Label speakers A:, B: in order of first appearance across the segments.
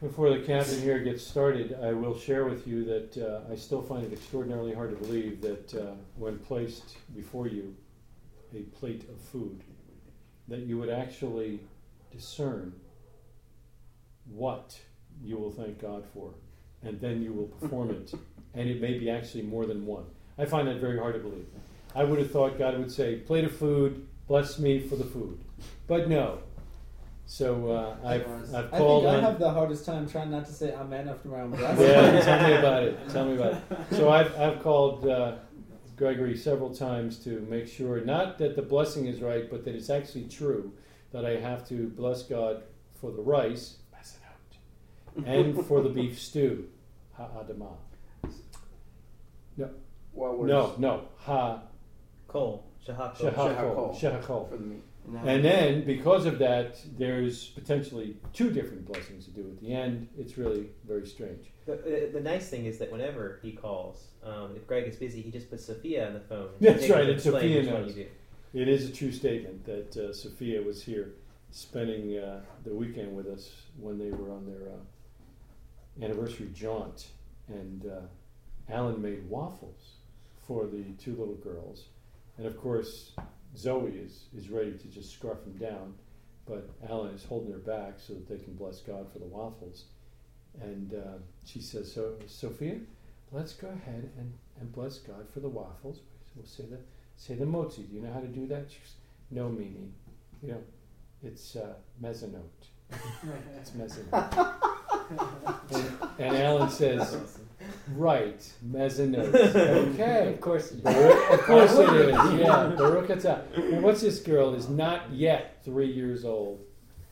A: Before the captain here gets started, I will share with you that uh, I still find it extraordinarily hard to believe that uh, when placed before you a plate of food, that you would actually discern what you will thank God for, and then you will perform it, and it may be actually more than one. I find that very hard to believe. I would have thought God would say, "Plate of food, bless me for the food," but no. So uh, I've, I've
B: I think
A: called
B: I
A: on.
B: have the hardest time trying not to say amen after my own breath.
A: Yeah, tell me about it. Tell me about it. So I've, I've called uh, Gregory several times to make sure, not that the blessing is right, but that it's actually true, that I have to bless God for the rice and for the beef stew. Ha'adama.
C: Well, we're
A: No, no. Ha
D: Cole. Shahako.
A: shehakol.
C: for
A: Shehakol.
C: the meat.
A: And then, because of that, there's potentially two different blessings to do at the end. It's really very strange.
D: The, the, the nice thing is that whenever he calls, um, if Greg is busy, he just puts Sophia on the phone.
A: That's
D: They can
A: right, and
D: explain
A: Sophia
D: which one
A: knows.
D: you do.
A: It is a true statement that uh, Sophia was here spending uh, the weekend with us when they were on their uh, anniversary jaunt. And uh, Alan made waffles for the two little girls. And of course, Zoe is, is ready to just scarf them down. But Alan is holding her back so that they can bless God for the waffles. And uh, she says, so, Sophia, let's go ahead and, and bless God for the waffles. We'll say that say the motzi. Do you know how to do that? She goes, no, Mimi. You know, it's uh, mezzanote. It's mezzanote. and, and Alan says, right, mezzanote. Okay.
D: Of course. you do.
A: Baruch- Of course it is. Yeah, Baruch atah. Now, what's this girl is not yet three years old.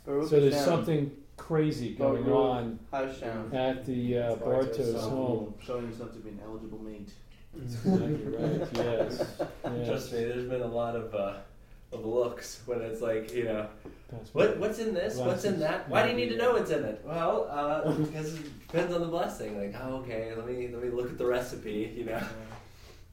C: Baruch
A: So there's
C: Hashem. Oh,
A: something crazy going
C: Baruch
A: on
C: Hashem.
A: at the uh, Bartos home.
E: Showing yourself to be an eligible mate.
A: Exactly right. Yes. yes.
F: Trust me, there's been a lot of uh, of looks when it's like, you know,
A: That's
F: what what's in this? What's in that? Why do you need to know what's in it? Well, uh, because it depends on the blessing. Like, oh, okay, let me let me look at the recipe. You know,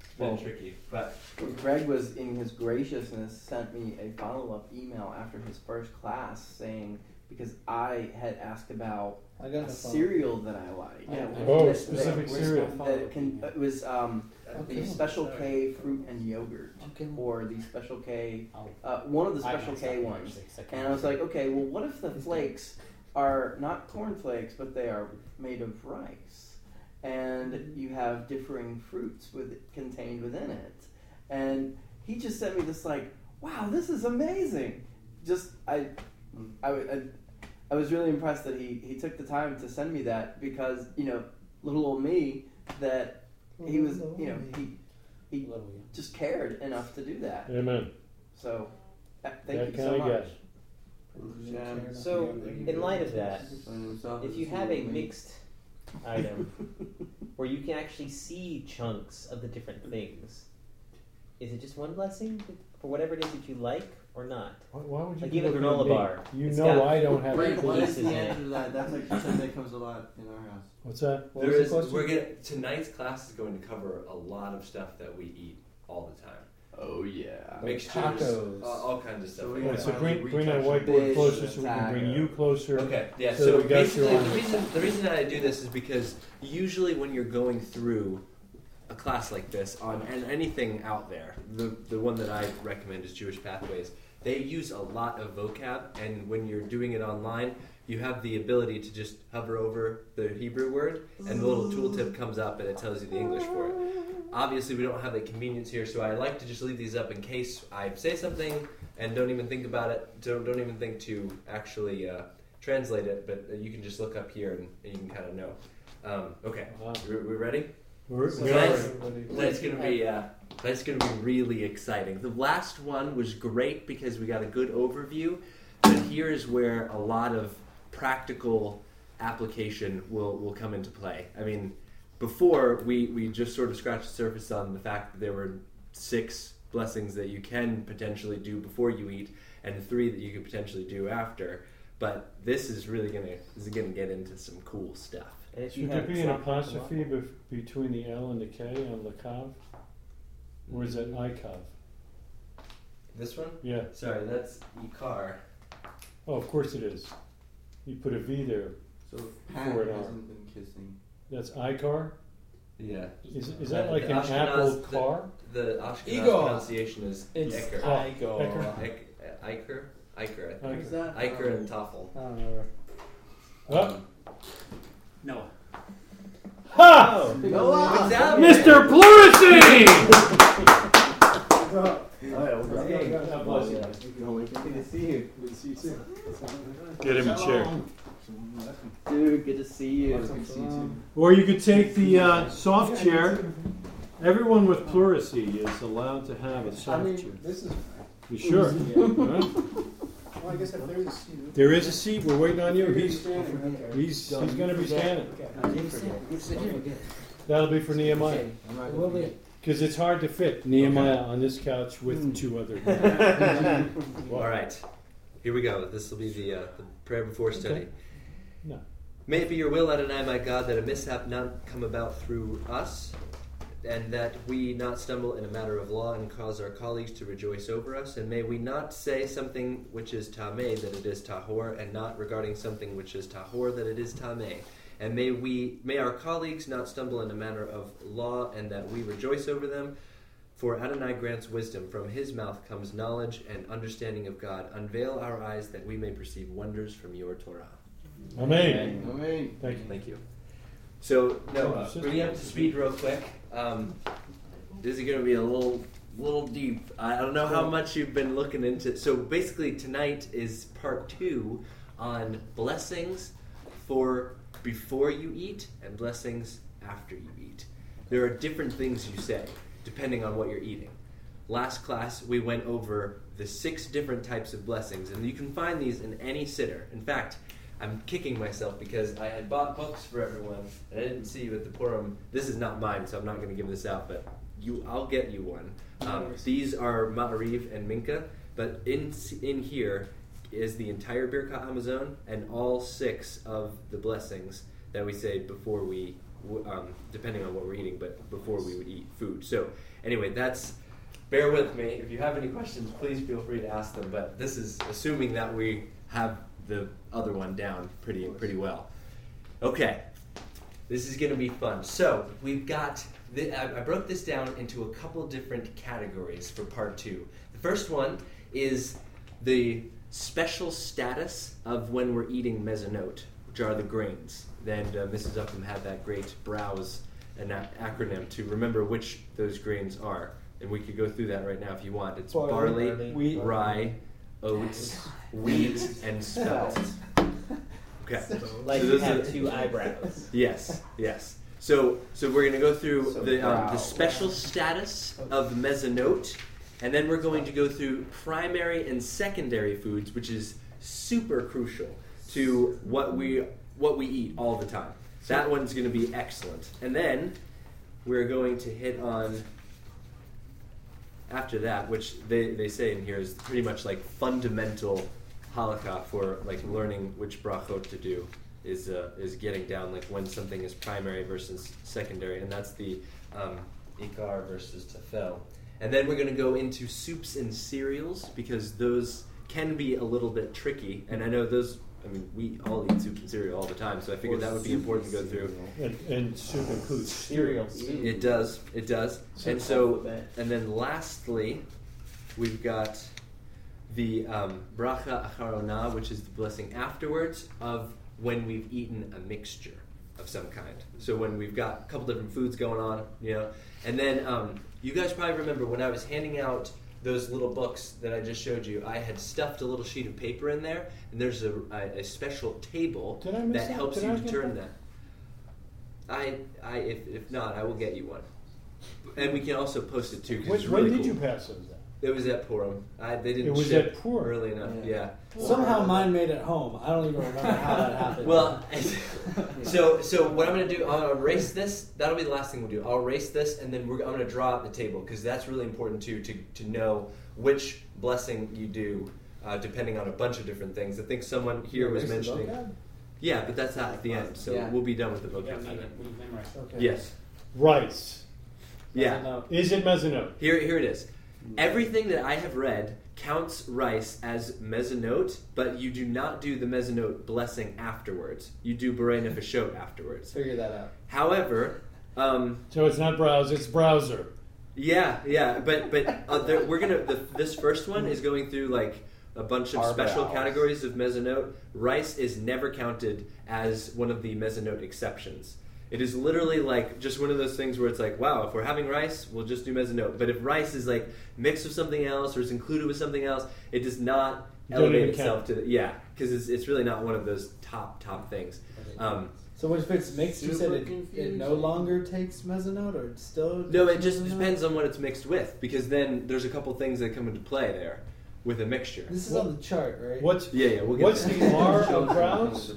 F: it's been
C: Well-
F: tricky, but
C: Greg was in his graciousness sent me a follow up email after his first class saying because I had asked about
B: I
C: a
B: got the phone.
C: cereal that I like.
E: Yeah,
A: Oh,
C: that-
A: specific
C: that-
A: cereal.
C: that it can- it was um,
B: Okay.
C: the Special
F: uh, Sorry.
C: K fruit and yogurt,
B: Okay.
C: or the Special K,
E: Oh.
C: uh, one of the
E: I-
C: Special
E: I-
C: K ones.
E: actually, second.
C: And I was like, okay, well, what if the flakes are not corn flakes, but they are made of rice, and you have differing fruits with contained within it? And he just sent me this like, wow, this is amazing. Just I, I, I, I was really impressed that he he took the time to send me that because you know little old me that he was you know he just cared enough to do that.
A: Amen.
C: So uh, thank
A: That
C: you so
A: kinda
C: much.
A: guy.
D: So, in light of that, Um, if you have a mixed item where you can actually see chunks of the different things, is it just one blessing for whatever it is that you like or not?
A: Why, why would you
D: Like
A: do
D: even
A: that to
D: granola
A: me?
D: bar.
A: You
D: It's
A: know
D: got-
A: I don't have
D: Right,
A: any
E: Wait, what
A: clue.
E: is
D: Pieces
E: the
D: in
E: answer
D: it.
E: to that? That's like something that comes a lot in our house.
A: What's that?
B: What
F: there
B: was
F: is
B: the question?
F: we're gonna tonight's class is going to cover a lot of stuff that we eat all the time.
C: Oh yeah.
F: Mixtures,
D: tacos.
F: uh, all kinds of stuff.
E: So
F: like
E: we
A: Alright,
F: that.
A: so bring, bring that
E: Retouch
A: whiteboard
C: this
A: closer so we can
C: attack.
A: bring you closer.
F: Okay. Yeah.
A: So
F: So,
A: we got you
F: basically,
A: on.
F: the reason the reason that I do this is because usually when you're going through a class like this on and anything out there, the the one that I recommend is Jewish Pathways. They use a lot of vocab, and when you're doing it online, you have the ability to just hover over the Hebrew word, and the little tooltip comes up, and it tells you the English for it. Obviously, we don't have that convenience here, so I like to just leave these up in case I say something and don't even think about it. Don't don't even think to actually uh, translate it, but you can just look up here and, and you can kind of know. Um, okay,
A: Wow.
F: we, we ready?
A: We're,
F: So
A: we
F: nice.
A: are ready.
F: That's gonna be uh, that's gonna be really exciting. The last one was great because we got a good overview, but here is where a lot of practical application will will come into play. I mean, before we we just sort of scratched the surface on the fact that there were six blessings that you can potentially do before you eat, and three that you could potentially do after. But this is really gonna this is gonna get into some cool stuff.
D: And if you
A: Should there
D: have
A: be an
D: some-
A: apostrophe bef- between the L and the K on Lakav? Or is it Ikav?
F: This one?
A: Yeah.
F: Sorry, that's Ikar.
A: Oh, of course it is. You put a V there.
E: So Pat
A: Four
E: hasn't
A: an hour.
E: been kissing.
A: That's iCar.
F: Yeah.
A: Is, is that
F: The
A: like an
F: Ashkenaz-
A: Apple
F: the-
A: car?
F: The Ashkenaz
B: Igor.
F: pronunciation is
B: It's
F: Ecker.
A: Oh,
B: Igor.
A: Ecker.
F: Ek- Iker? Iker, I think.
A: Okay.
E: Is that
F: Iker and
E: um,
F: Toffel.
B: I don't remember.
A: Oh.
G: Noah.
A: Ha!
D: Oh,
C: Go on.
F: What's up,
A: Mr. Plurissy! God bless you.
E: Good to see you.
A: Get him a chair.
C: Dude, good to see you.
A: Or you could take the uh, soft chair. Everyone with pleurisy is allowed to have a
G: I
A: soft chair.
G: mean, this is.
A: You sure? Huh?
G: Well, I guess if there is, you know.
A: There is a seat. We're waiting on you.
G: if
A: He's
G: there is standing, okay.
A: he's he's going to be standing.
G: Okay.
A: That'll be for Nehemiah because it's hard to fit Nehemiah on this couch with two other.
F: All right. Here we go. This will be the, uh, the prayer before study.
A: No.
F: May it be your will, Adonai, my God, that a mishap not come about through us, and that we not stumble in a matter of law and cause our colleagues to rejoice over us. And may we not say something which is tameh that it is tahor, and not regarding something which is tahor that it is tameh. And may we may our colleagues not stumble in a matter of law, and that we rejoice over them. For Adonai grants wisdom. From his mouth comes knowledge and understanding of God. Unveil our eyes that we may perceive wonders from your Torah.
A: Amen.
E: Amen.
A: Thank you.
F: Thank you. So, Noah,
A: Oh,
F: bring you up to speed real quick. Um, this is going to be a little, little deep. I don't know how much you've been looking into. So, basically, tonight is part two on blessings for before you eat and blessings after you eat. There are different things you say depending on what you're eating. Last class, we went over the six different types of blessings, and you can find these in any sitter. In fact, I'm kicking myself because I had bought books for everyone, and I didn't see you at the Purim. This is not mine, so I'm not going to give this out, but you, I'll get you one. Um, these are Ma'ariv and Minka, but in, in here is the entire Birkat Hamazon and all six of the blessings that we say before we, w- um, depending on what we're eating, but before we would eat food. So, anyway, that's bear with me. If you have any questions, please feel free to ask them. But this is assuming that we have the other one down pretty pretty well. Okay, this is going to be fun. So we've got. The, I, I broke this down into a couple different categories for part two. The first one is the special status of when we're eating mezzanote, which are the grains. Then uh, Mrs. Upham had that great browse an a- acronym to remember which those grains are. And we could go through that right now if you want. It's barley,
B: wheat,
F: rye, oats, wheat, and spelt. Okay.
D: Like
F: So
D: you
F: those
D: have
F: are-
D: two eyebrows.
F: Yes, yes. So, so we're going to go through
C: So
F: the, um,
C: proud.
F: the special status of mezzanote, and then we're going to go through primary and secondary foods, which is super crucial to what we what we eat all the time. That one's going to be excellent, and then we're going to hit on after that, which they, they say in here is pretty much like fundamental halakha for like learning which brachot to do is uh, is getting down like when something is primary versus secondary, and that's the um, ikar versus tefel. And then we're going to go into soups and cereals because those can be a little bit tricky, and I know those. I mean, we all eat soup and cereal all the time, so I figured that would be important to go through.
A: And, and soup includes stew.
F: It does. It does. and so, and then lastly, we've got the um, bracha acharona, which is the blessing afterwards of when we've eaten a mixture of some kind. So when we've got a couple different foods going on, you know. And then um, you guys probably remember when I was handing out those little books that I just showed you, I had stuffed a little sheet of paper in there, and there's a, a, a special table
A: Did I miss
F: that
A: that?
F: helps
A: Did
F: you
A: I get
F: determine
A: that?
F: that. I, I, if, if not, I will get you one, and we can also post it too. 'cause
A: Which,
F: it's
A: when
F: really
A: did
F: cool.
A: you pass those out?
F: It was at Purim. I, they didn't
A: It was
F: ship
A: at Purim.
F: early enough. Yeah.
B: Somehow mine made it home. I don't even remember how that happened.
F: Well, so so what I'm gonna do? I'm gonna erase this. That'll be the last thing we'll do. I'll erase this, and then we're, I'm gonna draw out the table because that's really important too to to know which blessing you do. Uh, depending on a bunch of different things, I think someone here was mentioning. Yeah, but that's not at the end, so
E: Yeah.
F: we'll be done with the vocab.
G: Yeah,
F: by
G: we,
F: then.
G: we memorized.
B: okay.
F: Yes.
A: Rice.
F: Yeah.
B: No.
F: Oh.
A: Is it mezzanote?
F: Here, here it is. Everything that I have read counts rice as mezzanote, but you do not do the mezzanote blessing afterwards. You do beret nefeshot afterwards.
B: Figure that out.
F: However, um,
A: So it's not browse, it's browser.
F: yeah, yeah, but but uh, there, we're gonna the, this first one is going through like a bunch of
B: Our
F: special
B: vows.
F: categories of mezzanote. Rice is never counted as one of the mezzanote exceptions. It is literally like just one of those things where it's like, wow, if we're having rice, we'll just do mezzanote. But if rice is like mixed with something else or is included with something else, it does not
A: You don't
F: elevate
A: even
F: itself
A: count.
F: to the yeah, because it's, it's really not one of those top top things. Um,
B: So which fits mixed? You said
E: Super
B: it, it no
E: confusing.
B: longer takes mezzanote, or it still
F: No, it
B: takes
F: just
B: mezzanote?
F: depends on what it's mixed with, because then there's a couple things that come into play there with a mixture.
B: This is
A: What-
B: on the chart, right?
A: What's
F: Yeah, yeah, we'll get
A: what's
F: there.
A: the bar of browse?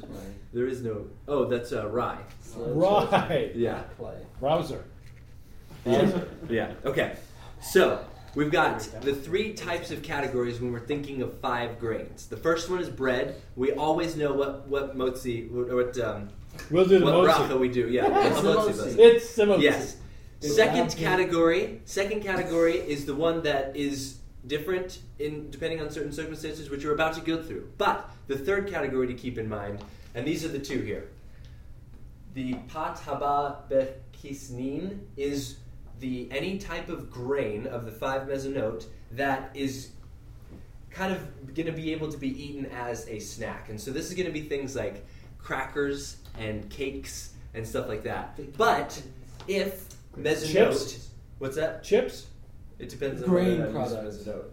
F: There is no. Oh, that's uh, rye.
B: Slow chart
A: Right,
F: Yeah,
B: Play.
A: browser.
F: yeah, yeah. Okay, so we've got the three types of categories when we're thinking of five grains. The first one is bread. We always know what what motzi what, what um
A: We'll do the
F: what
A: mostly.
F: bracha we do. Yeah,
E: It's
F: a
E: the
F: motzi
E: motzi.
F: blessing.
A: It's the mostly.
F: Yes.
B: Did
F: Second
B: that get-
F: category. Second category is the one that is different in depending on certain circumstances, which we're about to go through. But the third category to keep in mind, and these are the two here. The pat haba bekisnin is the any type of grain of the five mezzanote that is kind of going to be able to be eaten as a snack. And so this is going to be things like crackers and cakes and stuff like that. But if mezzanote,
A: Chips?
F: what's that?
A: Chips?
F: It depends on
B: Grain
F: whether that
B: products.
F: is mezzanote.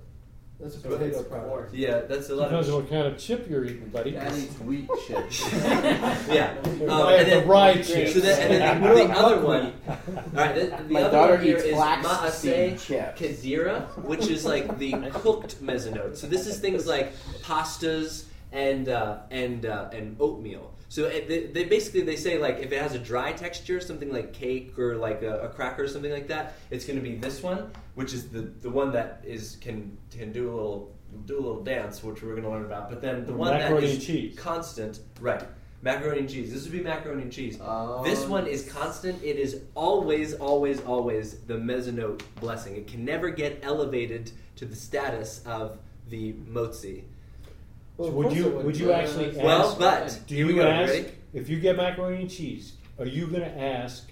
B: That's a
F: So
B: potato
F: it's
B: product.
F: Yeah, that's a lot
A: Depends on
F: of.
A: what kind of chip you're eating, buddy.
E: That is wheat chips.
F: yeah.
A: If
F: Um,
A: I have
F: and then,
A: the rye
F: so
A: chips.
F: then, and then the other one. All right, the, the
C: My
F: other
C: daughter
F: one here
C: eats
F: is
C: flaxseed
F: maase
C: chips.
F: Kazira, which is like the cooked mezzanote. So this is things like pastas and uh, and uh, and oatmeal. So it, they, they basically they say like if it has a dry texture, something like cake or like a, a cracker or something like that, it's going to be this one, which is the, the one that is can can do a little do a little dance, which we're going to learn about. But then the one
A: Macaroni
F: that is
A: and cheese.
F: constant, right? Macaroni and cheese. This would be macaroni and cheese.
E: Um,
F: This one is constant. It is always, always, always the mezzanote blessing. It can never get elevated to the status of the motzi.
B: Well, of
A: would
B: course
A: you
B: it would.
A: would you
E: Yeah.
A: actually ask?
F: Well, but
A: do
F: here we
A: you
F: go.
A: ask
F: Ready?
A: if you get macaroni and cheese? Are you going to ask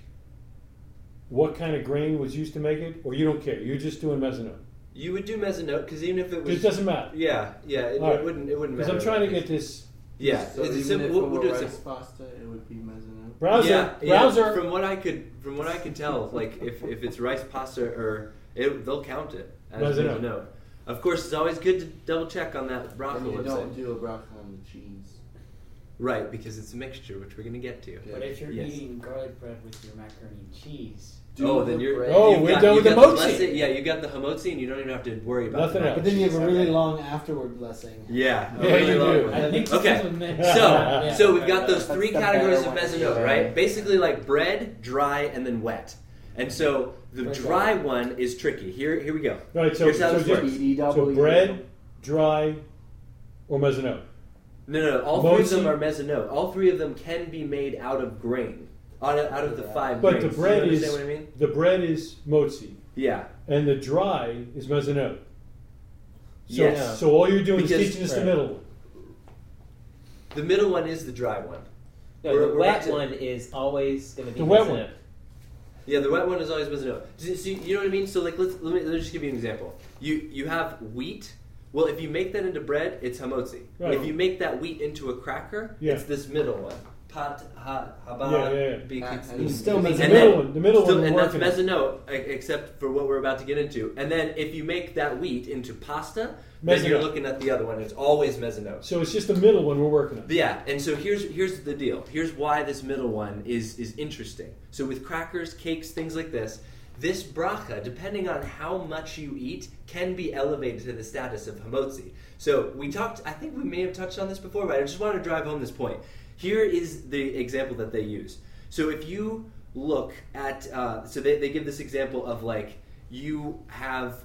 A: what kind of grain was used to make it, or you don't care? You're just doing mezzanote.
F: You would do mezzanote because even if it was,
A: It doesn't matter
F: yeah, yeah, it,
A: All
F: it
A: right.
F: wouldn't, it wouldn't
A: because
F: matter.
A: I'm trying to get this
F: Yeah,
E: So
F: it's a
E: even
F: simple.
E: if
F: We'll,
E: it
F: we'll
E: were
F: do it
E: rice
F: simple.
E: pasta, it would be mezzanote.
A: browser.
F: Yeah, yeah.
A: browser.
F: From what I could, from what I could tell, like if, if it's rice pasta or it, they'll count it as
A: Mezzanote.
F: mezzanote. Of course, it's always good to double check on that
E: And
F: broccoli
E: you don't
F: website,
E: do a broccoli on the cheese.
F: right? Because it's a mixture, which we're gonna get to.
G: But if you're
F: Yes.
G: eating garlic bread with your macaroni and cheese,
E: Do
F: oh,
E: the
F: then you're.
E: bread.
A: Oh,
F: you've
A: we're
F: got-
A: done
F: you've
A: with the
F: got
A: mochi.
F: blessing- Yeah, you got the hamotzi, and you don't even have to worry about
A: Nothing
F: the
A: else.
B: But then you have a really
G: Okay.
B: long afterward blessing.
F: Yeah, a
A: Yeah,
F: really
A: you
F: long
A: do.
F: one.
G: I think
F: Okay,
G: this is a mix.
F: So, so we've got those
C: That's
F: three
C: the
F: categories
C: better
F: of
C: one.
F: mezzanote,
C: Yeah.
F: right? Basically, like bread, dry, and then wet. And so the
B: Bread,
F: dry
B: dry.
F: one is tricky. Here, here we go.
A: All right, so-
F: Here's how
A: so
F: this
A: just-
F: works.
C: E
A: so bread, dry, or mezzanote.
F: No, no, no, all three of
A: Mochi.
F: them are mezzanote. All three of them can be made out of grain, out of, out of the five.
A: But the
F: grains.
A: bread
F: you
A: is
F: understand what I mean?
A: the bread is mozi,
F: Yeah,
A: and the dry is mezzanote. So,
F: Yes.
A: so all you're doing
F: Because-
A: is teaching us the
F: right.
A: middle one.
F: the middle one is the dry one.
D: No,
F: We're-
D: the
F: we're
D: wet
F: back to-
D: one is always going to be
A: The wet
D: mezzanote.
A: one.
F: Yeah, the wet one is always mezzanote. So, so you know what I mean? So like, let's let me, let me just give you an example. You you have wheat. Well, if you make that into bread, it's hamotzi.
A: Right.
F: If you make that wheat into a cracker,
A: Yeah.
F: it's this middle one. Pat ha haba
A: Yeah, yeah, yeah.
F: bik-
E: Ah,
F: it's-
E: and
F: it's-
E: still
F: and
E: mezzanote.
A: The
F: then-
A: middle one, the middle
F: still-
A: one,
F: and
A: we're
F: that's
A: working on.
F: mezzanote, e- except for what we're about to get into. And then if you make that wheat into pasta, then you're
A: Mezzanote.
F: looking at the other one. It's always mezzanote.
A: So it's just the middle one we're working on.
F: Yeah, and so here's here's the deal. Here's why this middle one is is interesting. So with crackers, cakes, things like this, this bracha, depending on how much you eat, can be elevated to the status of hamotzi. So we talked. I think we may have touched on this before, but I just wanted to drive home this point. Here is the example that they use. So if you look at, uh, so they, they give this example of like you have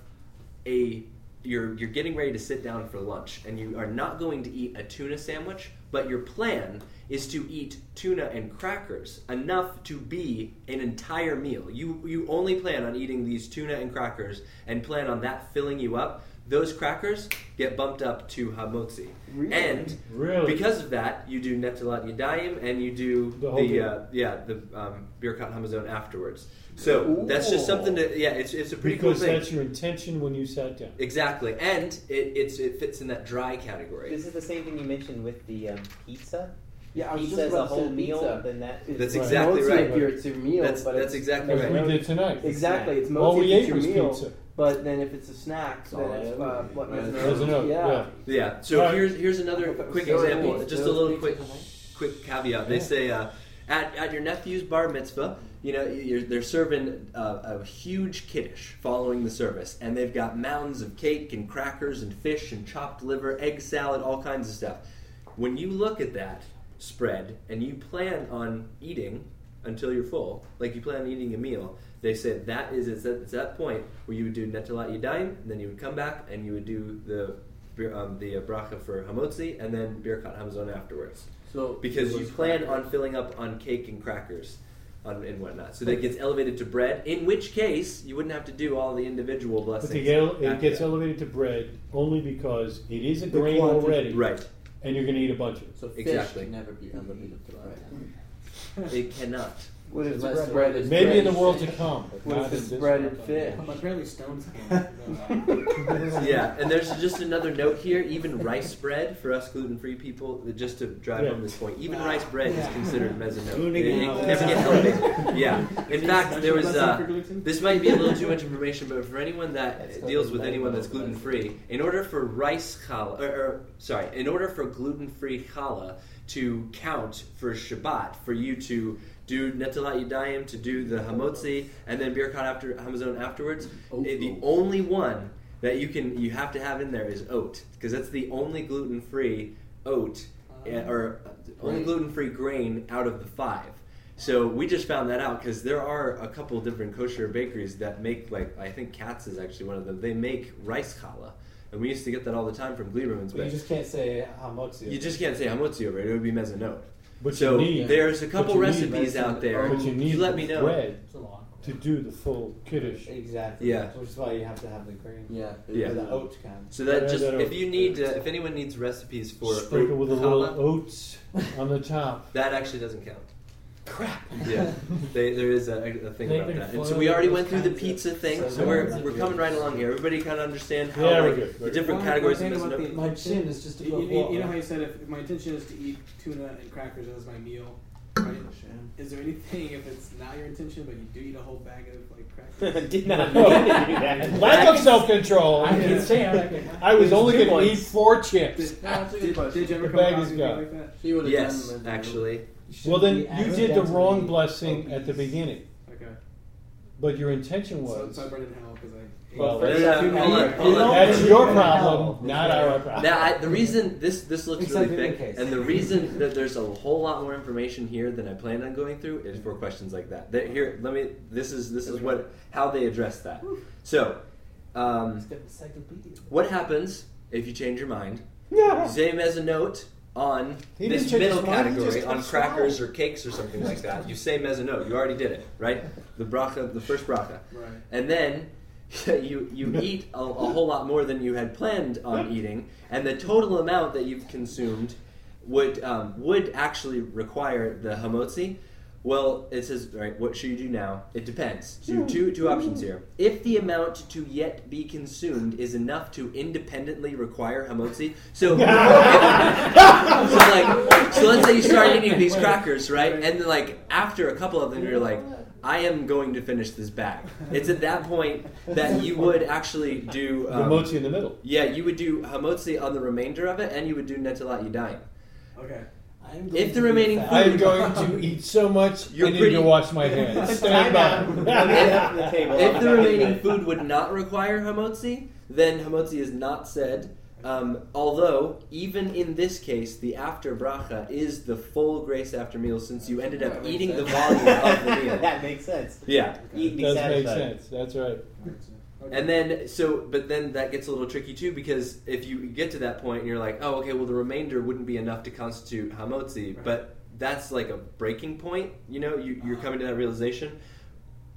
F: a you're you're getting ready to sit down for lunch and you are not going to eat a tuna sandwich but your plan is to eat tuna and crackers enough to be an entire meal you you only plan on eating these tuna and crackers and plan on that filling you up those crackers get bumped up to hamotzi.
C: Really?
F: And
A: Really?
F: because of that, you do Neftalat Yadayim and you do
A: The
F: the,
A: whole deal.
F: uh, yeah the um, Birkat Hamazon afterwards. So that's just
C: Ooh.
F: something to yeah. It's, it's a pretty
A: because
F: cool thing.
A: that's your intention when you sat down.
F: Exactly, and it it's, it fits in that dry category.
D: This is the same thing you mentioned with the um, pizza.
C: yeah, I was
D: pizza
C: just
D: is
C: about
D: a
C: to
D: whole
C: say
D: meal.
C: pizza.
D: Then that is
F: That's
A: Right.
F: exactly
C: Mostly
F: right.
C: if you're- it's your meal,
F: That's
C: but
F: that's
C: it's-
F: exactly
A: As we
F: right.
A: did tonight.
C: Exactly, it's
A: All
C: mostly
A: we
C: it's
A: ate
C: your
A: was
C: meal,
A: pizza.
C: but then if it's a snack,
E: all
C: then it's
E: I
C: uh,
E: ever
C: what
E: eat. Right.
A: As an oat,
C: yeah.
A: yeah.
F: Yeah. So
A: Right.
F: here's here's another
C: Okay,
F: quick
C: so
F: example.
C: it's
F: Just a
C: those
F: little
C: pizzas,
F: quick
C: right?
F: quick caveat. They say uh, at at your nephew's bar mitzvah, you know you're, they're serving uh, a huge kiddish following the service, and they've got mounds of cake and crackers and fish and chopped liver, egg salad, all kinds of stuff. When you look at that spread and you plan on eating until you're full, like you plan on eating a meal, they said that is it's at, it's that point where you would do netalat yadayim, and then you would come back and you would do the bir- um, the uh, bracha for hamotzi, and then birkat hamazon afterwards,
E: So
F: because you
E: what's
F: plan
E: crackers?
F: on filling up on cake and crackers. On, and whatnot, so that gets elevated to bread. In which case, you wouldn't have to do all the individual
A: But
F: blessings.
A: the ele- it
F: after
A: gets
F: that.
A: elevated to bread only because it is a
E: The
A: grain
E: quantity.
A: already,
F: right.
A: and you're going to eat a bunch of it.
E: So fish
F: Exactly.
E: can never be elevated to that.
F: It cannot.
C: What if
E: Unless
C: it's
E: the
C: breaded
E: bread-
C: fish?
A: Maybe in the world to come, but
C: What
A: not
C: if
A: in
C: it's
A: this
C: breaded
A: one.
C: fish?
G: I'm barely stones again.
F: yeah, and there's just another note here. Even rice bread for us gluten-free people, just to drive
A: Yeah.
F: home this point, even rice bread is
G: Yeah.
F: considered mezzanote.
B: Tuning
F: It, it
B: out.
F: can never get elevated. Yeah. In fact, there was. Uh, this might be a little too much information, but for anyone
D: That's
F: that
D: called
F: deals with
D: the
F: anyone that's
D: Mango
F: gluten free, in order for rice challah, or, or sorry, in order for gluten free challah to count for Shabbat, for you to do netalat yadayim, to do the hamotzi, and then birkat after hamazon afterwards,
E: Oat
F: eh, the
E: roll.
F: only one that you can you have to have in there is oat, because that's the only gluten free oat eh, or uh, only
E: Right.
F: gluten free grain out of the five. So we just found that out because there are a couple different kosher bakeries that make like I think Katz is actually one of them. They make rice challah, and we used to get that all the time from Gleiberman's.
B: But you
F: But
B: just can't say how much it
F: you
B: is.
F: just can't say hamotzi over it; it would be mezzanote.
A: But
F: so
A: you need,
F: there's a
A: but
F: couple
A: you need
F: recipes
E: mezzanote.
F: out there.
A: but you need
F: let
A: the
F: me know.
A: bread
G: It's a long.
A: to do the full kiddish.
B: Exactly.
F: Yeah.
B: Which is why you have to have the grain.
E: Yeah.
F: Yeah.
B: Or the oat kind.
F: So that
A: Yeah,
F: just
A: that'll-
F: if you need uh, if anyone needs recipes for
A: Sprinkle with a little
F: challah,
A: oats on the top.
F: that actually doesn't count. Crap. Yeah, they, there is a, a thing
G: They've
F: about
G: been
F: that. And so
G: foiled
F: we
G: with
F: already
G: those
F: went through the
G: kinds of-
F: pizza thing, so,
G: so
F: we're
G: those-
F: we're coming right along here. Everybody kind of understand how
A: Yeah, we're
F: like,
A: good, we're
F: the
A: good.
F: different
H: One-
F: categories of
H: one thing about
F: mezzanote.
H: the-
B: My chin is just
H: You,
B: above
H: you, you know how
B: water.
H: you said if, if my intention is to eat tuna and crackers as my meal, right? Is there anything if it's not your intention but you do eat a whole bag of like crackers?
D: did not mean to do that.
A: Lack of self control.
H: I can say
A: I was
D: There's
A: only
D: two
A: going to eat
D: ones.
A: four chips.
H: Did,
E: that's a good
H: did,
E: question.
H: did you ever
A: The
H: come
A: bag
H: across
A: is
H: anything
A: gone.
H: like that?
E: He would've
F: Yes,
E: done mezzanote.
F: actually,
A: Well, then
B: Should be
A: you did the
B: accidentally
A: wrong blessing at the
B: obese.
A: beginning,
H: Okay.
A: but your intention
H: So,
A: was.
H: so I burned in hell because I. ate
A: Well,
H: it.
F: there's a- hold on, hold on.
A: That's your
B: Hell.
A: problem, not our problem.
F: Now, I, the reason this this looks
B: Except in
F: really
B: the case.
F: thick, and the reason that there's a whole lot more information here than I plan on going through is for questions like that. That- here, let me. This is this is what how they address that. So, um, what happens if you change your mind?
A: Yeah.
F: Same as a note on
A: He
F: this
A: didn't change
F: middle
A: his mind, he
F: category
A: just
F: on
A: touched
F: crackers or cakes or something like that. You say mezzanote. You already did it, right? The bracha, the first bracha,
H: Right.
F: and then you you eat a, a whole lot more than you had planned on eating, and the total amount that you've consumed would um, would actually require the hamotzi. Well, it says, all right, what should you do now? It depends. So you have two, two options here. If the amount to yet be consumed is enough to independently require hamotzi, so, so like, so let's say you start eating these crackers, right? And then like after a couple of them, you're like, I am going to finish this bag. It's at that point that you would actually do
A: The
F: um,
A: mochi in the middle.
F: Yeah, you would do hamotzi on the remainder of it, and you would do netalat yadayim.
H: Okay.
B: I'm
F: If
B: going
F: the
B: to eat
F: remaining
B: that.
A: I am going to eat so much.
F: You're
A: I need
F: pretty-
A: to wash my hands. Stand
D: Time out. Get
A: by.
D: off the table.
F: If the remaining food would not require hamotzi, then hamotzi is not said. Um, although, even in this case, the after bracha is the full grace after meal since you ended up eating the volume of the meal.
D: that makes sense.
F: Yeah.
H: Okay.
D: Eat and be
A: Does make
D: satisfied.
A: sense. That's right.
H: Okay.
F: And then, so, but then that gets a little tricky too because if you get to that point and you're like, oh, okay, well, the remainder wouldn't be enough to constitute hamotzi,
H: Right. Ah.
F: but that's like a breaking point, you know, you, you're coming to that realization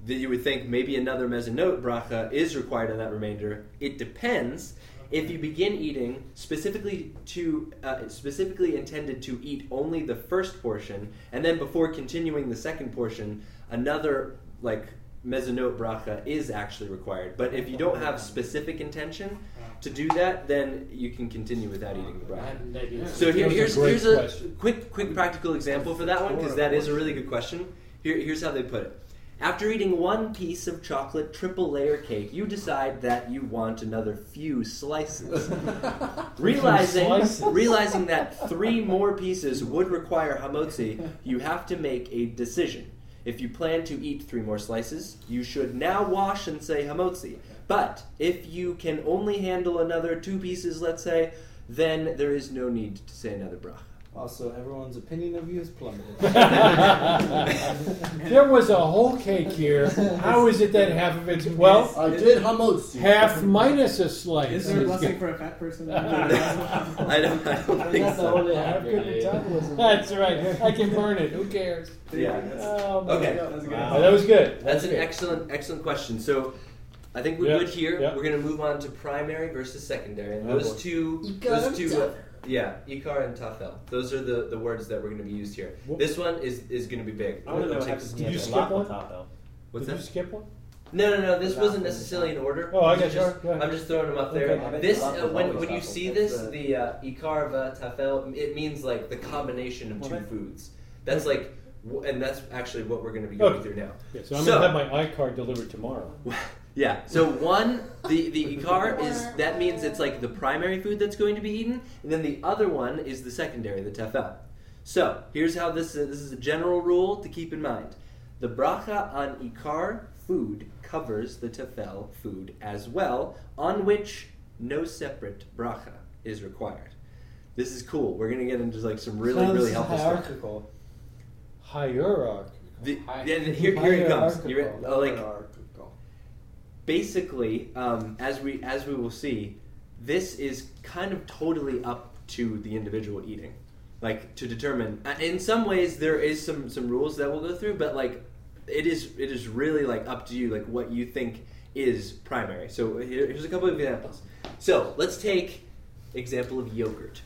F: that you would think maybe another mezzanote bracha is required on that remainder. It depends. If you begin eating specifically to uh, specifically intended to eat only the first portion, and then before continuing the second portion, another like mezzanote bracha is actually required. But if you don't have specific intention
H: Uh,
F: to do that, then you can continue without eating the bracha. So here,
A: That's a
F: here's
A: great
F: here's a
A: question.
F: quick quick practical example for that one because that is a really good question. Here, here's how they put it. After eating one piece of chocolate triple layer cake, you decide that you want another few slices.
A: Slices.
F: realizing realizing that three more pieces would require hamotzi, you have to make a decision. If you plan to eat three more slices, you should now wash and say hamotzi. But if you can only handle another two pieces, let's say, then there is no need to say another bracha.
B: Also, everyone's opinion of you has plummeted.
A: there was a whole cake here. How is it that half of it's well,
E: I did hummus.
A: half minus a slice?
H: Is there a blessing for a fat person?
F: I don't, I don't think so.
A: That's right. I can burn it. Who cares?
F: Yeah.
E: Uh,
A: Oh, man.
F: Okay.
H: That's good.
A: Oh, that was good.
F: That's an
A: good.
F: excellent, excellent question. So, I think we're
A: Yeah,
F: good here.
A: yeah.
F: We're going to move on to primary versus secondary, and
A: Oh,
F: those
A: boy.
F: two,
G: Ikar
F: those
G: and
F: two, yeah, ikar and tafel. Those are the, the words that we're going to be used here.
A: Whoop.
F: This one is is going to be big.
D: I want to know what happens
A: Did
D: when
A: you
D: have
A: skip
D: falafel
A: one?
D: taco.
F: What's
A: Did
F: that?
A: you skip one?
F: No, no, no. This wasn't necessarily in order.
A: Oh, I
F: These
A: got
F: are
A: you.
F: just-
A: Go ahead.
F: I'm just throwing them up
A: Okay.
F: there.
A: I
F: This
E: bet
F: uh,
E: tafel
F: when
E: always
F: when you
E: tafel.
F: see
E: That's
F: this,
E: the-
F: the uh, ikarva tafel, it means like the combination of
D: Well,
F: two
D: that-
F: foods. That's like, w- and that's actually what we're going to be
A: Okay.
F: going through now.
A: Yeah, so I'm
F: So-
A: gonna have my iCard delivered tomorrow.
F: Yeah. So one, the the ikar is that means it's like the primary food that's going to be eaten, and then the other one is the secondary, the tefel. So here's how this is, this is a general rule to keep in mind: the bracha on ikar food covers the tefel food as well, on which no separate bracha is required. This is cool. We're gonna get into like some really
B: Sounds
F: really helpful stuff.
B: hierarchical.
A: Hierarchy.
F: The, yeah, here, here it comes. You re-
B: Hierarchical.
F: oh, like basically, um, as we as we will see, this is kind of totally up to the individual eating, like to determine. uh, In some ways, there is some some rules that we'll go through, but like it is it is really like up to you, like what you think is primary. So here, here's a couple of examples. So let's take example of yogurt.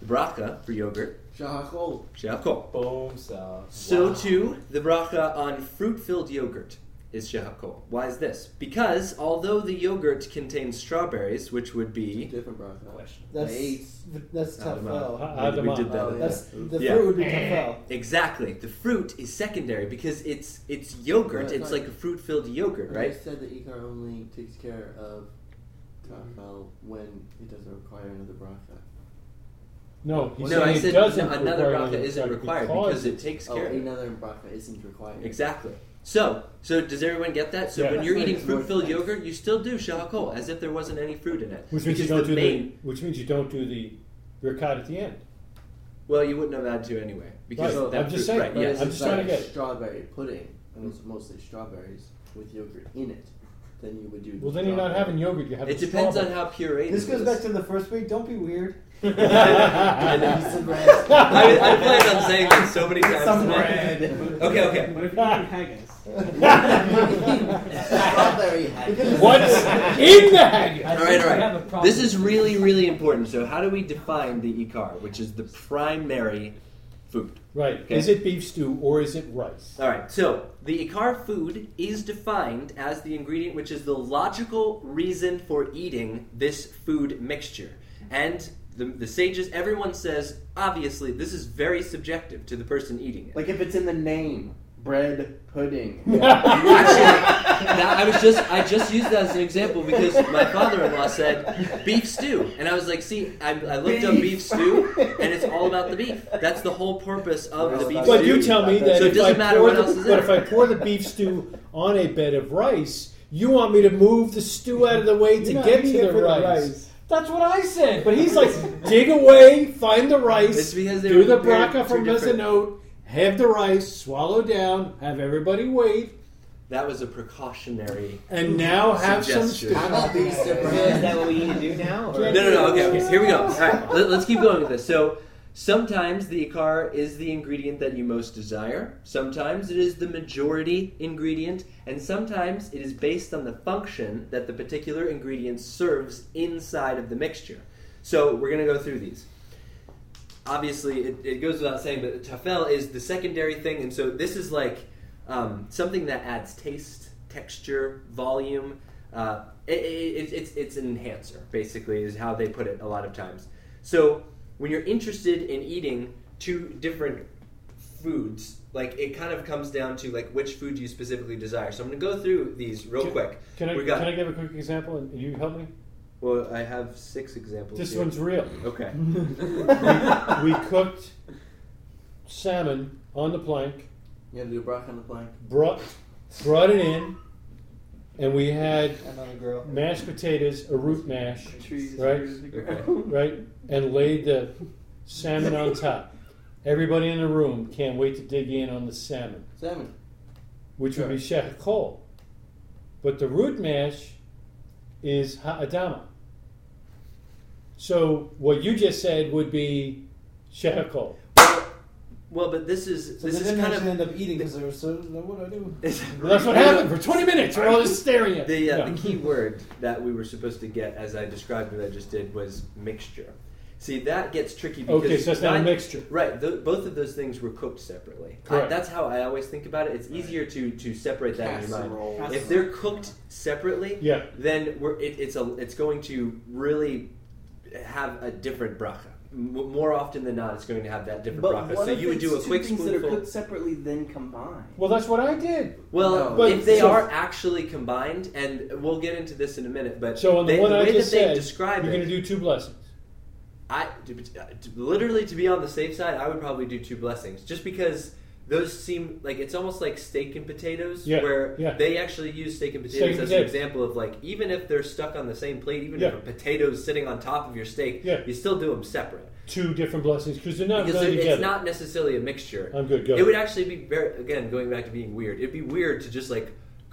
F: The bracha for yogurt,
E: Shahakol.
F: shahakol.
B: Boom salad.
F: So too, the bracha on fruit-filled yogurt is shehakol. Why is this? Because although the yogurt contains strawberries, which would be
E: Different bracha.
B: That's
E: Ace.
B: that's tough.
F: Adama.
B: though.
A: Adama.
F: We, we did that.
E: Adama.
B: That's the
F: Yeah.
B: fruit would be tafel.
F: Exactly. The fruit is secondary because it's it's yogurt.
E: Right,
F: It's
E: right.
F: like a fruit-filled yogurt,
E: Right.
F: right?
E: You said that Ikar only takes care of Tafel when it doesn't require another bracha.
A: No, he
F: No,
A: said
F: I
A: it
F: said
A: doesn't.
F: no, another
A: require
F: bracha
A: any
F: isn't
A: iCard
F: required because it
A: it's
F: takes
E: Oh,
F: care of it.
E: another bracha isn't required.
F: Exactly. So, so does everyone get that? So
A: Yeah.
F: when you're
E: That's
F: eating
E: nice.
F: fruit-filled yogurt, you still do shahakol as if there wasn't any fruit in it.
A: which means you
F: because
A: don't do
F: the main,
A: the which means you don't do the ricotta at the end.
F: Well, you wouldn't have had to anyway because
A: Right.
F: that
A: I'm just
F: fruit-
A: saying,
F: Right,
E: But
A: yeah,
E: it's
A: I'm
F: yes.
A: just
E: like
A: trying to get it.
E: strawberry pudding, and it's mostly strawberries with yogurt in it. Then you would do.
A: Well, then you're not having yogurt. You're having.
F: It depends on
A: strawberry.
F: how pureed.
B: This
F: it
B: goes
F: is.
B: back to the first week. Don't be weird.
F: I, I planned on saying that so many times.
B: Some
F: tonight. Okay, okay.
H: What if you're eating haggis?
E: strawberry haggis.
A: What's in the haggis?
F: All right, all right. This is really, really important. So, how do we define the ikar, which is the primary food?
A: Right.
F: Okay.
A: Is it beef stew or is it rice?
F: All right. So, the ikar food is defined as the ingredient which is the logical reason for eating this food mixture. And the, the sages, everyone says, obviously, this is very subjective to the person eating it.
C: Like if it's in the name, bread pudding.
F: Actually, that, I was just I just used that as an example because my father-in-law said beef stew, and I was like, see, I, I looked up
C: Beef.
F: beef stew, and it's all about the beef. That's the whole purpose of the beef
A: But
F: stew.
A: you tell me that
F: So it
A: if,
F: doesn't
A: I
F: matter
A: pour
F: what
A: the,
F: else is in
A: but
F: it.
A: if I pour the beef stew on a bed of rice, you want me to move the stew out of the way to
B: You're not
A: get to
B: eating it
A: the
B: for the
A: rice.
B: rice.
A: That's what I said. But he's like, dig away, find the
F: It's
A: rice,
F: because they
A: do
F: were
A: the
F: compared
A: braca
F: to
A: from
F: different-
A: Mezzanote, have the rice, swallow down, have everybody wait,
F: That was a precautionary.
A: and now have
F: Suggestion.
A: some
E: How
A: stew.
E: about these
D: So is
E: surprises?
D: that what we need to do now? Or?
F: No, no, no. Okay, okay. Here we go. All right, let, us keep going with this. So, Sometimes the ikar is the ingredient that you most desire, sometimes it is the majority ingredient, and sometimes it is based on the function that the particular ingredient serves inside of the mixture. So we're going to go through these. Obviously, it, it goes without saying, but tafel is the secondary thing, and so this is like um, something that adds taste, texture, volume. Uh, it, it, it's, it's an enhancer, basically, is how they put it a lot of times. So when you're interested in eating two different foods, like it kind of comes down to like which food you specifically desire. So I'm going to go through these real
A: Can-
F: quick.
A: Can I,
F: We got-
A: can I give a quick example and you help me?
F: Well, I have six examples.
A: This
F: here.
A: one's Mhm. real.
F: okay.
A: We cooked salmon on the plank,
E: You had to do a bracha on the plank.
A: brought, brought it in, and we had
B: Another girl.
A: mashed potatoes, a root mash,
C: Trees
A: Right.
C: through the
F: Okay.
C: ground.
A: right? And laid the salmon on top. Everybody in the room can't wait to dig in on the salmon,
E: Salmon.
A: which would be shechakol. But the root mash is ha'adama. So what you just said would be shechakol.
F: Well, but this is
B: So
F: this
B: they
F: is
B: didn't
F: kind
B: actually
F: of
B: end up eating because they were so. Like, what do I do?
A: Well, that's what happened for 20 minutes. We're all just staring at
F: the uh,
A: yeah.
F: the key word that we were supposed to get, as I described what I just did, was mixture. See, that gets tricky because
A: Okay, so it's not a
F: neither-
A: mixture.
F: Right, th- both of those things were cooked separately. I-
A: Correct.
F: that's how I always think about it. It's easier to, to separate that in your mind. If they're cooked separately,
A: Yeah.
F: then we're, it, it's a it's going to really have a different bracha. M- more often than not, it's going to have that different bracha.
C: what
F: So
C: if
F: you would do a
C: it's two
F: quick
C: things that are
F: spoonful.
C: cooked separately then combined.
A: Well, that's what I did.
F: Well,
E: No.
A: But-
F: if they
A: so-
F: are actually combined, and we'll get into this in a minute, but
A: So on the
F: they,
A: one
F: the
A: I
F: way
A: just
F: that they
A: said,
F: describe
A: you're
F: it,
A: going to do two blessings.
F: I to, uh, to- literally to be on the safe side, I would probably do two blessings, just because those seem like it's almost like steak and potatoes,
A: Yeah,
F: where
A: yeah.
F: they actually use steak and potatoes
A: Steak and
F: as
A: potatoes.
F: an example of like even if they're stuck on the same plate, even if
A: Yeah.
F: a potato's sitting on top of your steak,
A: Yeah.
F: you still do them separate
A: Two different blessings because they're not
F: because
A: really
F: it-
A: together.
F: it's not necessarily a mixture.
A: I'm good. Go.
F: It would actually be very again going back to being weird. It'd be weird to just like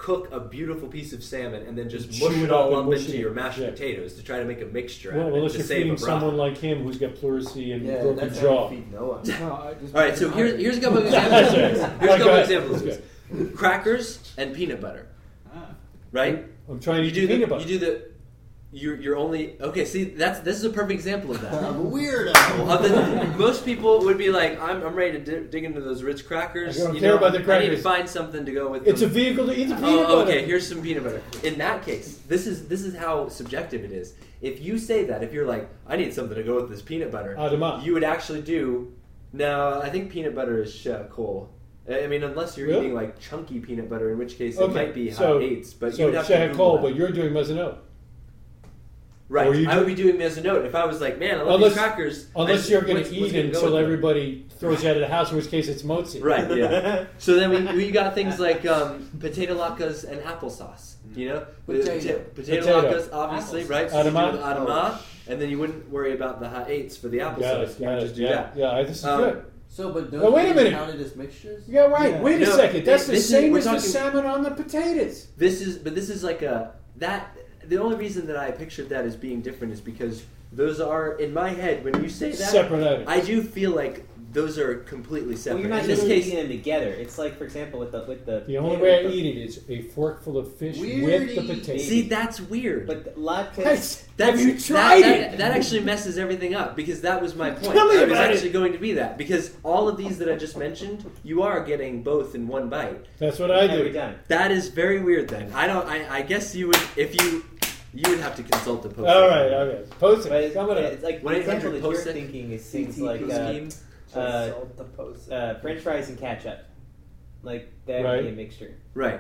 F: cook a beautiful piece of salmon and then just
A: Chew
F: mush
A: it
F: it
A: up
F: all
A: and
F: up
A: mush
F: into
A: it in.
F: your mashed
A: Yeah.
F: potatoes to try to make a mixture out
A: well,
F: of it
A: unless
F: to
A: you're
F: save a
A: feeding
F: broth.
A: someone like him who's got pleurisy and
E: Yeah,
A: broken
E: that's
A: jaw.
E: how you feed Noah.
B: No, I just.
F: All right, so here, here's a couple of
A: That's
F: examples.
A: right.
F: here's
A: All right,
F: a
A: go
F: couple of
A: ahead.
F: examples.
A: Let's go.
F: Crackers and peanut butter,
H: Ah,
F: right?
A: I'm trying to
F: You
A: eat
F: do
A: the
F: the,
A: peanut butter.
F: You do the. You're, you're only okay. See, that's this is a perfect example of that.
E: I'm a
F: Of the-
E: weirdo.
F: most people would be like, I'm, I'm ready to di- dig into those Ritz crackers.
A: I don't
F: you
A: care
F: know,
A: about the
F: I need to
A: crackers.
F: find something to go with.
A: it's a
F: them.
A: vehicle to eat the peanut
F: Oh,
A: butter.
F: okay. Here's some peanut butter. In that case, this is this is how subjective it is. If you say that, if you're like, I need something to go with this peanut butter,
A: Adama.
F: you would actually do. No, I think peanut butter is uh, cool. I I mean, unless you're
A: Really?
F: eating like chunky peanut butter, in which case
A: Okay,
F: it might be hot
A: so-
F: eights. But you
A: so
F: would have to
A: Shahid
F: Google
A: Cole,
F: that.
A: but you're doing mezzanote.
F: right.
A: or you
F: I
A: do-
F: would be doing this as a note if I was like, man, I love
A: Unless-
F: these crackers. I
A: Unless
F: just-
A: you're going
F: what's-
A: to
F: what's
A: eat
F: gonna go
A: until
F: with them?
A: everybody throws you out of the house, in which case it's motzi.
F: Right, yeah. So then we, we got things like um, potato latkes and applesauce. You know,
E: Potato.
F: Pota- potato,
A: Mm. Potato.
F: latkes, obviously, right? So you do
A: Adama? Oh.
F: the adama, and then you wouldn't worry about the hot eights for the
A: Got
F: applesauce.
A: it,
F: you
A: got
F: would
A: it,
F: just do
A: yeah,
F: that.
A: Yeah, this is
F: Um,
A: good.
E: so, but those
A: Now, wait a
E: things
A: minute.
E: counted as mixtures?
A: Yeah, right.
B: Yeah.
A: Wait a
F: No,
A: second. That's
F: thi-
A: the
F: this is-
A: same
F: we're
A: as the
F: talking-
A: salmon on the potatoes.
F: This is, but this is like a that. The only reason that I pictured that as being different is because those are in my head when you say that.
A: Separate items.
F: I do feel like those are completely
D: Well,
F: separate.
D: you're not
F: in this
D: just
F: case,
D: eating them together. It's like, for example, with the with the.
A: The only way I eat it is a forkful of fish with the
E: Weirdie.
A: potato.
F: see, that's weird.
D: But the latkes.
A: That's-
F: That's,
A: have you
F: that-
A: tried
F: that,
A: it?
F: That, actually messes everything up because that was my point.
A: Tell me
F: I was
A: about it.
F: actually going to be that because all of these that I just mentioned, you are getting both in one bite.
A: That's what I
D: every
A: do.
D: time.
F: That is very weird. Then I don't. I, I guess you would if you you would have to consult the post.
A: All right, all right. Post
D: But
A: it.
D: it's,
A: Coming up.
D: it's like the
F: 1-800
D: example that you're
F: post it.
D: thinking is things
C: CTP
D: like uh,
F: scheme.
C: Just
D: Uh,
C: salt the post.
D: uh, French fries and ketchup. Like that would be a
A: Right.
D: mixture.
F: Right.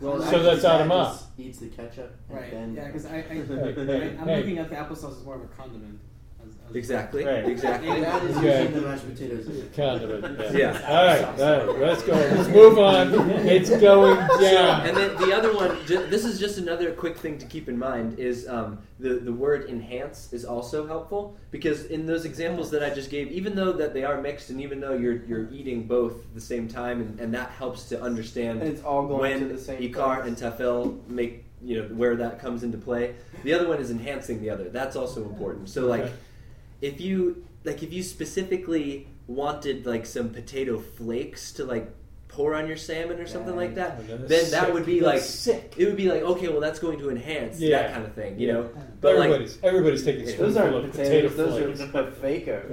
E: Well,
A: So
E: actually,
A: that's
E: Zach
A: Adama.
E: just Eats the ketchup. and
H: right.
E: Then
H: Yeah, because I, I, I,
A: hey,
H: I'm
A: hey.
H: looking at the applesauce as more of a condiment. As, as
F: Exactly.
D: Right.
F: Exactly.
E: that is
A: Okay.
E: using the mashed potatoes.
A: Condiment. Yeah.
F: Yeah.
A: All right, all right. Let's go. Let's move on. It's going
F: And
A: down.
F: then the other one, ju- this is just another quick thing to keep in mind, is um, the, the word enhance is also helpful because in those examples that I just gave, even though that they are mixed and even though you're, you're eating both at the same time, and, and that helps to understand
C: and it's all going
F: when
C: to the same
F: Ikar
C: place.
F: and Tafel make, you know, where that comes into play. The other one is enhancing the other. That's also important. So, like,
A: Okay.
F: if you like if you specifically wanted like some potato flakes to like pour on your salmon or something like that,
A: Then
F: then that would be like
A: sick.
F: it would be like okay, well that's going to enhance that
A: Yeah.
F: kind of thing, you know. But like
A: Everybody's everybody's taking
F: Yeah.
A: spoonful
C: Those aren't
A: of potato
C: potatoes, those
A: flakes.
C: are fafakos.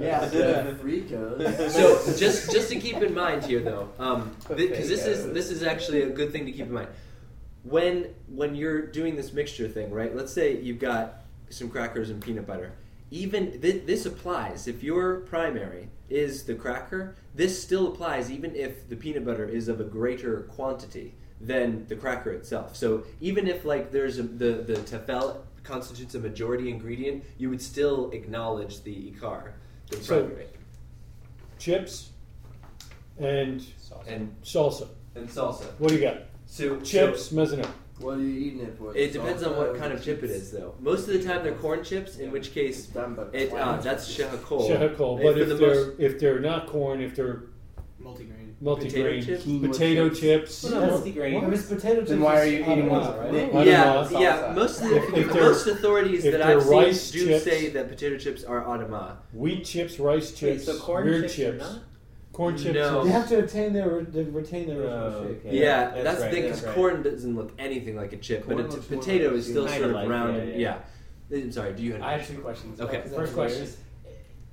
E: Yeah,
A: Yeah.
E: the Frico's.
F: so just just to keep in mind here though, um, because this is
C: Potatoes.
F: this is actually a good thing to keep in mind. When when you're doing this mixture thing, right? Let's say you've got some crackers and peanut butter. Even th- this applies if your primary is the cracker. This still applies even if the peanut butter is of a greater quantity than the cracker itself. So even if like there's a, the the tefel constitutes a majority ingredient, you would still acknowledge the ikar, the
A: So-
F: primary,
A: Chips and
F: and
A: salsa.
F: and salsa.
A: What do you got?
F: So
A: Chips, mezzanine.
E: What are you eating it for?
F: it depends on what kind of chip it
E: Salsa?
F: is, though. Most of the time, they're corn chips, in which case,
E: Done, but
F: it uh, that's
D: Oh.
F: shahakol.
A: Shahakol.
F: And
A: But
F: for
A: if
F: the
A: they're
F: most-
A: if they're not corn, if they're
H: Multigrain.
A: multigrain
F: chips?
E: Quinoa
A: potato
E: chips.
A: chips.
D: Well, no, multigrain.
B: Well, it's potato chips
C: Then why are
B: is
C: you
B: avocado,
C: eating ones
B: right?
C: with-
A: I don't
F: yeah,
A: know.
F: yeah. Most
A: If-
F: of the,
A: if they're-
F: most authorities
A: if
F: that
A: they're
F: I've seen
A: rice
F: do
A: chips-
F: say that potato chips are adama.
A: Wheat chips, rice
D: Wait,
A: chips,
D: so corn
A: weird
D: chips, are not?
A: corn chips.
F: No.
B: They have to retain their they retain their original
D: Oh,
B: shape.
D: okay.
F: Yeah, that's, the
D: right,
F: thing
D: that's
F: because
D: right.
F: corn doesn't look anything like a chip,
E: Corn
F: but a
E: looks
F: t-
E: more
F: potato
E: like
F: is still
D: kinda
F: sort of
D: like-
F: round.
D: yeah,
F: and,
D: yeah.
F: yeah. I'm sorry. Do you? Have
G: I have two questions.
F: Okay.
G: First question: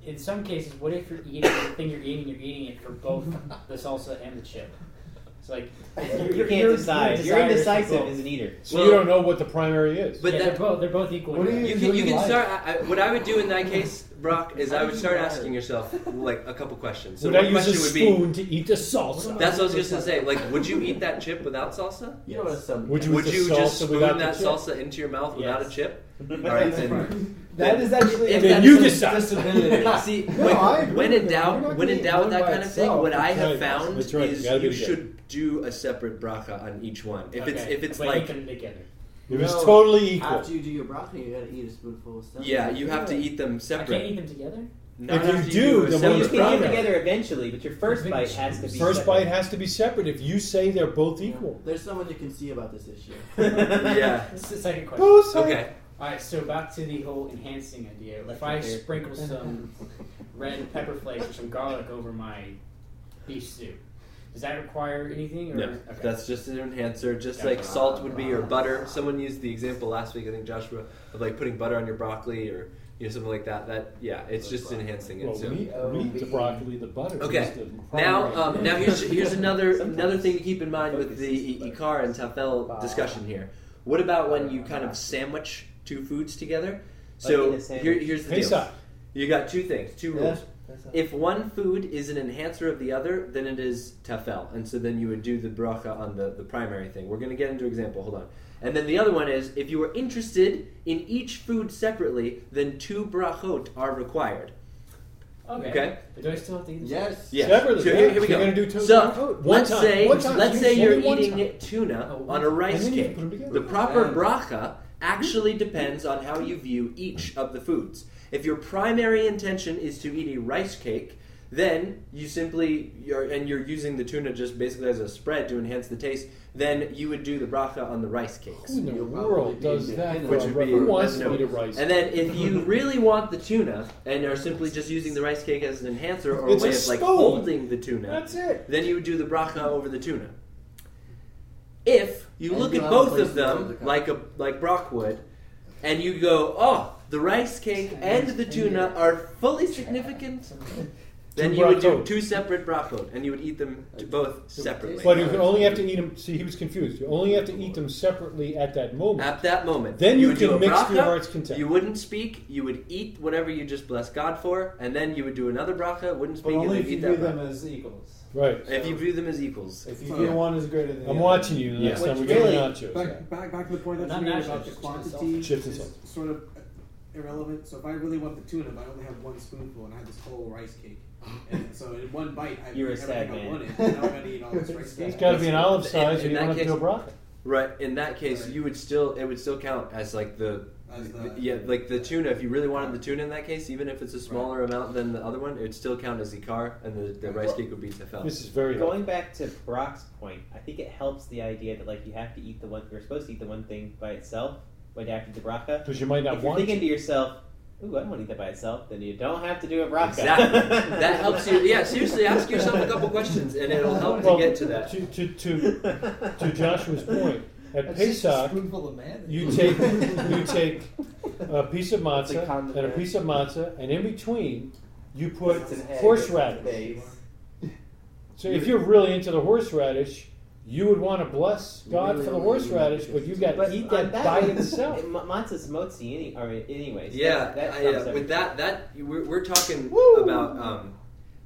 G: In some cases, what if you're eating the thing you're eating? You're eating it for both the salsa and the chip. It's like
D: You
G: your-
D: can't
G: your- your desire
D: decide. You're
G: is for
D: indecisive
G: both.
D: as an eater.
A: So
F: Well-
A: you don't know what the primary is.
F: But
G: yeah,
F: that
G: they're both they're both equally.
B: What do you-
F: You can, you can
B: life.
F: start. I, I- what I would do in that case, Brock, is
E: How
F: I
E: do
F: would
E: you
F: start
E: know?
F: asking yourself like a couple questions. So
A: would I
F: one
A: use a
F: question would be:
A: spoon to eat the salsa?
F: That's what I was just gonna say. Like, would you eat that chip without salsa?
E: You know what some.
A: Would you
F: Would
A: eat the
F: you
A: salsa
F: just spoon
A: without
F: that
A: the chip?
F: salsa into your mouth without
D: Yes.
F: a chip?
D: All
F: All right, then.
B: That is actually
F: If
B: a
F: that- you
B: dis-
A: decide.
B: disability.
F: See,
B: No,
F: when,
B: I agree
F: when
B: with
F: in
B: you. You're
F: doubt,
B: not
F: when in
B: eating
F: doubt with
B: one
F: that
B: by
F: kind of thing,
B: itself.
F: what I
A: That's
F: have
A: right.
F: found
A: That's right. You
F: is
A: gotta do
F: you
A: it again.
F: should do a separate bracha on each one. If it's
G: Okay,
F: if it's
G: but
F: like
G: eat them together.
A: It was
E: No.
A: totally equal.
E: After you do your broccoli, you gotta eat a spoonful of stuff.
F: yeah, you have to eat them
G: I can't eat
F: separate.
G: them together.
F: Not
A: If you
F: after
A: do,
F: a
A: then
D: Well,
A: Well,
D: you
F: separate
A: it's
D: can eat them
F: bracha.
D: together eventually, but your first bite has to be
A: First
D: separate.
A: bite has to be separate. If you say they're both
E: Yeah.
A: equal,
E: There's someone you can see about this issue.
F: Yeah.
G: This is the second question.
A: both are-
F: Okay.
G: All right, so back to the whole enhancing idea.
D: Left
G: if I
D: it there.
G: sprinkle some red pepper flakes or some garlic over my beef stew, does that require anything? Or,
F: No,
G: okay.
F: that's just an enhancer. Just
G: Yeah.
F: like salt would be or butter. Someone used the example last week, I think Joshua, of like putting butter on your broccoli or you know something like that. That yeah, it's just enhancing it.
A: Well,
F: So.
A: we, we eat the broccoli, the butter.
F: Okay.
A: is the
F: Now,
A: primary.
F: um, now here's here's another
C: Sometimes
F: another thing to keep in mind with
C: focus
F: the
C: is
F: I-
C: better.
F: ikar and tafel discussion here. What about when you kind of sandwich two foods together? So
D: in a sandwich.
F: here, here's the deal.
A: Pesach.
F: You got two things, two
B: Yeah.
F: rules.
B: That's
F: If one food is an enhancer of the other, then it is tafel, and so then you would do the bracha on the, the primary thing. We're going to get into example. Hold on, and then the other one is if you are interested in each food separately, then two brachot are required.
G: okay.
F: Okay.
G: But do I still have to eat this?
E: Yes.
F: Yes.
A: Separately,
F: So here,
A: yeah.
F: here we
A: You're
F: go.
A: gonna do two-
F: so
A: one
F: let's
A: time.
F: say
A: One time.
F: let's
A: You
F: say
A: just
F: you're
A: do it one
F: eating
A: time.
F: tuna
G: Oh, one
F: on a
G: time.
A: And
F: rice
A: then you
F: cake.
A: put 'em together.
F: The proper
E: And-
F: bracha actually depends on how you view each of the foods. If your primary intention is to eat a rice cake, then you simply you're, and you're using the tuna just basically as a spread to enhance the taste. Then you would do the bracha on the rice cakes.
A: Who in the
E: You'll probably
A: world
E: be
A: does
E: in
A: that?
E: the-
F: Which would be-
A: Who wants
F: no.
A: to eat a rice?
F: And then, if you really want the tuna and are simply just using the rice cake as an enhancer or
A: It's
F: a
A: a
F: way of like
A: spoon.
F: holding the tuna,
A: That's it.
F: then you would do the bracha over the tuna. If you
E: And
F: look
E: you
F: at
E: have
F: both
E: places
F: of
E: over the
F: them
E: cup.
F: like a like Brock would, and you go, oh, the rice cake and the tuna are fully significant, then
A: Two
F: you would do
A: brachot.
F: two separate brachot, and you would eat them to both separately.
A: But you only have to eat them. See, he was confused. You only have to eat them separately at that moment.
F: At that moment,
A: Then you
F: would do
A: can
F: a
A: mix to your
F: bracha,
A: heart's content.
F: You wouldn't speak. You would eat whatever you just blessed God for, and then you would do another bracha. Wouldn't
B: But
F: speak.
B: only
F: and
B: if
F: then
B: you
F: eat
B: view
F: that
B: them
F: bracha.
B: as equals.
A: Right.
F: if you view them as equals.
B: If
H: It's
B: you
H: not-
B: view one is greater than the
A: I'm
B: other.
A: watching you the next
F: Yeah.
A: time we
D: Which
A: go to
D: really-
A: nachos.
H: Back, back, back to the point that
G: Not
H: you made
G: naturally,
H: about the
G: it's just itself.
H: quantity
A: Chips and
H: is
A: salsa.
H: sort of irrelevant. So if I really want the tuna, but I only have one spoonful and I have this whole rice cake, and so in one bite I have
D: You're a
H: everything
D: sad
H: I
D: man.
H: wanted. And now I'm gonna eat all this rice
A: It's
H: cake.
A: got to be an olive
F: In-
A: size,
F: in
A: or you
F: that
A: don't have to
F: case-
A: do a broccoli.
F: Right. In that case,
H: Right.
F: you would still it would still count as like the,
H: As
F: the-
H: the-
F: yeah like the tuna. If you really wanted the tuna in that case, even if it's a smaller amount than the other one, it would still count as ikar, and the, the rice cake would be tefel.
A: This is very
D: Going back to Brock's point, I think it helps the idea that like you have to eat the one you're supposed to eat the one thing by itself, but you have to do the bracha.
A: because you might not
D: if you're
A: want.
D: thinking
A: to.
D: to yourself, ooh, I don't want to eat that by itself, then you don't have to do a braca.
F: Exactly. That helps you. Yeah, seriously, ask yourself a couple questions, and it'll help to get to that.
A: To, to, to, to Joshua's point, at
B: That's just a
A: Pesach,
B: spoonful of mayonnaise.
A: you take you take a piece of
C: It's a
A: matzah
C: condiment.
A: and a piece of matzah, and in between, you put
C: It's an egg, it's
A: horseradish.
C: base.
A: So if you're really into the horseradish, you would want to bless
E: You
A: God
E: really
A: for the
E: only
A: horseradish,
E: need
A: but you've got
D: But
A: to eat
D: on
A: that
D: that
A: by
D: way-
A: itself.
D: M- Matzah's motzi any, or anyways.
F: Yeah,
D: that, that
F: I,
D: trumps
F: uh,
D: everything.
F: with that, that we're, we're talking about um,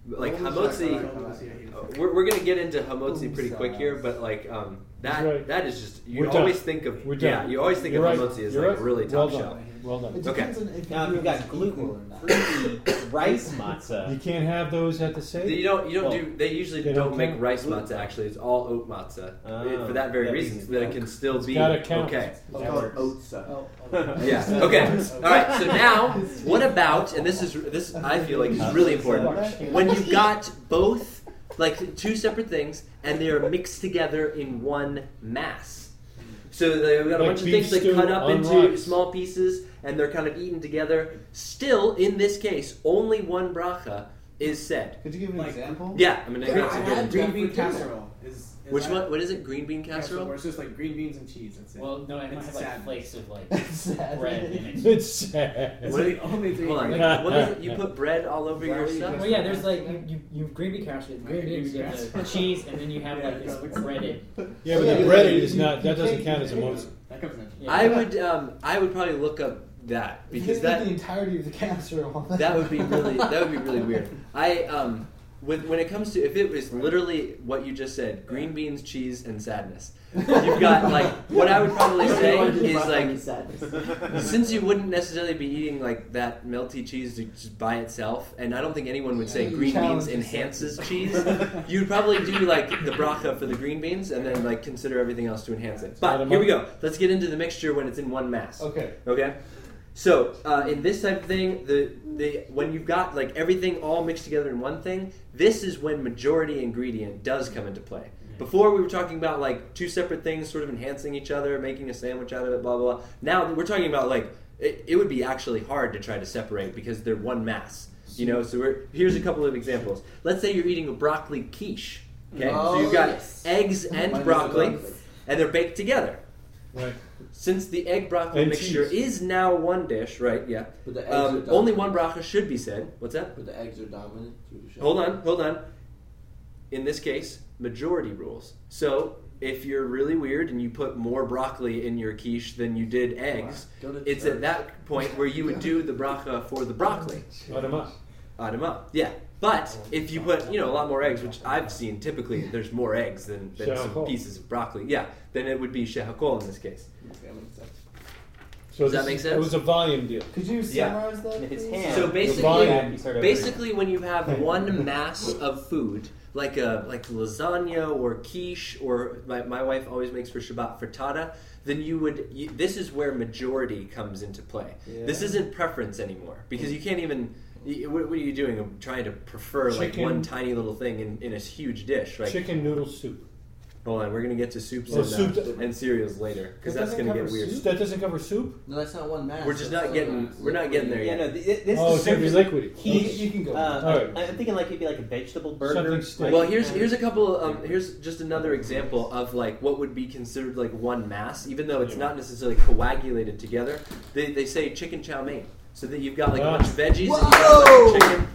F: like
E: Boom
F: hamotzi.
E: shakalaka.
F: Uh, We're, we're gonna get into hamotzi pretty quick here, but like um, that
A: That's right.
F: that is just you
A: We're done.
F: always think of
A: We're
F: yeah
A: done.
F: you always think
A: You're
F: of
A: right.
F: hamotzi as
A: You're
F: like
A: right.
F: really
A: well
F: top
A: done.
F: shelf.
A: Well done.
E: It depends on if
D: Now, if
E: you
D: you've got
E: gluten
D: gluten free rice matzah,
A: You can't have those at the same.
F: You don't you don't
D: Well,
F: do they usually
A: they
F: don't,
A: don't
F: make
A: count.
F: rice matzah actually it's all oat matzah
D: Ah,
F: It- uh, for that very
D: that
F: reason
D: reason.
F: so that it can still be
A: gotta count.
F: okay.
E: It's
A: That
E: called
A: works.
E: oats. uh,
B: Oh, oh.
F: Yeah. Okay. All right. So now, what about? And this is this I feel like is really important. When you've got both, like two separate things, and they are mixed together in one mass. So they've got a
A: Like
F: bunch of
A: beef
F: things like
A: stew
F: cut up
A: on
F: into
A: rice.
F: small pieces, and they're kind of eaten together. Still, in this case, only one bracha is said.
E: Could you give an
H: Like-
E: example?
F: Yeah. I mean,
H: I
F: that's a good.
H: had
F: one.
H: green bean casserole. Is, is
F: Which
H: that
F: one? What is it? Green bean
H: Where
F: casserole.
H: it's just like green beans and cheese. That's it.
G: Well, no, I might
H: It's
G: have like
H: sad.
G: flakes of like
E: Sad.
G: bread in it.
A: It's sad.
H: It's
F: What-
H: the only three.
F: Hold on.
H: ingredients.
F: What is it? You put bread all over your stuff.
G: Well, yeah, there's like you, you, you green bean casserole, green beans, you have the cheese, and then you have like this breaded.
A: Yeah, but the
E: Yeah,
A: bread
E: you-
A: is not. That
E: you
A: doesn't
E: take-
A: count as a moist.
H: That comes next.
G: Yeah.
F: I would um, I would probably look up that because
E: Because
F: that
E: the entirety of the casserole.
F: that would be really that would be really weird. I um with when it comes to if it was literally what you just said, green beans, cheese, and sadness. You've got like what I would probably say is like since you wouldn't necessarily be eating like that melty cheese to- just by itself, and I don't think anyone would say
E: Yeah, you
F: green
E: challenge
F: beans
E: yourself.
F: enhances cheese. You'd probably do like the bracha for the green beans, and then like consider everything else to enhance it. But here we go. Let's get into the mixture when it's in one mass.
E: Okay.
F: Okay. So uh, in this type of thing, the the when you've got like everything all mixed together in one thing, this is when majority ingredient does come into play. Before we were talking about like two separate things, sort of enhancing each other, making a sandwich out of it, blah blah. blah. Now we're talking about like it, it would be actually hard to try to separate because they're one mass. You know. So we're, here's a couple of examples. Let's say you're eating a broccoli quiche. Okay. so
E: Oh,
F: you've got
E: yes. Oh,
F: eggs and
E: Minus the
F: broccoli,
E: broccoli.
F: and they're baked together.
A: Right.
F: Since the egg broccoli
A: And
F: mixture
A: cheese.
F: is now one dish, right? Yeah.
E: But the eggs are
F: Um,
E: dominant.
F: only one bracha should be said. What's that?
E: But the eggs are dominant.
F: Hold on, hold on. In this case, majority rules. So if you're really weird and you put more broccoli in your quiche than you did eggs,
E: Go to
F: it's
E: church.
F: at that point where you would do the bracha for the broccoli.
A: Adama.
F: Add 'em up. Yeah. But if you put, you know, a lot more eggs, which I've seen typically there's more eggs than, than some
A: Shahakol.
F: pieces of broccoli. Yeah. Then it would be shehakol in this case.
A: So
F: Does that
A: this-
F: make sense?
A: It was a volume deal.
E: Could you
F: Yeah.
E: summarize that?
D: It's
E: please?
D: ham.
F: So
A: The
F: basically,
A: volume.
F: Basically, when you have one mass of food, like a like lasagna or quiche, or my, my wife always makes for Shabbat frittata, then you would. You, this is where majority comes into play. This isn't preference anymore because you can't even. y- What, what are you doing? I'm trying to prefer like
A: Chicken.
F: one tiny little thing in, in a huge dish, right?
A: Chicken noodle soup.
F: Hold on, we're gonna get to soups,
A: Well,
F: and, uh,
A: soup-
F: and cereals later because
B: That
F: that's
B: doesn't
F: gonna get
B: cover
F: weird.
B: soup?
A: That doesn't cover soup.
E: No, that's not one mass.
F: We're just
E: that's
F: not
E: other
F: getting.
E: mass.
F: We're not getting there
D: yeah,
F: yet.
D: no, th- th- this
A: Oh, it's
D: is
A: gonna be
D: simply-
A: liquidy.
D: Quiche,
E: You can go.
D: Uh,
A: All right.
D: I'm thinking like it'd be like a vegetable burger.
A: Something stiff.
F: Well, here's here's a couple. Um, here's just another example of like what would be considered like one mass, even though it's not necessarily coagulated together. They, they say chicken chow mein, so that you've got like a bunch of veggies and you've got,
E: Whoa!
F: like, chicken.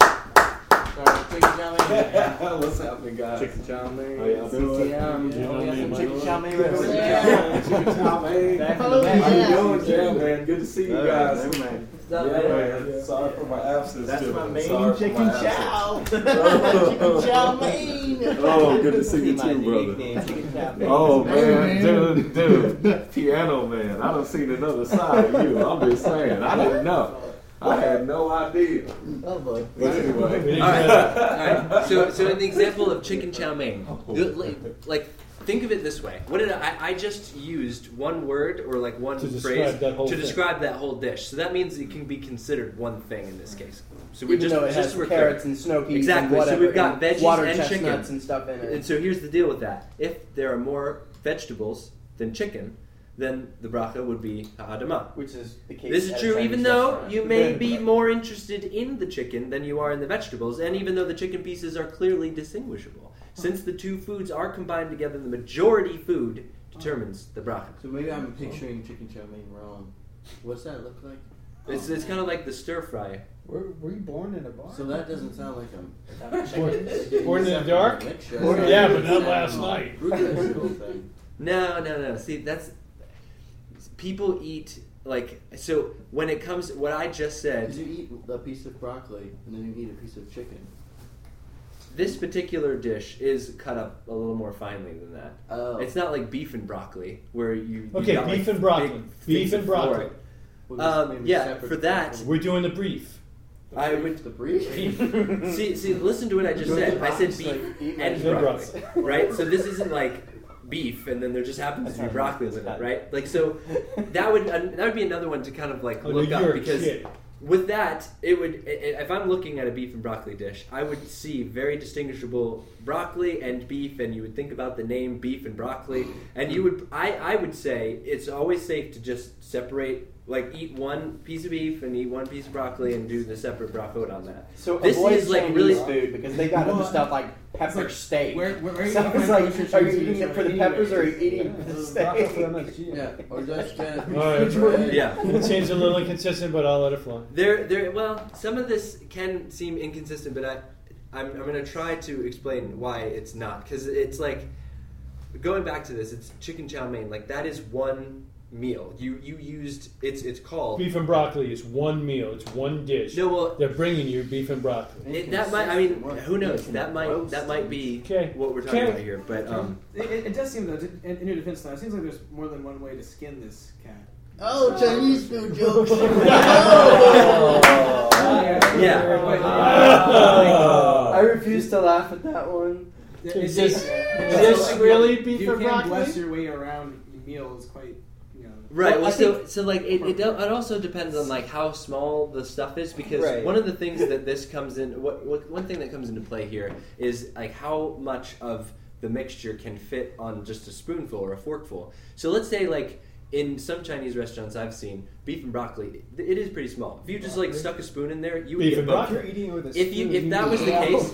E: Alright, chicken chow mein.
H: What's happening, guys?
E: Chicken chow mein.
A: Oh, yeah.
E: CCM.
A: Yeah,
E: We got
A: yeah,
E: some
A: my
E: chicken
A: lord.
E: chow mein right over
B: Yeah.
E: there.
B: Oh,
E: How you
B: yeah.
E: doing,
B: Yeah.
E: Jim?
H: man. Good to see
E: All right, never mind.
H: Sorry for my absence.
E: That's
H: too.
E: my main
H: Sorry for
E: chicken
H: my absence.
E: chow.
H: Oh.
E: Chicken chow mein.
H: Oh, good to see you
D: Pretty
H: too,
D: much
H: brother.
D: nickname, chicken chop.
H: Oh man,
B: Hey, man.
H: dude, dude, piano man. I done seen another side of you. I'm just saying. I didn't know. I had no idea.
E: Oh boy.
H: But
A: We
H: anyway,
A: didn't
F: All right,
A: have it.
F: all right. So, so in the example of chicken chow mein, you- like- like think of it this way: what did I, I just used one word or like one
A: To describe
F: phrase
A: that whole
F: to
A: thing.
F: describe that whole dish? So that means it can be considered one thing in this case. So we
C: Even
F: just
C: though it
F: just
C: has
F: so we're clear.
C: carrots and snow peas
F: Exactly,
C: and
F: so
C: whatever,
F: we've got
C: and
F: veggies
C: water
F: and chicken.
C: chestnuts and stuff in it.
F: And so here's the deal with that. If there are more vegetables than chicken, then the bracha would be ha'adamah.
C: which is the case.
F: This is
C: at a
F: true,
C: Chinese
F: even though
C: restaurant.
F: you may
C: Right.
F: be more interested in the chicken than you are in the vegetables, and even though the chicken pieces are clearly distinguishable. Since the two foods are combined together, the majority food determines the bracha.
E: So maybe I'm picturing chicken chow mein wrong. What's that look like?
F: It's, it's kind of like the stir fry.
B: Were, were you born in a bar?
E: So that doesn't sound like I'm.
A: Born in the dark?
E: Mixture.
B: Born-
A: Yeah, but not last night.
E: Rugeless whole thing.
F: No, no, no. See, that's people eat like so. When it comes, what I just said,
E: 'Cause you eat a piece of broccoli and then you eat a piece of chicken.
F: this particular dish is cut up a little more finely than that.
E: Oh.
F: It's not like beef and broccoli where you. you
A: Okay,
F: got,
A: beef
F: like,
A: and broccoli.
F: big
A: Beef
F: things
A: and
F: of
A: broccoli.
F: flour.
E: Well,
F: Um,
E: maybe
F: yeah,
E: separate
F: for that-
E: from
A: We're doing the brief.
E: the
F: I
E: brief-
F: would-
E: the brief.
F: see, see, listen to what I just
E: You're
F: said.
E: the
F: I said
E: boss,
F: beef
E: like, eat my
F: and
A: shit.
F: broccoli, right? So this isn't like beef, and then there just happens to be broccoli with it, right? Like so, that would that would be another one to kind of like
A: Oh,
F: look
A: no,
F: up
A: you're a
F: because
A: kid.
F: with that it would. i- i- If I'm looking at a beef and broccoli dish, I would see very distinguishable broccoli and beef, and you would think about the name beef and broccoli, and you would. I I would say it's always safe to just separate. Like eat one piece of beef and eat one piece of broccoli and do the separate broccoli on that.
C: So
F: This
C: avoid
F: is, like,
C: Chinese
F: really-
C: food because they got into
H: Well,
C: stuff like pepper
H: like,
C: steak.
H: Where, where, where are you
C: Sounds
H: gonna find
C: like-
H: kosher
C: are you
H: cheese
C: eating
H: anywhere?
C: it for the peppers or are you eating it for the
B: Broccoli for
C: steak?
B: MSG.
E: Yeah, or just get a piece
A: All right.
E: of bread.
F: Yeah.
A: It seems a little inconsistent, but I'll let it fly.
F: There, there. Well, some of this can seem inconsistent, but I, I'm, I'm going to try to explain why it's not because it's like going back to this. It's chicken chow mein. Like that is one meal. You you used. It's it's called.
A: Beef and broccoli is one meal. It's one dish.
F: No, well,
A: They're bringing you beef and broccoli.
F: it, that might. I mean, who knows? That might that might be
A: Okay.
F: what we're talking
A: Okay.
F: about here. But um,
H: It, it, it does seem though, to, in, in your defense, though, it seems like there's more than one way to skin this cat.
E: Oh, Chinese food jokes. Oh.
F: yeah.
A: Ah.
C: I refuse to laugh at that one.
H: It-
A: Is
H: it-
A: this-
H: it-
A: is
H: it's
A: this
H: like
A: really
H: you-
A: beef
H: you
A: and
H: can
A: broccoli?
H: bless your way around meals quite, you know.
F: Right.
C: Well,
F: Well,
C: I
F: so, so like it, it, do- it also depends on like how small the stuff is because
C: Right.
F: one of the things that this comes in what, what one thing that comes into play here is like how much of the mixture can fit on just a spoonful or a forkful. So let's say like in some Chinese restaurants I've seen beef and broccoli it it is pretty small. If you just like stuck a spoon in there, you would
A: Beef
F: get
A: and
F: both.
A: broccoli.
B: eating it with a
F: If you
B: spoon,
F: if that was the
B: eat it.
F: case,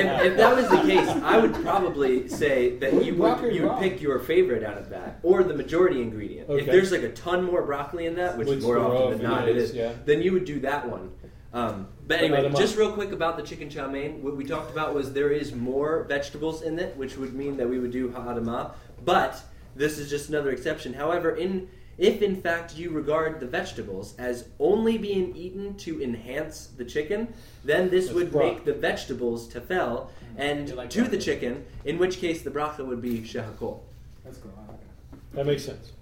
F: if, if that was the case, I would probably say that you would
B: Broccoli
F: you would
B: raw.
F: pick your favorite out of that or the majority ingredient. If
A: Okay.
F: there's like a ton more broccoli in that, which,
A: Which
F: more
A: there
F: often than
A: often
F: not it
A: is,
F: is,
A: yeah.
F: then you would do that one. Um, but
A: But not
F: anyway,
A: a month.
F: just real quick about the chicken chow mein. What we talked about was there is more vegetables in it, which would mean that we would do ha'adama. But this is just another exception. However, in if in fact you regard the vegetables as only being eaten to enhance the chicken, then this
A: That's
F: would
A: broth. Mm.
F: make the vegetables tefel and
G: You like
F: to the
G: broccoli.
F: chicken, in which case the bracha would be shehakol.
H: That's cool. I like that.
A: That makes sense.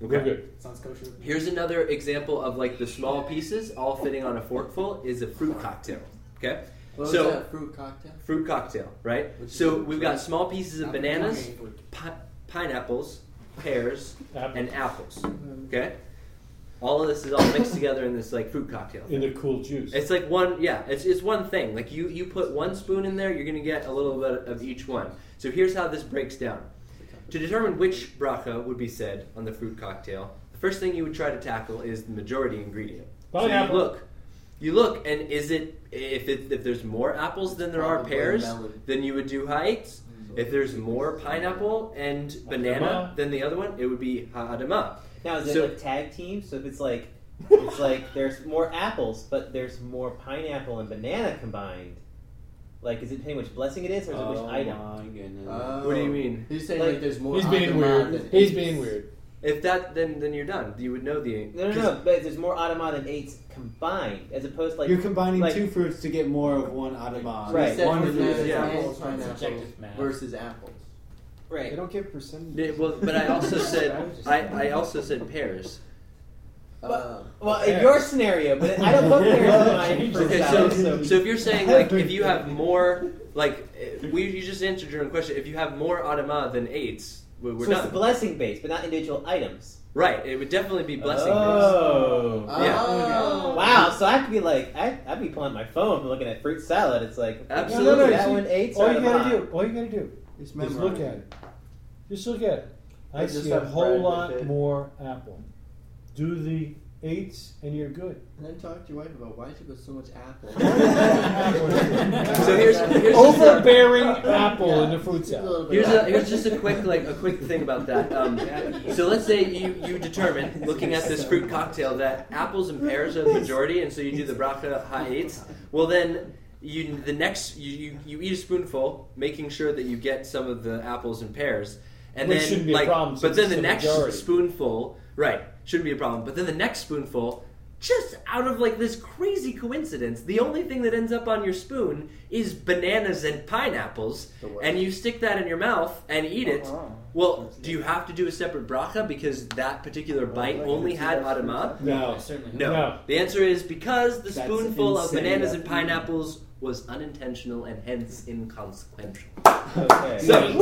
A: We're good.
H: Sounds kosher.
F: Here's another example of like the small pieces all fitting on a forkful is a fruit cocktail. Okay,
E: What was
F: So-
E: that fruit cocktail?
F: fruit cocktail, right?
E: Which is
F: so
E: a
F: we've
E: fruit.
F: got small pieces of
H: Not the
F: bananas,
H: Chinese food.
F: pi- pineapples, pears,
A: Apple.
F: and apples. Okay, all of this is all mixed together in this like fruit cocktail.
A: In the cool juice.
F: It's like one, yeah. It's it's one thing. Like you you put one spoon in there, you're gonna get a little bit of each one. So here's how this breaks down. To determine which bracha would be said on the fruit cocktail, the first thing you would try to tackle is the majority ingredient. So you
A: Pineapple.
F: look, you look, and is it if it, if there's more apples than there are
E: Probably
F: pears,
E: melon. Mm.
F: then you would do heights. If there's more pineapple and banana
A: Ha'adamah.
F: than the other one, it would be ha'adamah.
D: Now is it
F: So-
D: a tag team? So if it's like it's like there's more apples, but there's more pineapple and banana combined. Like, is it depending which blessing it is, or is it which item?
E: Oh.
F: What do you mean?
E: He's saying like,
D: Like-
E: there's more.
A: He's being
E: Ahmad
A: weird.
E: than
A: He's
E: eggs.
A: being weird.
F: If that, then then you're done. You would know the
D: No, no,
F: 'cause-
D: no. But there's more Adama than eights combined, as opposed to like
B: You're combining
D: like-
B: two fruits to get more of one adama.
D: Right.
E: He said
B: One
E: bananas
B: fruit.
E: and
B: Yeah.
E: pineapples
G: Subjective math.
E: versus apples.
B: They
D: right.
B: don't give percentages.
F: Yeah, well, but I also said I, I also said pears.
E: Uh,
D: Well, in your scenario, but I don't look there in my
F: Okay,
D: first
F: so,
D: hour, so-
F: so if you're saying like if you have more like eh, we you just answered your own question. If you have more adama than eights, we- we're
D: so it's
F: done.
D: blessing based, but not individual items.
F: Right? It would definitely be blessing. based.
D: Oh.
F: Yeah.
E: oh.
D: Wow, so I could be like, I, I'd be pulling my phone and looking at fruit salad. It's like,
F: Absolutely.
D: that one eights
A: All
D: or
A: you
D: Adama?
A: gotta do, all you gotta do,
E: It's
A: is
E: memorable.
A: look at it. Just look at it. I
C: just
A: see a
C: have
A: whole
C: bread
A: lot
C: with it.
A: more apple. Do the eights and you're good.
E: And then talk to your wife about why she goes so much apple.
A: So
F: here's- here's-
A: Overbearing apple in the fruit
E: Just a
A: salad.
E: little bit
F: Here's,
E: of
F: a,
E: apple.
F: here's just a quick like a quick thing about that. Um, so let's say you, you determine, looking at this fruit cocktail, that apples and pears are the majority, and so you do the bracha high eights. Well, then you the next you, you, you eat a spoonful, making sure that you get some of the apples and pears, and
A: Which
F: then
A: shouldn't be a
F: like
A: problem, since
F: but then
A: it's the
F: the next
A: majority.
F: spoonful right shouldn't be a problem, but then the next spoonful. Just out of like this crazy coincidence, the only thing that ends up on your spoon is bananas and pineapples,
E: The worst.
F: and you stick that in your mouth and eat it. Well, do you have to do a separate bracha because that particular bite only had adama?
A: No.
G: certainly.
F: No.
A: No.
F: The answer is because the
H: That's
F: spoonful of
H: insane.
F: bananas and pineapples was unintentional and hence inconsequential.
D: Okay.
F: So,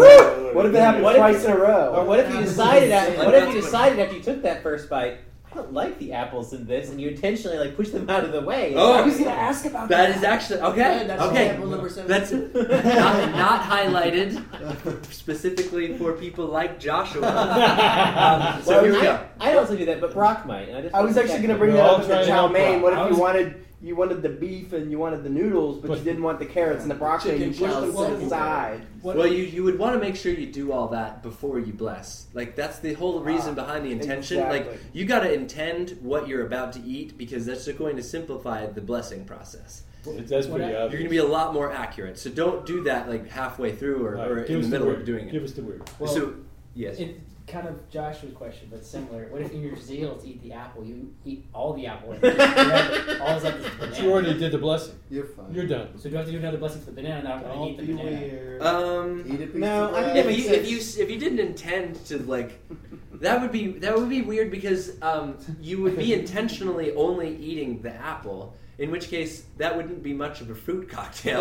C: What if it happened
D: What if-
C: twice in a row?
D: Or what if you decided that?
F: Like
D: What if
F: that's
D: you
F: what-
D: decided after you took that first bite? I don't like the apples in this, and you intentionally like push them out of the way.
F: Oh.
D: I was gonna ask about
F: that is actually okay.
E: Yeah, that's
F: okay,
E: apple number seven.
F: that's not, not highlighted specifically for people like Joshua. Um, so
D: Well,
F: here we
D: I-
F: go.
D: I'd also do that, but Brock might. And I, just
C: I
D: wanted
C: was
D: to
C: actually
D: check
C: going to bring
A: We're
C: that
A: all
C: up
A: trying
C: with
A: to
C: the chow
A: help
C: mein.
A: out.
C: What
A: I
C: if you
A: was-
C: wanted you wanted the beef and you wanted the noodles, but,
A: But-
C: you didn't want the carrots and the broccoli? and You
E: Chicken
C: pushed those
E: salad.
C: to the side.
B: What-
F: well, you, you would want to make sure you do all that before you bless. Like that's the whole reason behind the intention. Like
C: exactly.
F: you got to intend what you're about to eat because that's just going to simplify the blessing process.
A: It- That's
G: What
A: pretty
G: I-
F: You're going to
A: obvious.
F: be a lot more accurate. So don't do that like halfway through or,
A: All right,
F: or
A: give
F: in the
A: us
F: middle
A: weird.
F: of doing it.
A: Give us the weird.
G: Well,
F: so yes,
G: it kind of Joshua's question, but similar. What if in your zeal to eat the apple, you eat all the apple? And you have all that's left is
A: But
G: the
A: you already
G: banana.
A: did the blessing.
E: You're fine.
A: You're done.
G: So do I have to do another blessing for the banana? Now I'm gonna
E: Don't
G: eat the
E: be
G: banana. Uh,
E: weird.
F: um,
E: Eat a piece
B: No,
E: of
B: I mean,
E: bread.
B: that
F: if
B: makes
F: you, if you if you didn't intend to like that would be that would be weird because um, you would be intentionally only eating the apple in which case that wouldn't be much of a fruit cocktail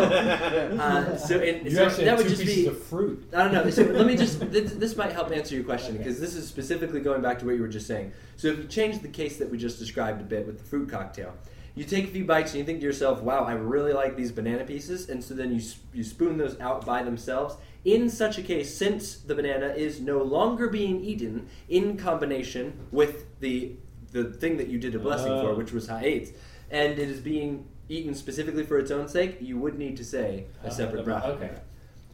F: uh, so, and,
A: You
F: so
A: actually
F: that
A: had
F: would
A: two
F: just
A: pieces
F: be
A: of fruit.
F: I don't know. So let me just. This, this might help answer your question because this is specifically going back to what you were just saying. So if you change the case that we just described a bit with the fruit cocktail, you take a few bites and you think to yourself, "Wow, I really like these banana pieces," and so then you s- you spoon those out by themselves. In such a case, since the banana is no longer being eaten in combination with the the thing that you did a blessing for,
A: Oh.
F: which was ha'etz, and it is being eaten specifically for its own sake, you would need to say
A: Uh,
F: a separate bracha.
G: Okay.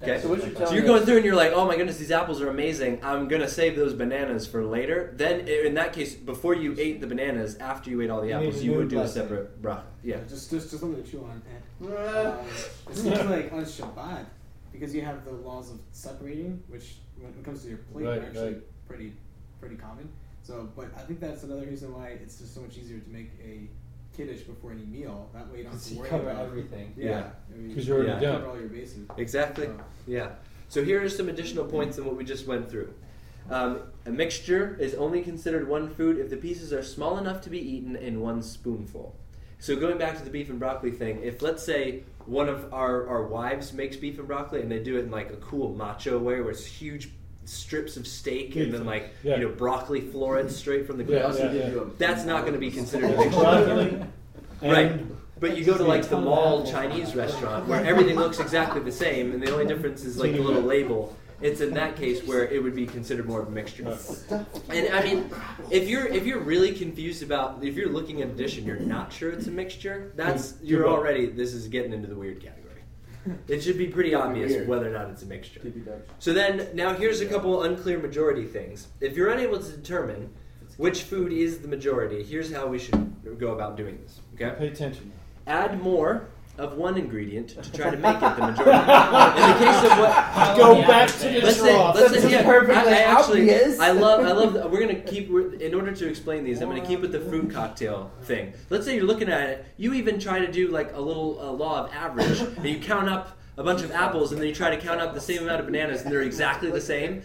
F: Okay.
C: So what you're
F: So
C: telling
F: you're
C: us-
F: going through and you're like, oh my goodness, these apples are amazing. I'm gonna save those bananas for later. Then, i- in that case, before you ate the bananas, after you ate all the
A: You
F: apples,
A: need a
F: you
A: new
F: would do a
A: blessing.
F: separate bracha. Yeah.
H: Just, just, just something to chew on. Eh.
E: Uh,
H: Um, it seems like on Shabbat, because you have the laws of separating, which when it comes to your plate,
A: Right,
H: are actually pretty pretty common. So, but I think that's another reason why it's just so much easier to make a kiddish before any meal. That way you don't have to
B: You
H: worry
B: cover
H: about
B: everything.
H: Yeah,
F: Yeah.
H: I mean,
A: 'Cause you're
F: already
H: you
A: done.
H: Cover all your bases.
F: Exactly.
A: Oh.
H: So-
F: Yeah. So here are some additional points on what we just went through. Um, a mixture is only considered one food if the pieces are small enough to be eaten in one spoonful. So going back to the beef and broccoli thing, if let's say one of our, our wives makes beef and broccoli and they do it in like a cool macho way where it's huge strips of steak and then like
A: Yeah.
F: you know broccoli florets straight from the
A: Yeah,
F: ground.
A: yeah.
F: That's not going to be considered a mixture.
A: Broccoli
F: Right.
A: and
F: But you go to like the
B: Ton of
F: mall
B: apples.
F: Chinese restaurant where everything looks exactly the same, and the only difference is like the little label. It's in that case where it would be considered more of a mixture. And I mean, if you're if you're really confused about if you're looking at a dish and you're not sure it's a mixture, that's you're already this is getting into the weird category. It should be pretty obvious whether or not it's a mixture. So then, now here's a couple unclear majority things. If you're unable to determine which food is the majority, here's how we should go about doing this. Okay
A: pay attention.
F: add more of one ingredient to try to make it the majority. In the case of what,
G: I love
A: Go
G: the apple
A: back to
G: thing.
A: the
F: let's say,
A: Straw.
F: let's
C: This
F: say,
C: is
F: yeah,
C: perfectly
F: I, I actually,
C: obvious.
F: I love, I love. We're gonna keep we're, in order to explain these. I'm gonna keep with the fruit cocktail thing. Let's say you're looking at it. You even try to do like a little uh, law of average, and you count up a bunch of apples, and then you try to count up the same amount of bananas, and they're exactly the same.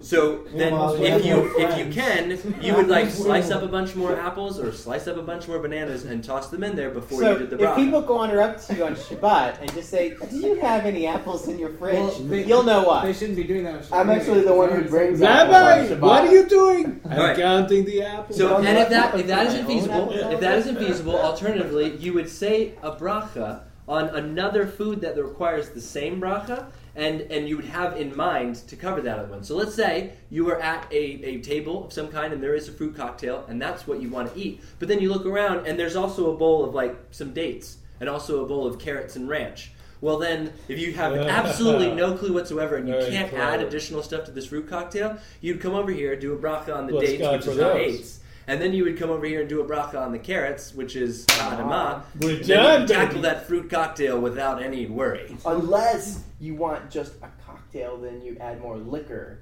F: So then,
B: Meanwhile, we
F: if
B: have
F: you
B: more
F: if you
B: friends.
F: can, you would like slice up a bunch more apples or slice up a bunch more bananas and toss them in there before
D: So
F: you did the
D: if
F: broth.
D: people go on or up to you on Shabbat and just say, "Do you have any apples in your fridge?"
H: Well, they-
D: You'll know why.
H: They shouldn't be doing that. on Shabbat
C: I'm actually the
H: anyway.
C: one who
H: It's
C: brings
H: already-
C: apples on Shabbat.
A: you doing? I'm
F: Alright.
A: counting the apples.
F: So,
C: Well,
F: and if
C: that's
F: that
C: not
F: if that
C: my
F: isn't
C: own
F: feasible,
D: apples.
F: if that isn't feasible, alternatively, you would say a bracha on another food that requires the same bracha, and and you would have in mind to cover that other one. So let's say you were at a, a table of some kind and there is a fruit cocktail and that's what you want to eat. But then you look around and there's also a bowl of like some dates and also a bowl of carrots and ranch. Well then, if you have absolutely no clue whatsoever and you
A: Very
F: can't add
A: clever.
F: additional stuff to this fruit cocktail, you'd come over here do a bracha on the
A: Let's
F: dates,
A: go
F: which
A: for
F: is not
A: those.
F: dates, and then you would come over here and do a bracha on the carrots, which is adama.
A: We're
F: And then
A: done,
F: you tackle
A: baby.
F: that fruit cocktail without any worry.
C: Unless you want just a cocktail, then you add more liquor.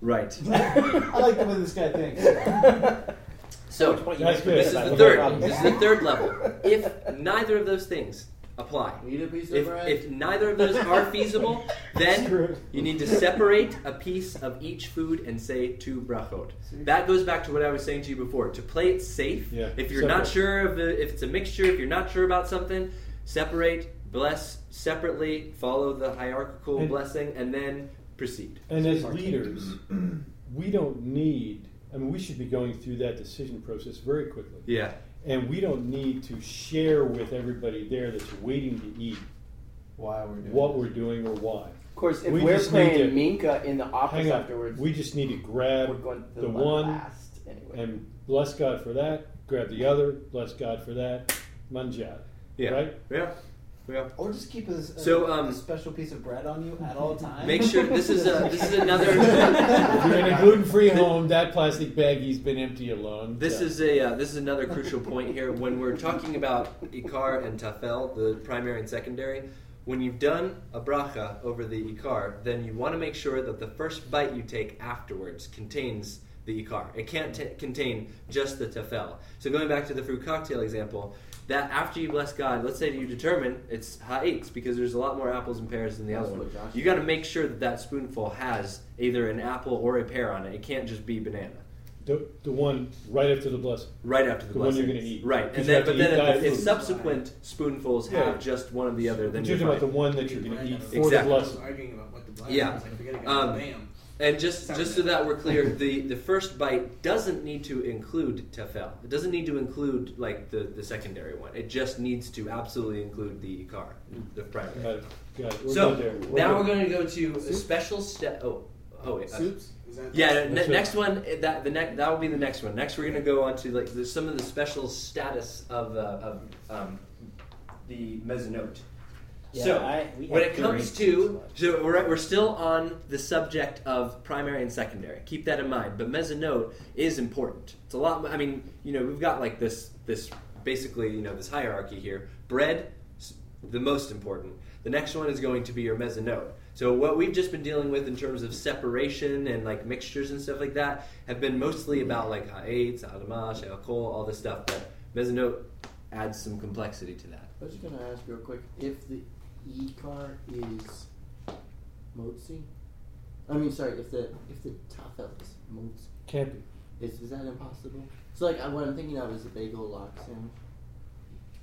F: Right.
B: I like the way this guy thinks.
F: So
D: What you
A: That's good.
D: might forget
F: this is
D: about
F: the
D: it.
F: third. This is the third level. If neither of those things apply,
E: Eat a piece of
F: if,
E: bread.
F: if neither of those are feasible, then
A: Screw it.
F: you need to separate a piece of each food and say two brachot. That goes back to what I was saying to you before. To play it safe,
A: Yeah,
F: if you're not
A: separate.
F: sure of the, if it's a mixture, if you're not sure about something, separate, bless separately, follow the hierarchical
A: And-
F: blessing, and then proceed.
A: And as leaders, we don't need, I mean, we should be going through that decision process very quickly.
F: Yeah.
A: And we don't need to share with everybody there that's waiting to eat
E: Why we're doing
A: what
E: this.
A: we're doing or why.
C: Of course, if
A: We
C: we're
A: just need
C: playing
A: to-
C: Minka in the office
A: Hang on.
C: afterwards,
A: We just need to
C: are
A: grab
C: going to
A: the
C: let
A: one
C: last anyway.
A: and bless God for that, grab the other, bless God for that, manjat.
F: Yeah.
A: Right?
F: Yeah. Yeah.
B: Or just keep a, a-
F: So, um,
B: a special piece of bread on you at all times.
F: Make sure this is a this
A: If
F: is
A: you're in
F: another
A: a gluten free home, that plastic baggie's been empty alone.
F: This is a uh, this is another crucial point here when we're talking about ikar and tafel, the primary and secondary. When you've done a bracha over the ikar, then you want to make sure that the first bite you take afterwards contains the ikar. It can't t- contain just the tafel. So going back to the fruit cocktail example, that after you bless God, let's say you determine it's ha'itz because there's a lot more apples and pears than the
E: That's
F: other one.
E: what Josh
F: You got to make sure that that spoonful has either an apple or a pear on it. It can't just be banana
A: the, the one right after the blessing.
F: right after the,
A: The one
F: blessing.
A: you're gonna eat.
F: Right,
A: Because
F: and
A: you
F: then
A: have to
F: but
A: eat
F: then
A: diet
F: if, if
A: food.
F: subsequent spoonfuls have
A: Yeah.
F: just one of the other, then
A: But
F: you're
A: you're talking about the
F: fine.
A: one that you're going to eat for
F: Exactly.
A: the
H: I was
A: blessing.
H: arguing about what the blessing
F: Yeah.
H: was. Like, forget it,
F: Um,
H: bam.
F: And just
H: Sorry.
F: just so that we're clear, the the first bite doesn't need to include tefel. It doesn't need to include like the the secondary one. It just needs to absolutely include the ikar, the primary.
A: Got it. Got it. We're
F: so
A: good there.
F: now
A: good.
F: we're going to go to a
H: Soup?
F: special step. Oh, oh wait. uh,
H: Soups? Is that
F: Yeah, ne-
A: That's it.
F: next one. eh, That the next that will be the next one. Next, we're gonna go on to like the, some of the special status of uh, of um, the mezzanote.
D: Yeah,
F: so
D: I- we
F: when
D: have
F: it comes
D: three.
F: to so we're at- we're still on the subject of primary and secondary. Keep that in mind. But mezzanote is important. It's a lot. I mean, you know, we've got like this this basically you know this hierarchy here. Bread, s- the most important. The next one is going to be your mezzanote. So what we've just been dealing with in terms of separation and like mixtures and stuff like that have been mostly about like ha'etz, ha'adamash, ha'akol, all this stuff. But mezzanote adds some complexity to that.
E: I was just gonna ask real quick if the e car is motzi. I mean, sorry, if the if the tafel is motzi,
A: Can't be.
E: is is that impossible? So like, I, what I'm thinking of is a bagel lox sandwich.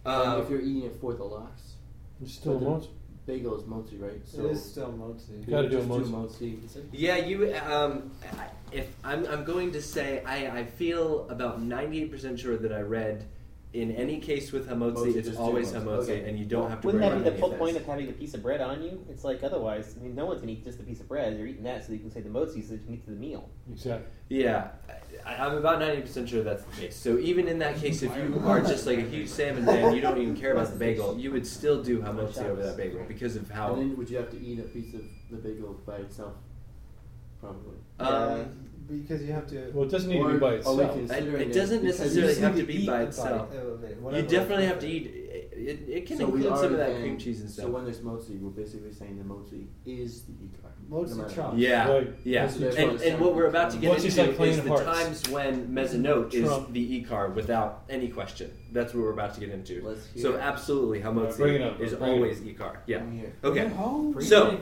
F: Uh,
E: like if you're eating it for the lox,
A: It's still
E: But the-
A: months.
E: bagel is motzi, right? So
B: it is still motzi.
E: you
A: Gotta do a
E: just
A: motzi.
E: do motzi.
F: Yeah, you. Um, I- if I'm, I'm going to say, I, I feel about 98% sure that I read. In any case with
E: Mostly
F: hamotzi, it's
E: just
F: always
E: do
F: hamotzi,
E: mostly. Okay.
F: and you don't have to
D: Wouldn't that
F: worry
D: be the
F: about any
D: whole
F: of
D: point
F: this.
D: of having a piece of bread on you? It's like otherwise, I mean, no one's gonna eat just a piece of bread. You're eating that so you can say the motzi so that you can eat to the meal.
A: Exactly.
F: Yeah, I, I'm about 90% sure that's the case. So even in that case, if you are just like a huge salmon man, you don't even care about the bagel, you would still do hamotzi over that bagel because of
E: And
F: how.
E: then would you have to eat a piece of the bagel by itself? Probably.
B: Yeah,
F: Um,
B: because you have to.
A: Well, it doesn't need to
E: Or-
A: be by
E: or we
A: itself.
E: can-
F: it,
E: Considering
F: it
E: it,
F: doesn't
E: because you
F: necessarily
E: just
F: have
E: need
F: to
E: to
F: be
E: eat
F: by
E: the
F: itself.
B: Like, oh, okay,
F: You
B: whatever.
F: definitely have to eat. It, it, it can
E: So we
F: include some
E: are
F: of that
E: then-
F: cream cheese and stuff.
E: So when there's motzi, we're basically saying the motzi is the e car.
B: Motzi chop.
F: Yeah,
A: Right.
F: yeah.
A: That's what
F: And,
E: it's
F: and what we're about to get
A: Once it's
F: into
A: like playing
F: is the
A: hearts.
F: times when mezzanote is
A: Trump.
F: the e card without any question. That's what we're about to get into.
E: Let's hear
F: So
E: it.
F: absolutely,
A: Alright, bring it
F: hamotzi
A: up,
F: is
A: bring it up.
F: always e card. Yeah.
E: I'm here.
F: Okay.
B: Oh,
F: So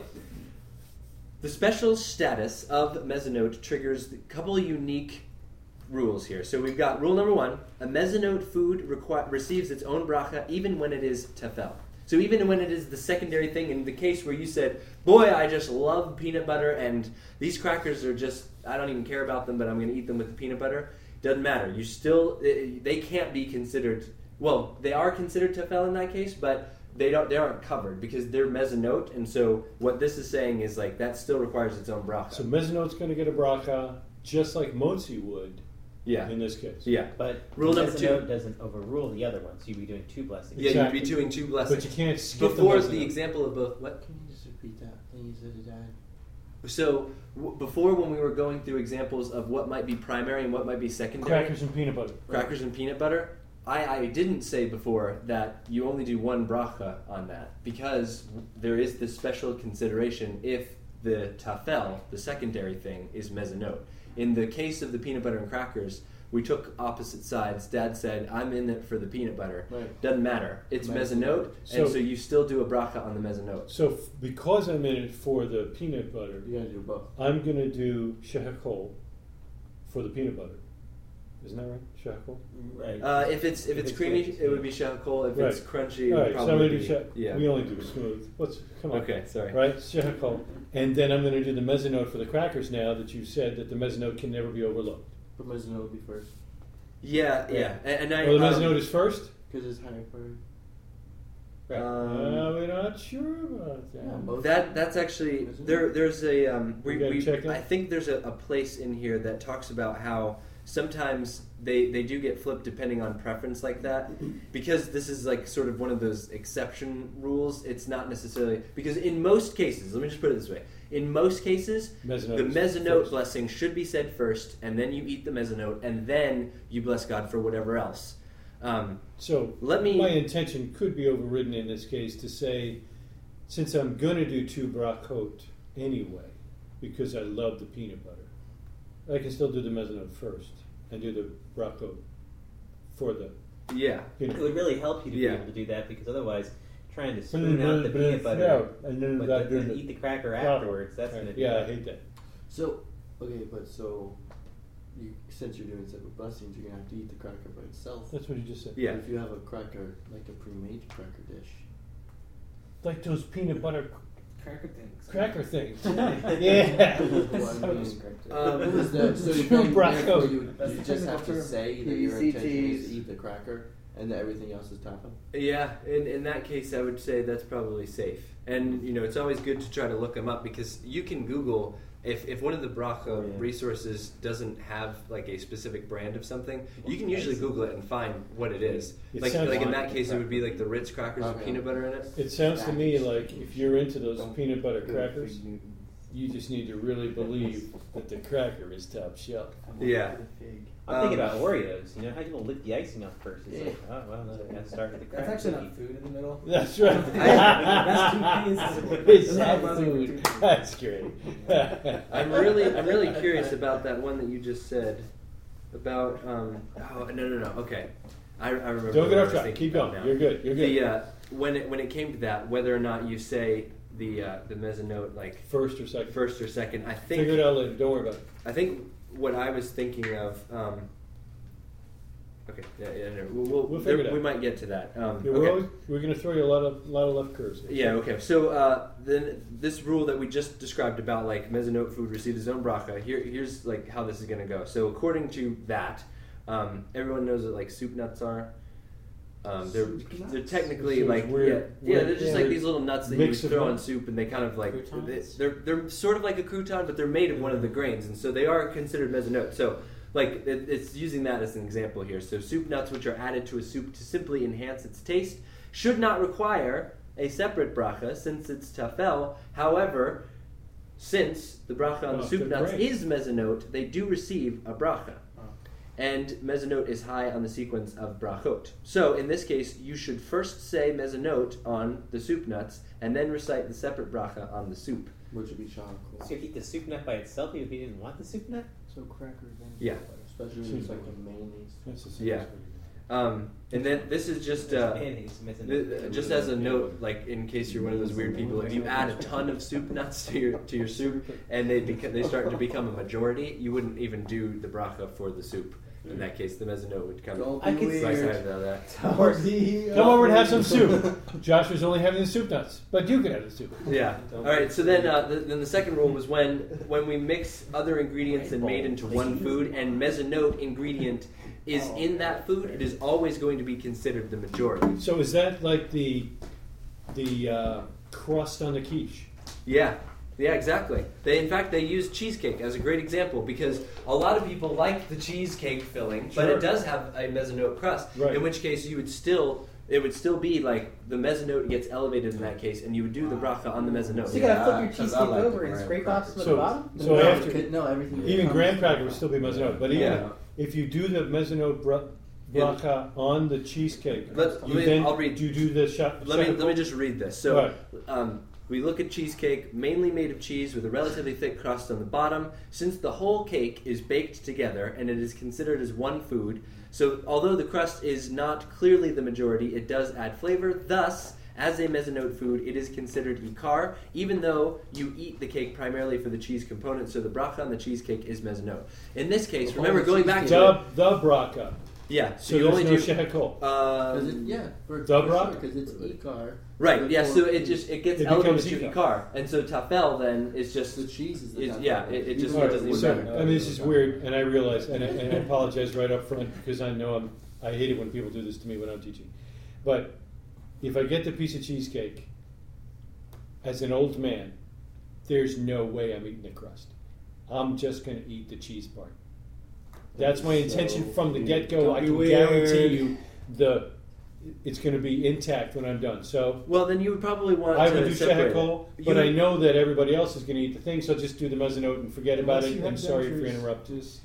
F: the special status of mezzanote triggers a couple unique rules here. So we've got rule number one: a mezzanote food requi- receives its own bracha even when it is tefel. So even when it is the secondary thing, in the case where you said, "Boy, I just love peanut butter," and these crackers are just—I don't even care about them, but I'm going to eat them with the peanut butter. Doesn't matter. You still—they can't be considered. Well, they are considered tefel in that case, but they don't they aren't covered because they're mezzanote, and so what this is saying is like that still requires its own bracha.
A: So Mezzanote's going to get a bracha just like Motzi would
F: yeah,
A: in this case.
F: yeah,
D: But
F: Rule number
D: Mezzanote
F: two.
D: doesn't overrule the other one, so you'd be doing two blessings.
F: yeah.
A: Exactly.
F: You'd be doing two
A: But you
F: blessings
A: can't skip
F: before
A: the,
F: the
A: mezzanote.
F: example of both. What?
E: Can you just repeat that thing you said to Dad?
F: So w- before, when we were going through examples of what might be primary and what might be secondary,
A: crackers and peanut butter.
F: crackers and peanut butter. I, I didn't say before that you only do one bracha on that because there is this special consideration if the tafel, the secondary thing, is mezzanote. In the case of the peanut butter and crackers, we took opposite sides. Dad said, I'm in it for the peanut butter.
E: Right.
F: Doesn't matter. It's mezzanote,
E: Mezzanote.
F: and
A: So-
F: so you still do a bracha on the mezzanote.
A: So f- because I'm in it for the peanut butter,
E: You gotta do both.
A: I'm going to do shehakol for the peanut butter. Isn't that right? Shehakol?
D: Right.
F: Uh, if it's if,
D: If
F: it's,
D: it's
F: creamy,
D: good,
F: it would be shahakol. If it's crunchy, it
A: All
F: would
A: right, so I'm
F: probably
A: going to do
F: be-
A: sheh-
F: yeah.
A: We only do smooth. What's come on?
F: Okay, sorry.
A: Right, shehakol, and then I'm going to do the mezzanote for the crackers. Now that you said that the mezzanote can never be overlooked.
E: But Mezzanote would be first.
F: Yeah, yeah,
A: Yeah.
F: And, and I
A: Well, the
F: um,
A: mezzanote is first.
E: Because it's higher for.
A: uh,
F: Um,
A: we're not sure about that.
E: Yeah, both.
F: that that's actually
E: Isn't
F: there.
E: it?
F: There's a um, we,
A: We gotta
F: we
A: check it.
F: I think there's a, a place in here that talks about how sometimes they they do get flipped depending on preference like that because this is like sort of one of those exception rules. It's not necessarily because in most cases, let me just put it this way: in most cases,
A: Mezzanote
F: the
A: is
F: mezzanote
A: first.
F: blessing should be said first, and then you eat the mezzanote, and then you bless God for whatever else. Um,
A: So
F: Let me-
A: My intention could be overridden in this case to say, since I'm going to do two brachot anyway, because I love the peanut butter, I can still do the mezzanote first and do the brachot for the
F: yeah.
A: peanut
D: It would really help you to
F: Yeah.
D: be able to do that because otherwise, trying to spoon out the peanut butter,
A: butter. And then
D: but
A: that-
D: then eat the cracker afterwards, that's going to
A: yeah, I hate that.
E: So, okay, but so, you, since you're doing separate blessings, you're gonna have to eat the cracker by itself.
A: That's what you just said.
F: Yeah.
E: If you have a cracker, like a pre-made cracker dish,
A: Like those peanut butter
H: Cracker things.
A: cracker things.
E: Well, I mean,
F: Um,
E: what was that? So you,
A: True
E: therefore
A: brachot.
E: you,
H: That's
E: you
H: the
E: just
H: technical
E: have to
H: term. E
E: say that your
C: PVC
E: intention is
C: cheese.
E: to eat the cracker, and that everything else is taco.
F: Yeah, in, in that case, I would say that's probably safe. And, you know, it's always good to try to look them up because you can Google if, if one of the bracha
D: Oh, yeah.
F: resources doesn't have like a specific brand of something, you can
D: Okay.
F: usually Google it and find what it is.
A: It
F: like
A: sounds
F: like in
A: like
F: that case, it would be like the Ritz crackers with
E: Okay.
F: peanut butter in it.
A: It sounds to me
E: Packaged.
A: like if you're into those
E: Don't
A: peanut butter
E: go
A: crackers,
E: Fig Newton.
A: you just need to really believe that the cracker is top shelf.
F: Yeah.
D: I'm thinking
F: Um,
D: about Oreos. You know, how do people lick the icing off first? It's
E: Yeah.
D: like, oh, well, no, I gotta start with the
H: That's
D: cracker.
H: actually
D: cookie.
H: not food in the middle.
A: That's right.
H: That's two peas.
A: It's not
H: That's buzzing for
A: food.
H: two peas.
A: That's great.
F: I'm really I'm really curious about that one that you just said about. Um, oh no no no okay, I, I remember.
A: Don't
F: what
A: get
F: I
A: off
F: was
A: track.
F: thinking
A: Keep
F: about
A: going.
F: now.
A: You're good. You're good.
F: The, uh, when it when it came to that, whether or not you say the uh, the mezzanote like
A: First or second.
F: first or second, I
A: Figure it
F: think
A: out later. Don't worry about it.
F: I think what I was thinking of. Um, okay, yeah, yeah, no, we'll, we'll,
A: We'll
F: there-
A: figure it out.
F: we might get to that. Um,
A: Yeah,
F: okay.
A: We're, always, we're going to throw you a lot of lot of left curves.
F: Yeah. Okay. So uh, then, this rule that we just described about like mezzanote food received his own bracha. Here, here's like how this is gonna go. So according to that, um, everyone knows what like soup nuts are. Um, they're
E: Soup nuts?
F: they're technically
A: Those
F: like
A: weird-
F: yeah, yeah
A: weird-
F: they're just
A: yeah,
F: like
A: weird
F: these little nuts that you would
A: mix of
F: throw on
A: nuts.
F: soup and they kind of like they,
B: Croutons?
F: they're they're sort of like a crouton but they're made of one of the grains and so they are considered mezzanote. So like it, it's using that as an example here. So soup nuts, which are added to a soup to simply enhance its taste, should not require a separate bracha since it's tafel. However, since the bracha on
A: Oh,
F: the soup
A: good
F: nuts
A: break.
F: is mezzanote, they do receive a bracha.
H: Oh.
F: And mezzanote is high on the sequence of brachot. So in this case, you should first say mezzanote on the soup nuts and then recite the separate bracha on the soup.
E: Which would be charcoal.
D: So you have to eat the soup nut by itself, even if you didn't want the soup nut?
E: So crackers and
F: Yeah.
E: especially if it's like a mayonnaise.
A: That's the same
F: Yeah.
A: as we do.
F: Um, and then this is just. Uh,
D: Mayonnaise, missing
F: Th- uh,
D: it.
F: Just as a note, like in case you're one of those weird people, if you add a ton of soup nuts to your to your soup and they beca- they start to become a majority, you wouldn't even do the bracha for the soup. In that case, the mezzanote would come
E: Don't be
D: I could-
E: weird.
F: right side of that.
D: Of course.
A: Come over and have some soup. Joshua's only having the soup nuts, but you can have the soup.
F: Yeah. All right. So then, uh, the, then the second rule was when when we mix other ingredients and made into one food, and mezzanote ingredient
E: Oh.
F: is in that food, it is always going to be considered the majority.
A: So is that like the the uh, crust on the quiche.
F: Yeah, yeah, exactly. They, in fact, they use cheesecake as a great example because a lot of people like the cheesecake filling, but
A: Sure.
F: it does have a mezzanote crust.
A: Right.
F: In which case, you would still, it would still be like the mezzanote gets elevated in that case, and you would do the bracha on the mezzanote.
C: So you gotta flip your
E: Yeah, 'cause I
C: cheesecake
E: like
C: over
E: the
C: and
E: graham
C: scrape off
E: crackers.
C: some of the
A: So-
C: bottom?
A: So
E: no,
A: after-
E: could- no, everything.
A: Even
E: comes
A: graham
E: with
A: cracker
E: it.
A: would still be mezzanote, but even
F: Yeah.
A: if you do the mezzanote bra-
F: Yeah.
A: bracha on the cheesecake,
F: Let- let
A: you
F: me-
A: then
F: I'll read-
A: you do the shot.
F: Let me let me just read this. So,
A: Right.
F: um, we look at cheesecake mainly made of cheese with a relatively thick crust on the bottom. Since the whole cake is baked together and it is considered as one food, so although the crust is not clearly the majority, it does add flavor. Thus. As a mezzanote food, it is considered ikar, even though you eat the cake primarily for the cheese component. So the bracha on the cheesecake is mezzanote. In this case,
E: The whole
F: remember going back to
A: Dub
E: cheesecake.
A: the bracha.
F: it- yeah. So,
A: So
F: you only
A: there's no
F: do
A: shekel.
F: uh,
E: 'Cause it- yeah, for,
A: Dub
E: for
A: rock?
E: because it's E ikar.
F: Right.
E: But
F: Yeah.
E: for-
F: So it just it gets
A: It
F: elevated
A: becomes
F: to
A: Ikar.
F: car, and so tafel then is just
E: The cheese is the
F: is-
E: top
F: yeah,
E: of
F: it- it just-
E: Even
A: All
E: if
A: right,
E: it
F: doesn't
A: so,
E: wasn't-
A: I mean, this is weird, and I realize, and I, and I apologize right up front because I know I'm, I hate it when people do this to me when I'm teaching. But if I get the piece of cheesecake as an old man, there's no way I'm eating the crust. I'm just going to eat the cheese part. That's my intention from the get go. I
B: Don't be
A: can
B: weird.
A: guarantee you the it's going to be intact when I'm done. So
F: well. Then you would probably want
A: I
F: to
A: would do
F: separate it.
A: shekel,
F: You
A: but I
F: would-
A: know that everybody else is going to eat the thing, so just do the mezzanote and forget about
B: Unless you
A: it.
B: have
A: I'm sorry for
B: dentures,
A: interrupting.
B: just-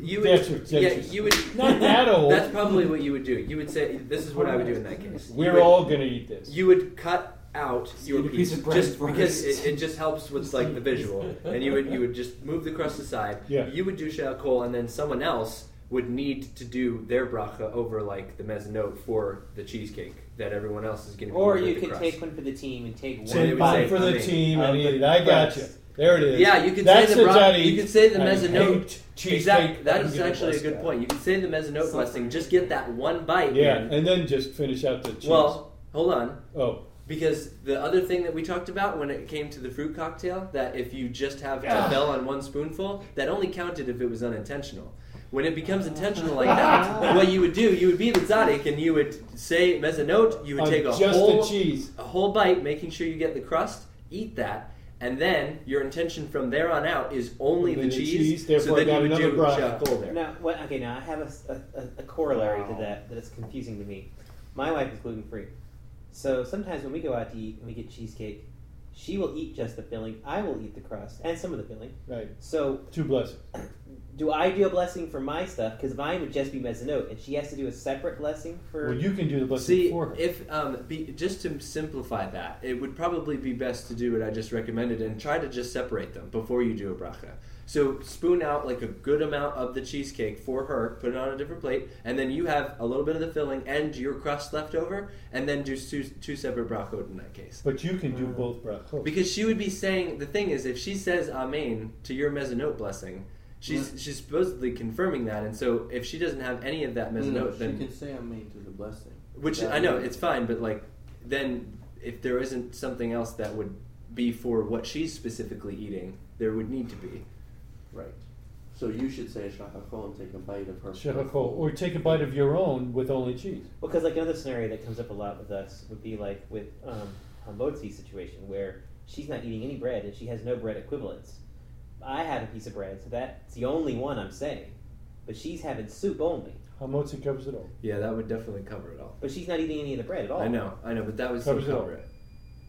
F: You would,
A: Dentures,
F: yeah,
A: dentures.
F: you would.
A: Not that old.
F: That's probably what you would do. You would say, "This is what I would do in that case." You
A: We're
F: would-
A: all going to eat this.
F: You would cut out your
B: eat a
F: piece,
B: piece of bread
F: just
B: first.
F: because it, it just helps with like the visual, and you would you would just move the crust aside.
A: Yeah.
F: You would do shekel, and then someone else would need to do their bracha over like the mezzanote for the cheesecake that everyone else is going to.
D: Or you could take one for the team and take
F: So they
A: Say
D: one.
F: would say,
A: for
F: I
A: the
F: mean,
A: team and
D: um,
A: eat it. I got you. There it is.
F: Yeah, you could
A: That's
F: say the
A: what
F: bra-
A: I'd
F: you
A: eat.
F: could say the
A: I
F: mezzanote.
A: hate cheesecake.
F: Exactly. That
A: I'm
F: is
A: gonna
F: actually a
A: bless
F: good
A: that.
F: point. You can say the mezzanote blessing. Just get that one bite.
A: Yeah,
F: in.
A: and then just finish out the cheese.
F: Well, hold on,
A: oh,
F: because the other thing that we talked about when it came to the fruit cocktail, that if you just have tafel on one spoonful, that only counted if it was unintentional. When it becomes intentional like that, what you would do, you would be the tzaddik and you would say mezzanote. You would
A: on
F: take a
A: Uh, just
F: whole
A: the cheese.
F: a whole bite, making sure you get the crust, eat that, and then your intention from there on out is only the,
A: Only the cheese,
F: cheese. so
A: therefore
F: then
A: I got
F: you would
A: another
F: do
A: bracha.
F: charcoal there.
D: Now, what, okay, now I have a, s- a- a- a corollary to that that is confusing to me. My wife is gluten free. So sometimes when we go out to eat and we get cheesecake, she will eat just the filling, I will eat the crust and some of the filling.
A: Right.
D: So
A: Two blessings.
D: do I do a blessing for my stuff? Because mine would just be mezzanote, and she has to do a separate blessing for.
A: Well, you can do the blessing
F: See,
A: for her.
F: if um, be, just to simplify that, it would probably be best to do what I just recommended and try to just separate them before you do a bracha. So spoon out like a good amount of the cheesecake for her, put it on a different plate, and then you have a little bit of the filling and your crust left over, and then do two, two separate brachot in that case.
A: but you can do both brachos.
F: Because she would be saying the thing is if she says amen to your mezzanote blessing, she's she's supposedly confirming that, and so if she doesn't have any of that mezzanote,
E: No, Mm, she
F: then
E: can say I'm made to the blessing.
F: which I know it's fine, but like then if there isn't something else that would be for what she's specifically eating, there would need to be.
E: Right. So you should say shahakol and take a bite of her.
A: Shekel, or take a bite of your own with only cheese.
D: Well, because like another scenario that comes up a lot with us would be like with um, Hamotzi situation where she's not eating any bread and she has no bread equivalents. I have a piece of bread, so that's the only one I'm saying. But she's having soup only.
A: Hamotzi covers it all.
F: Yeah, that would definitely cover it all.
D: But she's not eating any of the bread at all.
F: I know, I know, but that would still
A: Covers it all.
F: cover it.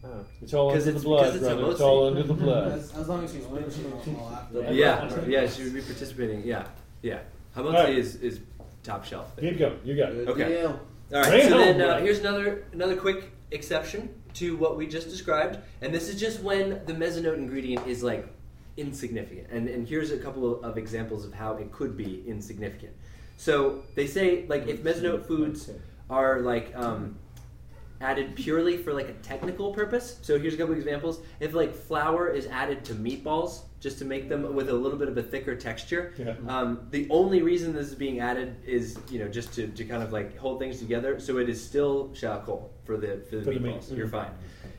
D: Oh.
A: It's all
F: 'Cause
A: under the
F: it's-
A: blood,
F: because it's
A: brother. It's
F: Hamotzi.
A: all under the blood.
H: As, as long as she's bitching them all after.
E: Yeah.
F: Yeah, yeah, she would be participating. Yeah, yeah. Hamotzi
A: Alright.
F: is is top shelf.
A: Keep going. You got it.
E: Good
F: Okay.
E: deal.
F: All right.
A: Bring it
F: So then,
A: home,
F: uh,
A: Will.
F: here's another another quick exception to what we just described, and this is just when the mezzanote ingredient is like insignificant. And and here's a couple of, of examples of how it could be insignificant. So they say like if mezzanote foods are like um, added purely for like a technical purpose. So here's a couple examples. If like flour is added to meatballs just to make them with a little bit of a thicker texture,
A: Yeah.
F: um, the only reason this is being added is you know just to, to kind of like hold things together. So it is still charcoal for the for the
A: For the Mm-hmm.
F: meatballs.
A: meat.
F: You're fine.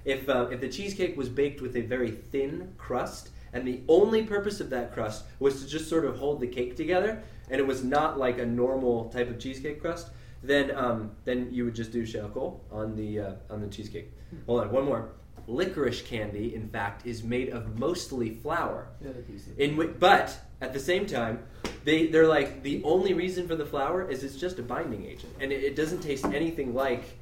F: If uh, if the cheesecake was baked with a very thin crust. And the only purpose of that crust was to just sort of hold the cake together, and it was not like a normal type of cheesecake crust then um, then you would just do shekel on the uh, on the cheesecake.
A: Hmm.
F: Hold on, one more. Licorice candy, in fact, is made of mostly flour.
E: The other piece of-
F: In whi- but at the same time, they they're like the only reason for the flour is it's just a binding agent, and it, it doesn't taste anything like.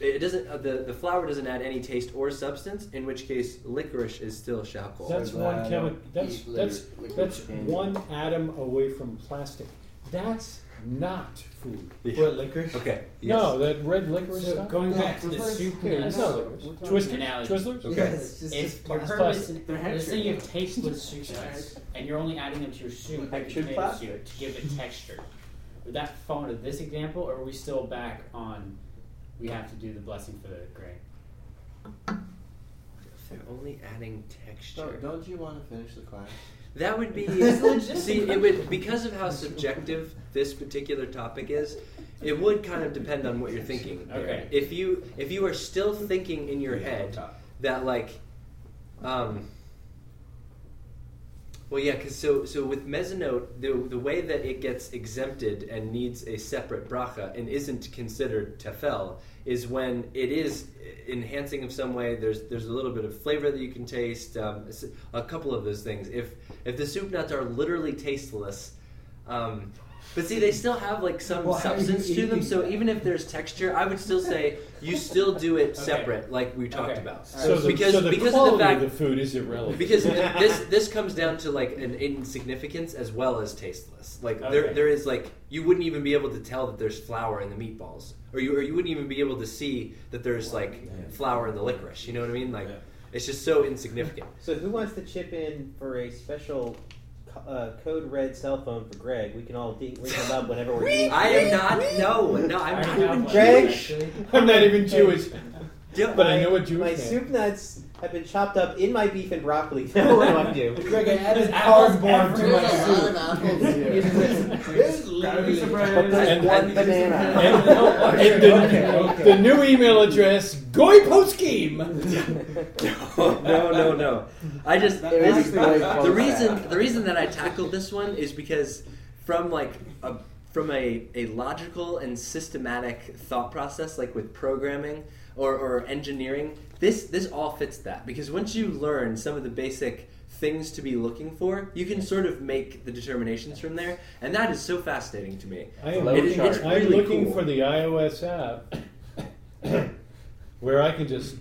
F: It doesn't. Uh, the the flour doesn't add any taste or substance. In which case, licorice is still charcoal.
A: That's
E: glad I
A: one chemi-
E: don't
A: That's
E: eat
A: that's
E: liquor-
A: that's
E: liquor candy.
A: one atom away from plastic. That's not food.
F: Yeah.
B: What licorice?
F: Okay.
A: No, that red liquor
G: So
A: stuff.
G: going
E: Yeah,
G: back to
E: we're
G: the
E: playing
G: soup
E: here,
G: nuts
E: no.
A: Twister,
G: analogy,
A: Twizzlers.
F: Okay.
E: Yeah, it's just
G: it's
E: it's
G: your
E: plastic.
G: purpose.
H: They're
G: This thing
H: hamstring.
G: you have tasteless soup nuts, and you're only adding them to your soup, like
C: Textured
G: your tomato
C: plastic.
G: soup, to give it texture. Would that fall into this example, or are we still back on? We have to do the blessing for the grain.
F: They're only adding texture.
E: Don't, don't you want to finish the class?
F: That would be
E: It's legit.
F: see it would because of how subjective this particular topic is. It would kind of depend on what you're thinking.
G: Okay.
F: If you if you are still thinking in your head that like, um. Well, yeah, because so so with mezzanote, the the way that it gets exempted and needs a separate bracha and isn't considered tefel is when it is enhancing in some way. There's there's a little bit of flavor that you can taste. Um, s- a couple of those things. If if the soup nuts are literally tasteless, um, but see, they still have like some
B: Why are you
F: substance to them.
B: eating
F: So
B: that?
F: even if there's texture, I would still say you still do it separate, like we talked
G: Okay.
F: about.
A: So the,
F: because
A: so the
F: because
A: quality
F: of the fact
A: of the food is irrelevant.
F: because th- this this comes down to like an insignificance as well as tasteless. Like there
G: Okay.
F: there is like you wouldn't even be able to tell that there's flour in the meatballs, or you or you wouldn't even be able to see that there's like flour in the licorice. You know what I mean? Like it's just so insignificant.
D: So who wants to chip in for a special co- uh, code red cell phone for Greg? We can all de- ring him up whenever we're eating.
F: I am not. No, no,
G: I
F: I'm
G: already
F: not.
G: have one,
D: Greg?
G: actually.
A: I'm not even Jewish,
F: Yeah,
A: but I know what Jewish man.
D: My soup nuts have been chopped up in my beef and broccoli. Now what do I do?
B: Greg, I added
G: Apples
B: cardboard to
G: everywhere.
B: my
E: There's a lot of
B: soup.
E: apples here.
B: There's literally-
E: But there's
A: And-
E: one
A: and-
E: banana.
A: and-
B: Okay,
A: and the,
B: okay, okay.
A: the new email address, goyposcheme.
F: no, no, no. I just
H: That-
E: There
F: this-
E: is
H: that's
E: the way
F: the
E: folks
F: reason
E: act.
F: the reason that I tackled this one is because from like a from a, a logical and systematic thought process like with programming or, or engineering this this all fits that because once you learn some of the basic things to be looking for you can sort of make the determinations from there and that is so fascinating to me
A: I am
E: Flow
A: looking,
E: chart.
A: I'm
F: Really
A: looking
F: cool.
A: for the iOS app where I can just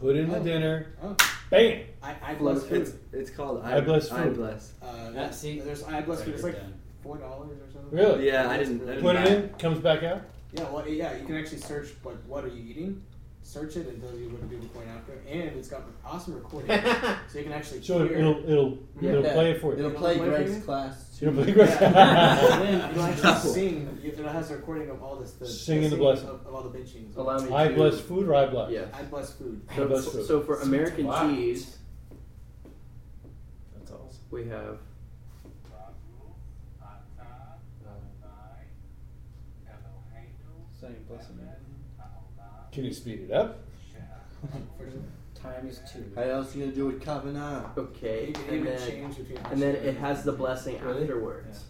A: put in the
H: Oh.
A: dinner,
H: Oh.
A: bam.
H: I, I bless
F: it's,
H: food.
F: it's called
A: I bless
F: I
A: food.
F: bless
H: Uh,
G: That- see,
H: there's I bless food. It's like
G: Done.
H: four dollars or something.
A: Really?
F: yeah I didn't, I didn't
A: Put it
F: buy
A: in, comes back out.
H: Yeah, well, yeah, you can actually search like what are you eating. Search it and tells you what to do before and after, and it's got awesome recording, so you can actually
A: So
H: hear.
A: it'll it'll
H: Yeah.
A: it'll play it for you.
E: It'll
H: You
E: play
H: know what I'm
E: Greg's
H: doing?
E: class too.
A: It'll play
H: and
A: great.
H: then you'll actually sing. You- It has a recording of all this. The,
A: Singing the
H: singing
A: blessing.
H: of, of all the benchings.
E: Allow me
A: I
E: to-
A: bless food or I bless.
E: Yeah.
H: I bless food.
A: I
E: So,
A: bless
E: so,
A: food.
E: so for American
G: Wow.
E: cheese,
B: That's awesome.
E: we have
B: It's not even blessing me.
A: Can you speed it up?
G: Time is two.
E: How else you gonna do with Kavanaugh?
H: You
E: Okay,
H: can
E: and
H: even
E: then
H: change between.
E: and then it has the blessing
B: Really?
E: afterwards.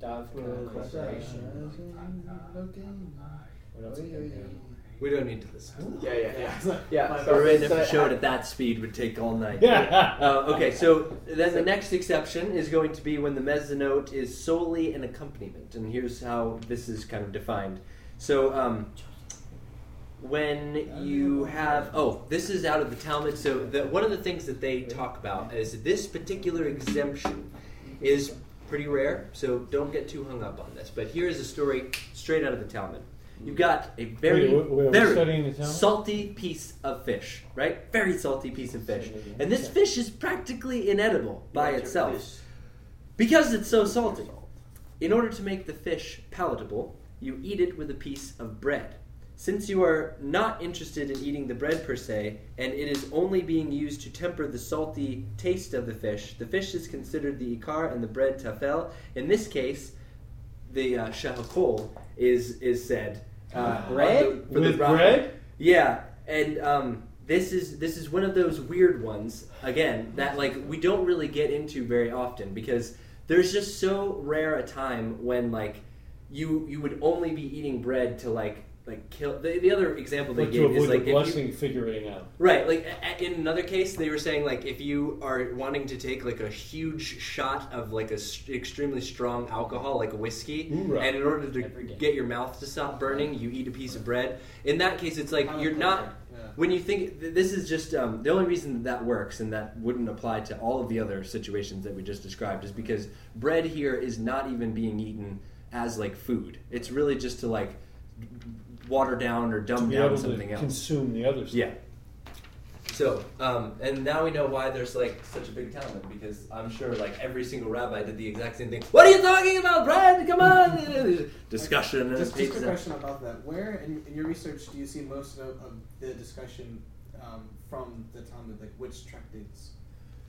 G: Dove Corporation. What else? can I do?
F: it we don't need to listen
E: Yeah, yeah, yeah.
H: Yeah. uh,
E: Yeah,
F: But
E: so,
F: right, if
E: so
F: a
E: it
F: show it at that speed would take all night.
A: Yeah.
F: Uh, okay, so then the next exception is going to be when the mezzanote is solely an accompaniment, and here's how this is kind of defined. So um, when you have oh, this is out of the Talmud. So the, one of the things that they talk about is this particular exemption is pretty rare. So don't get too hung up on this. But here is a story straight out of the Talmud. You've got a very
A: Wait, wait, wait, we're
F: very
A: studying the Talmud?
F: salty piece of fish, right? Very salty piece of fish. And this fish is practically inedible by itself because it's so salty. In order to make the fish palatable, you eat it with a piece of bread. Since you are not interested in eating the bread per se, and it is only being used to temper the salty taste of the fish, the fish is considered the ikar and the bread tafel. In this case, the uh, shahakol is is said uh,
D: Bread?
F: on the- for the
A: With
F: broth-
A: bread?
F: yeah, and um, this is this is one of those weird ones again that like we don't really get into very often because there's just so rare a time when like you you would only be eating bread to like like kill. The, the other example they
A: But to
F: gave is
A: avoid
F: like
A: the
F: if you,
A: blessing figuring out.
F: Right, like a- a- in another case, they were saying like if you are wanting to take like a huge shot of like a s- extremely strong alcohol, like a whiskey,
A: Oorah.
F: and in order to
G: Every day.
F: get your mouth to stop burning, you eat a piece of bread. In that case, it's like
C: I'm
F: you're
C: okay.
F: not.
H: Yeah.
F: When you think th- this is just um, the only reason that, that works, and that wouldn't apply to all of the other situations that we just described, is because bread here is not even being eaten as like food. It's really just to like water down or
A: To
F: dumb
A: be
F: down
A: able
F: something
A: to
F: else.
A: consume the other stuff.
F: Yeah. So, um, and now we know why there's like such a big Talmud because I'm sure like every single rabbi did the exact same thing. What are you talking about, Brad? Come on! You know, there's Discussion and
H: Just,
F: it's
H: just a question about that. Where in, in your research do you see most of, of the discussion um, from the Talmud? Like which tractates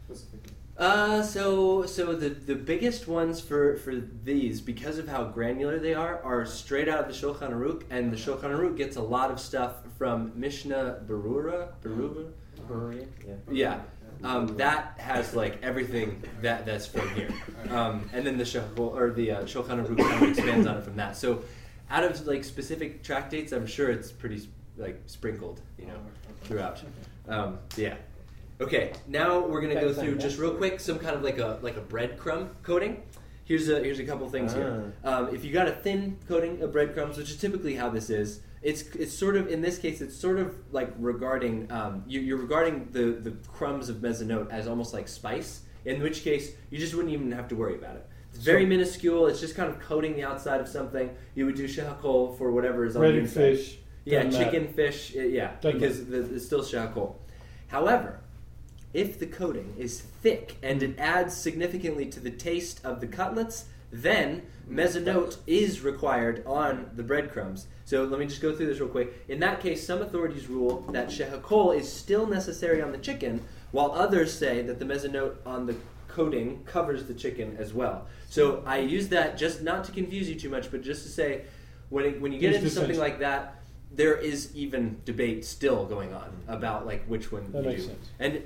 H: specifically?
F: Uh, so so the the biggest ones for for these because of how granular they are are straight out of the Shulchan Aruch, and the Shulchan Aruch gets a lot of stuff from Mishnah Berurah, Berurah, Berurah.
D: Yeah.
F: yeah. Um, that has like everything that that's from here, um, and then the Shul- or the uh, Shulchan Aruch kind of expands on it from that. So, out of like specific tractates, I'm sure it's pretty like sprinkled, you know, throughout. Um, yeah. Okay. Now we're gonna go through just real quick some kind of like a like a breadcrumb coating. Here's a here's a couple things here. Um, if you got a thin coating of breadcrumbs, which is typically how this is, it's it's sort of in this case it's sort of like regarding um, you, you're regarding the the crumbs of mezzanote as almost like spice. In which case you just wouldn't even have to worry about it. It's very minuscule. It's just kind of coating the outside of something. You would do shahakol for whatever is on the
A: Breaded
F: inside.
A: fish.
F: Yeah,
A: doesn't matter.
F: chicken, fish. i- Yeah,
A: Doesn't
F: because the, it's still charcoal. However, if the coating is thick and it adds significantly to the taste of the cutlets, then mezzanote is required on the breadcrumbs. So let me just go through this real quick. In that case, some authorities rule that shehakol is still necessary on the chicken, while others say that the mezzanote on the coating covers the chicken as well. So I use that just not to confuse you too much, but just to say when it, when you get
A: Just
F: into
A: to
F: something
A: sense-
F: like that, there is even debate still going on about like which one
A: That
F: you
A: makes
F: do.
A: sense.
F: And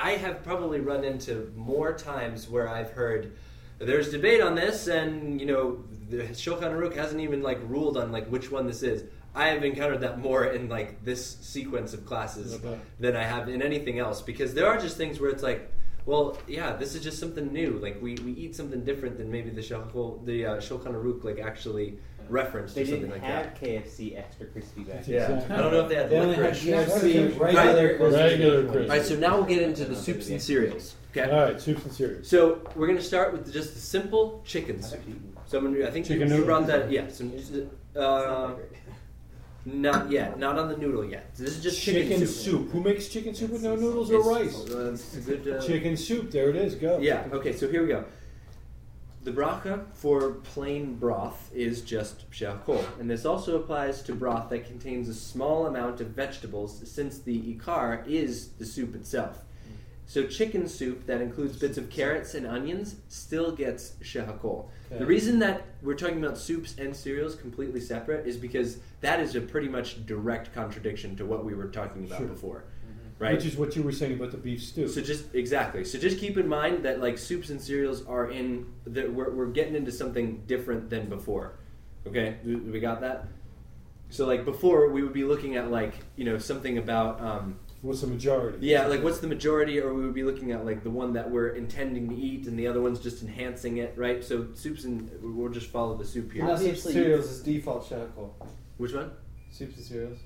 F: I have probably run into more times where I've heard there's debate on this, and you know the Shulchan Aruch hasn't even like ruled on like which one this is. I have encountered that more in like this sequence of classes
A: Okay.
F: than I have in anything else because there are just things where it's like, well, yeah, this is just something new. Like we, we eat something different than maybe the Shulchan, the uh, Shulchan Aruch like actually referenced
D: They
F: or something
D: didn't
F: like
D: have
F: that.
D: KFC extra crispy back.
A: Yeah.
F: I don't know if they had
B: They only had
F: licorice.
B: KFC
D: Right.
B: regular.
A: Regular
B: Christmas.
F: All right, so now we'll get into the soups and cereals. Okay.
A: All right, soups and cereals.
F: So we're gonna start with just the simple chicken soup. So I'm gonna, I think
A: Chicken
F: you
A: noodle?
F: brought that. Yeah. Some, uh, not yet. Not on the noodle yet. So this is just chicken,
A: chicken soup. Who makes chicken soup with no noodles or
F: It's-
A: rice?
F: uh, it's a good, uh,
A: Chicken soup. There it is. Go.
F: Yeah. Okay. So here we go. The bracha for plain broth is just shakol, and this also applies to broth that contains a small amount of vegetables, since the ikar is the soup itself. So chicken soup that includes bits of carrots and onions still gets shehakol. The reason that we're talking about soups and cereals completely separate is because that is a pretty much direct contradiction to what we were talking about
A: Sure.
F: before, right?
A: Which is what you were saying about the beef stew.
F: So just exactly. So just keep in mind that like soups and cereals are in that we're we're getting into something different than before. Okay, we we got that. So like before, we would be looking at like you know something about um,
A: What's the majority?
F: yeah like what's the majority, or we would be looking at like the one that we're intending to eat, and the other one's just enhancing it, right? So soups and we'll just follow the soup here.
B: Now,
D: Obviously-
B: cereals is default shackle.
F: Which one?
B: Soups and cereals.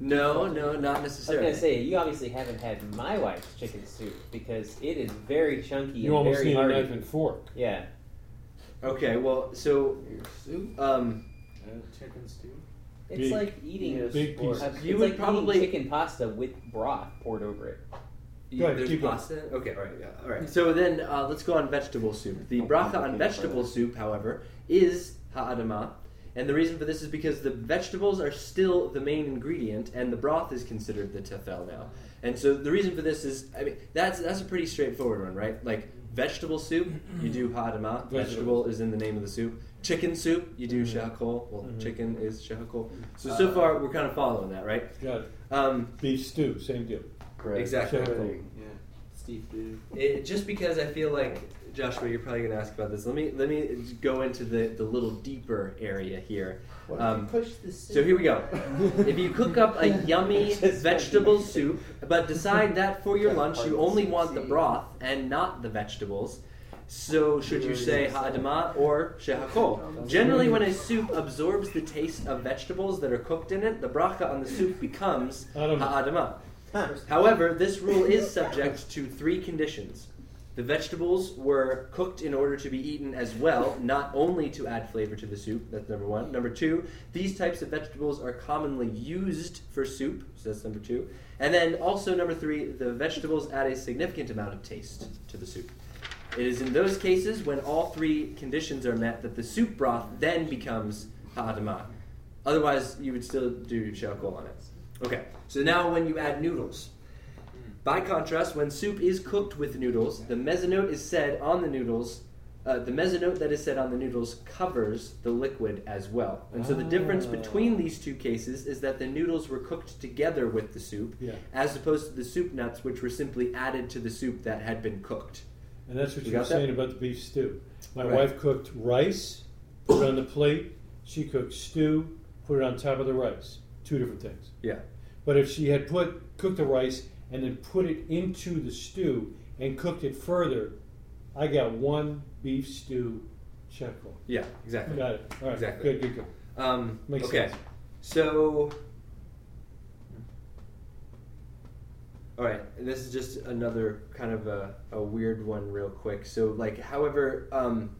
F: No, no, not
D: I was
F: necessarily.
D: gonna say you obviously haven't had my wife's chicken soup because it is very chunky
A: You
D: and
A: almost
D: very
A: need
D: hearty.
A: a knife and fork.
D: Yeah,
F: Okay, well, so
E: Your soup?
F: um,
H: Chicken stew.
D: it's
A: Big-
D: like eating.
C: Yes.
A: Big
C: Or-
A: piece.
D: it's
F: You
D: like
F: would
D: eating
F: probably-
D: chicken pasta with broth poured over it.
A: Go ahead,
F: There's
A: keep going.
F: pasta. Okay, all right, yeah, all right. So then uh, let's go on vegetable soup.
A: Oh,
F: The bracha on vegetable soup, however, is ha'adama, and the reason for this is because the vegetables are still the main ingredient, and the broth is considered the tefel now. And so the reason for this is, I mean, that's that's a pretty straightforward one, right? Like vegetable soup, you do ha'adama. Vegetable is in the name of the soup. Chicken soup, you
A: Mm-hmm.
F: do shahakol. Well, chicken is shahakol. So
A: Uh,
F: so far we're kind of following that, right?
A: Got it.
F: Um,
A: Beef stew, same deal.
F: exactly.
A: Shahakol.
E: Steve, dude.
F: It, just because I feel like Joshua, you're probably going to ask about this. Let me let me go into the, the little deeper area here.
E: What
F: Um,
E: if you push the
F: So here we go. If you cook up a yummy
D: Just
F: vegetable
D: fucking-
F: soup, but decide that for your
E: That
F: lunch
E: part
F: you
E: of the
F: only want the
E: CC.
F: broth and not the vegetables, so should you
E: Really
F: say
E: is.
F: ha'adama or shehakol? Generally, when a soup absorbs the taste of vegetables that are cooked in it, the bracha on the soup becomes
A: I don't know.
F: ha'adama. However, this rule is subject to three conditions. The vegetables were cooked in order to be eaten as well, not only to add flavor to the soup. That's number one. Number two, these types of vegetables are commonly used for soup. So that's number two. And then also number three, the vegetables add a significant amount of taste to the soup. It is in those cases when all three conditions are met that the soup broth then becomes ha'adama. Otherwise, you would still do shakol on it. Okay, so now when you add noodles. By contrast, when soup is cooked with noodles, the mezzanote is said on the noodles. Uh, the mezzanote that is said on the noodles covers the liquid as well. And so the difference
A: Ah.
F: between these two cases is that the noodles were cooked together with the soup,
A: Yeah,
F: as opposed to the soup nuts, which were simply added to the soup that had been cooked.
A: and that's what
F: You
A: you were
F: got that?
A: saying about the beef stew. My
F: Right.
A: wife cooked rice, put it on the plate. She cooked stew, put it on top of the rice. Two different things.
F: Yeah.
A: But if she had put cooked the rice and then put it into the stew and cooked it further, I got one beef stew checkbook.
F: Yeah, exactly.
A: Got it. All right.
F: Exactly.
A: Good. Good. Good.
F: Um,
A: Makes
F: okay.
A: sense.
F: So, all right, this is just another kind of a, a weird one, real quick. So, like, however, um,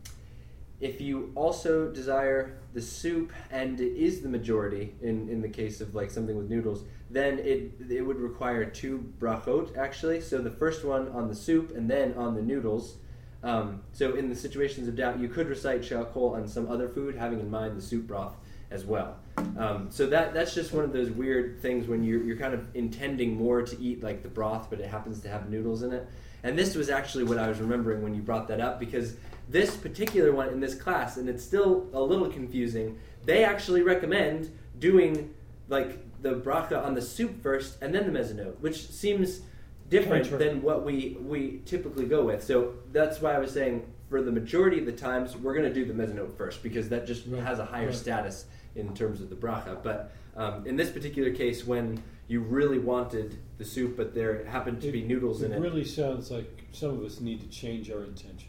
F: if you also desire the soup and it is the majority in, in the case of like something with noodles, then it it would require two brachot actually. So the first one on the soup and then on the noodles. Um, so in the situations of doubt, you could recite shakol on some other food, having in mind the soup broth as well. Um, so that that's just one of those weird things when you're you're kind of intending more to eat like the broth, but it happens to have noodles in it. And this was actually what I was remembering when you brought that up because this particular one in this class, and it's still a little confusing. They actually recommend doing like the bracha on the soup first and then the mezzanote, which seems different
A: Counter.
F: than what we we typically go with. So that's why I was saying for the majority of the times we're going to do the mezzanote first because that just
A: Right.
F: has a higher
A: Right.
F: status in terms of the bracha. But um, in this particular case, when you really wanted the soup, but there happened to be noodles in
A: It
F: it,
A: really sounds like some of us need to change our intentions.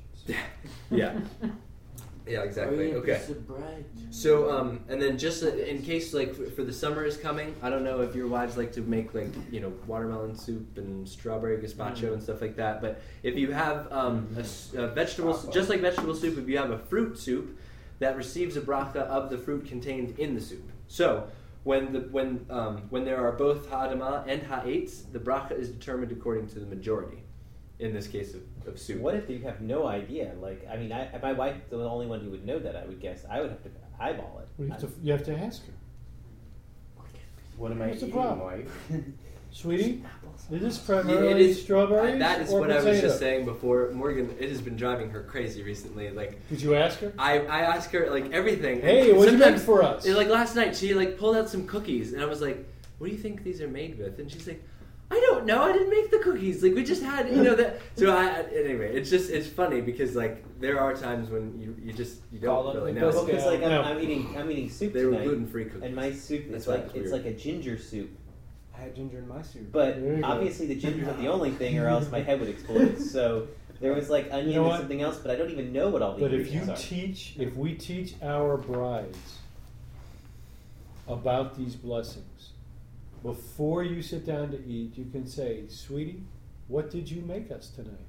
F: yeah, yeah, exactly.
E: Hurry up,
F: Okay.
E: It's a bread.
F: So, um, and then just uh, in case, like, f- for the summer is coming, I don't know if your wives like to make, like, you know, watermelon soup and strawberry gazpacho and stuff like that, but if you have um, a, s- a vegetable, just like vegetable soup, if you have a fruit soup that receives a bracha of the fruit contained in the soup. So, when the when um, when there are both ha'adama and ha'etz, the bracha is determined according to the majority, in this case of, of soup.
D: What if you have no idea? Like, I mean, I, my wife, the only one who would know that, I would guess. I would have to eyeball it.
A: Well, you, have to, you have to ask her,
C: What am I
A: What's the
C: eating,
A: problem?
C: wife?
A: sweetie. Is this
F: Yeah,
A: primarily
F: it is
A: strawberries?
F: I- that is
A: or
F: what I was
A: potato?
F: just saying before. Morgan, it has been driving her crazy recently. Like
A: Did you ask her?
F: I, I ask her like everything.
A: Hey, what do you make
F: Sometimes-
A: for us?
F: and, Like last night, she like pulled out some cookies, and I was like, "What do you think these are made with?" And she's like, "I don't know. I didn't make the cookies. Like we just had, you know that." So I I- anyway, it's just it's funny because like there are times when you you just you don't
B: Call up
F: really
B: the
F: know.
D: Well, because like I'm,
A: No.
D: I'm eating, I'm eating soup
F: They were
D: tonight,
F: gluten free cookies.
D: and my soup
F: That's
D: is
F: why it
D: like
F: was
D: it's
F: weird.
D: like a ginger soup.
H: I had ginger in my soup.
D: But
A: There you go.
D: obviously the ginger's not the only thing, or else my head would explode. So there was like onion
A: know
D: and
A: what?
D: something else, but I don't even know what all the
A: But if you
D: ingredients are.
A: teach, if we teach our brides about these blessings, before you sit down to eat, you can say, Sweetie, what did you make us tonight?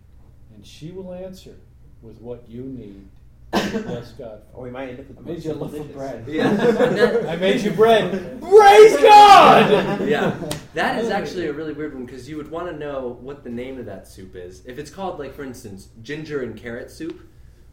A: And she will answer with what you need. to Bless God.
D: or we might end up with
B: I made you a
D: multiple
B: loaf of
D: dishes.
B: bread.
F: Yeah.
A: I made you bread.
B: Praise
A: God!
F: yeah, that is actually a really weird one because you would want to know what the name of that soup is. If it's called, like for instance, ginger and carrot soup,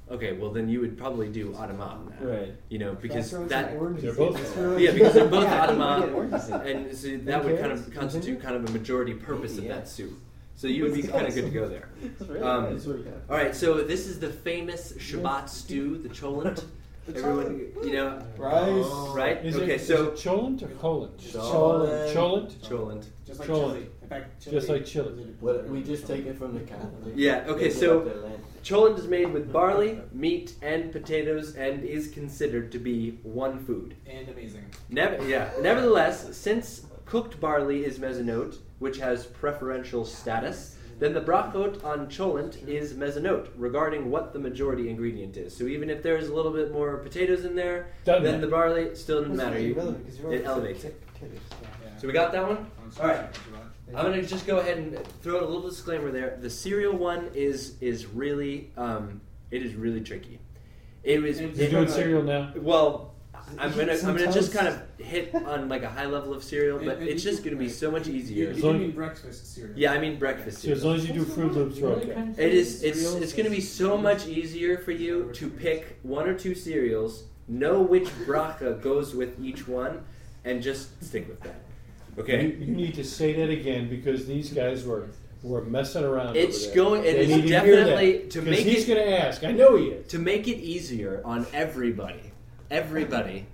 F: okay, well then you would probably do adama on that,
D: Right.
F: you know, because
H: That's
F: that
H: some oranges
A: They're
H: in
A: both-
H: it.
F: yeah, because they're both
D: Yeah, I think we
F: adama,
D: get oranges in it.
F: and so that would kind of
B: carrots,
F: constitute kind of a majority purpose
D: Maybe, yeah.
F: of that soup. So you would be kind of good to go there.
D: It's really
F: Um,
D: good.
E: That's what we got.
F: All right, so this is the famous Shabbat stew, the cholent. Everyone, you know,
B: Rice.
F: right?
A: Is
F: okay,
A: it, is
F: so
A: it cholent or cholent?
E: Cholent.
A: Cholent.
F: cholent.
H: Just like
A: Chili.
H: chili. In fact, chili.
A: Just like chili.
E: What, we just take it from the cat.
F: Yeah, okay, so- Cholent is made with barley, meat, and potatoes, and is considered to be one food.
H: and amazing.
F: Never, yeah. Nevertheless, since cooked barley is mezzanote, which has preferential status, then the brachot on cholent is mezzanote, regarding what the majority ingredient is. So even if there's a little bit more potatoes in there,
A: Doesn't
F: then
A: matter.
F: the barley still doesn't matter. You-
E: Irrelevant, 'cause you're
F: it
E: already
F: elevates
E: said
H: Yeah.
F: So we got that one.
H: On
F: All right.
H: Spotify,
F: I'm gonna just go ahead and throw out a little disclaimer there. The cereal one is is really um, it is really tricky. It was
H: And
A: You're doing cereal now.
F: well, I'm
E: Eat
F: gonna
E: some
F: I'm gonna just
E: toast.
F: kind of hit on like a high level of cereal, but
H: And- and
F: it's
H: you-
F: just gonna be so much
H: You,
F: easier.
H: you mean breakfast cereal?
F: Yeah, I mean breakfast
A: So as
F: cereal.
A: long as you do Fruit Loops, you're okay.
F: It is it's it's gonna be so much easier for you to pick one or two cereals, know which bracha goes with each one, and just stick with that. Okay.
A: You, you need to say that again because these guys were were messing around. over
F: It's
A: there.
F: going. It
A: They
F: is
A: need to hear that,
F: definitely to
A: 'cause
F: make
A: he's
F: it
A: going to ask. I know he is.
F: to make it easier on everybody. Everybody,